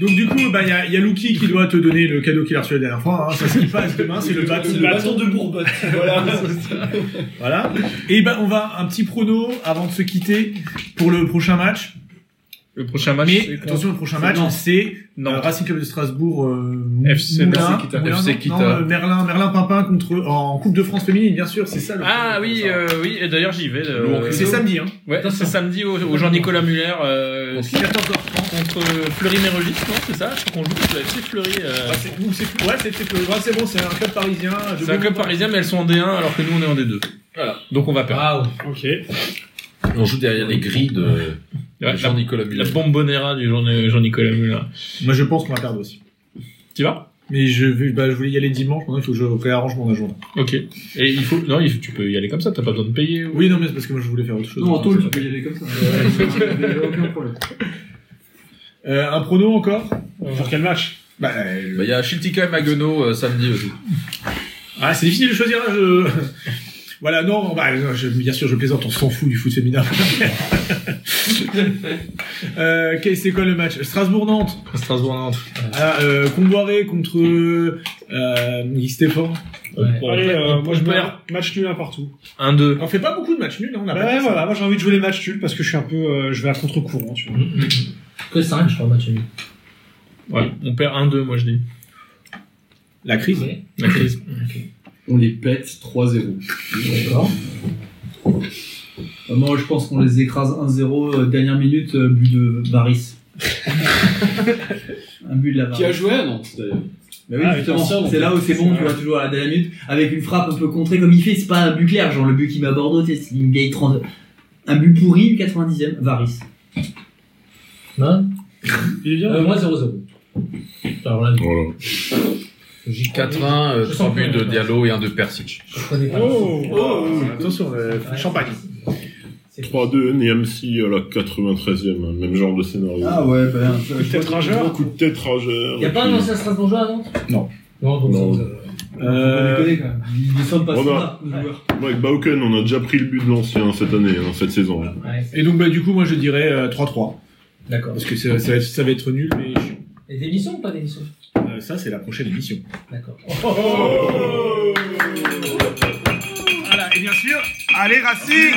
Speaker 2: donc, du coup, bah, il y a, il y a Lucky qui doit te donner le cadeau qu'il a reçu la dernière fois. hein. Ça, ce qui passe demain, c'est le bâton.
Speaker 13: Le bâton de Bourbotte. Voilà.
Speaker 2: Voilà. Et ben, on va un petit prono avant de se quitter pour le prochain match.
Speaker 11: Le prochain match,
Speaker 2: Mais attention, le prochain match, c'est
Speaker 11: Non.
Speaker 2: euh, Racing Club de Strasbourg, euh,
Speaker 11: FC
Speaker 2: Moulin,
Speaker 11: Kita.
Speaker 2: Moulin,
Speaker 10: FC
Speaker 2: non,
Speaker 10: Kita.
Speaker 2: non, euh, Merlin, Merlin Pimpin contre en Coupe de France féminine, bien sûr, c'est ça. Le
Speaker 11: Ah oui, euh, oui, et d'ailleurs j'y vais. euh,
Speaker 2: c'est samedi, hein.
Speaker 11: Ouais, c'est samedi au, au Jean-Nicolas Muller euh,
Speaker 2: 14h30.
Speaker 11: contre Fleury-Mérogis, non c'est ça Je crois qu'on joue contre le FC Fleury. euh,
Speaker 2: Ah, c'est- ou c'est- ouais, c'est c'est- ouais, c'est bon, c'est un club parisien. de
Speaker 11: c'est un
Speaker 2: bon-
Speaker 11: club parisien, mais elles sont en D1 alors que nous on est en D2. Voilà. Donc on va perdre.
Speaker 5: Waouh.
Speaker 14: Ok.
Speaker 10: On joue derrière les grilles de,
Speaker 11: Ouais,
Speaker 10: de
Speaker 11: la-
Speaker 10: Jean-Nicolas
Speaker 11: La
Speaker 10: Muller.
Speaker 11: bombonera du Jean- Jean-Nicolas Muller.
Speaker 2: Moi, je pense qu'on va perdre aussi.
Speaker 11: Tu vas
Speaker 2: Mais je, vais- bah, je voulais y aller dimanche, maintenant il faut que je réarrange mon agenda.
Speaker 11: Ok. Et il faut. Non, il faut- tu peux y aller comme ça, t'as pas besoin de payer. ou-
Speaker 2: Oui, non, mais c'est parce que moi, je voulais faire autre chose.
Speaker 15: Non, en
Speaker 2: Donc,
Speaker 15: tôle,
Speaker 2: c'est
Speaker 15: tu
Speaker 2: pas-
Speaker 15: peux y aller comme ça. Euh, aucun problème.
Speaker 2: Euh, un prono encore
Speaker 14: Pour quel match
Speaker 2: bah, euh,
Speaker 10: Bah, Il y a Chiltica et Maguenau euh, samedi aussi.
Speaker 2: Ah, c'est difficile de choisir. hein, je- voilà, non, bah, non, je- bien sûr, je plaisante, on s'en fout du foot féminin. euh, qu'est- c'est quoi le match Strasbourg-Nantes.
Speaker 11: Strasbourg-Nantes.
Speaker 2: Ah, euh, Comboiré contre euh, Guy Stéphane.
Speaker 11: Bon,
Speaker 14: Allez,
Speaker 11: après,
Speaker 14: euh,
Speaker 11: on-
Speaker 14: moi
Speaker 11: on
Speaker 14: je
Speaker 11: perd
Speaker 14: mets match nul un partout.
Speaker 11: 1-2.
Speaker 2: hein, On fait pas beaucoup de matchs nuls, hein, on a
Speaker 14: Bah
Speaker 2: pas
Speaker 14: ouais,
Speaker 2: dit ça.
Speaker 14: voilà, moi j'ai envie de jouer les matchs nuls parce que je suis un peu. euh, je vais à contre-courant, tu vois.
Speaker 5: Mm, Que 5, je crois, match nul.
Speaker 11: Ouais, on perd 1-2, moi je dis.
Speaker 2: La crise.
Speaker 5: Ouais.
Speaker 11: La crise.
Speaker 13: On les pète 3-0.
Speaker 5: D'accord.
Speaker 15: Euh, Moi, je pense qu'on les écrase 1-0, euh, dernière minute, euh, but de Baris. un but de la Baris.
Speaker 13: Qui a joué à Nantes d'ailleurs.
Speaker 15: Bah oui,
Speaker 14: Ah,
Speaker 15: justement,
Speaker 14: avec un sort,
Speaker 15: c'est là où c'est
Speaker 5: euh,
Speaker 15: bon, tu vois, toujours à la dernière minute, avec une frappe un peu contrée comme il fait, c'est pas un but clair, genre le but qui bat Bordeaux, tu sais, c'est une vieille 30. Un but pourri, 90ème, Varis.
Speaker 5: Non
Speaker 14: Il est bien
Speaker 5: Euh, Moi, 0-0. Alors là,
Speaker 12: Voilà.
Speaker 5: j'y crois.
Speaker 10: 4-1, euh,
Speaker 5: Je
Speaker 10: trois
Speaker 5: sens
Speaker 10: buts
Speaker 5: que-
Speaker 10: de Diallo et un de Persic.
Speaker 5: Je connais pas.
Speaker 14: Oh,
Speaker 2: Oh, attention, euh,
Speaker 5: Ouais.
Speaker 2: champagne.
Speaker 5: C'est-
Speaker 12: 3-2, NMC à la 93ème, hein, même genre de scénario.
Speaker 15: ouais, ben.
Speaker 14: Peut-être
Speaker 12: Un
Speaker 14: rageur.
Speaker 12: coup de tête rageur.
Speaker 5: Y a pas un ancien Strasbourgeois à Nantes
Speaker 2: Non.
Speaker 5: Non, donc
Speaker 12: Non.
Speaker 5: ça, ça-
Speaker 15: euh, On
Speaker 2: Euh,
Speaker 15: les connaît, quand même. Ils descendent pas
Speaker 12: Oh,
Speaker 15: ce
Speaker 12: non.
Speaker 15: là, nos joueurs.
Speaker 12: Moi, avec Bauken, on a déjà pris le but de l'ancien cette année, hein, cette saison.
Speaker 5: Ouais, c'est-
Speaker 2: et donc, bah, du coup, moi, je dirais euh, 3-3.
Speaker 5: D'accord.
Speaker 2: Parce que ça, ça va être- ça va être nul, mais
Speaker 5: Et d'émission ou pas d'émission
Speaker 2: euh, ça, c'est la prochaine émission.
Speaker 5: D'accord.
Speaker 2: Voilà, et bien sûr, allez, Racing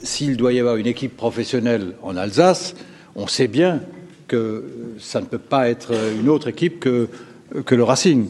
Speaker 6: S'il doit y avoir une équipe professionnelle en Alsace, on sait bien que ça ne peut pas être une autre équipe que, que le Racing.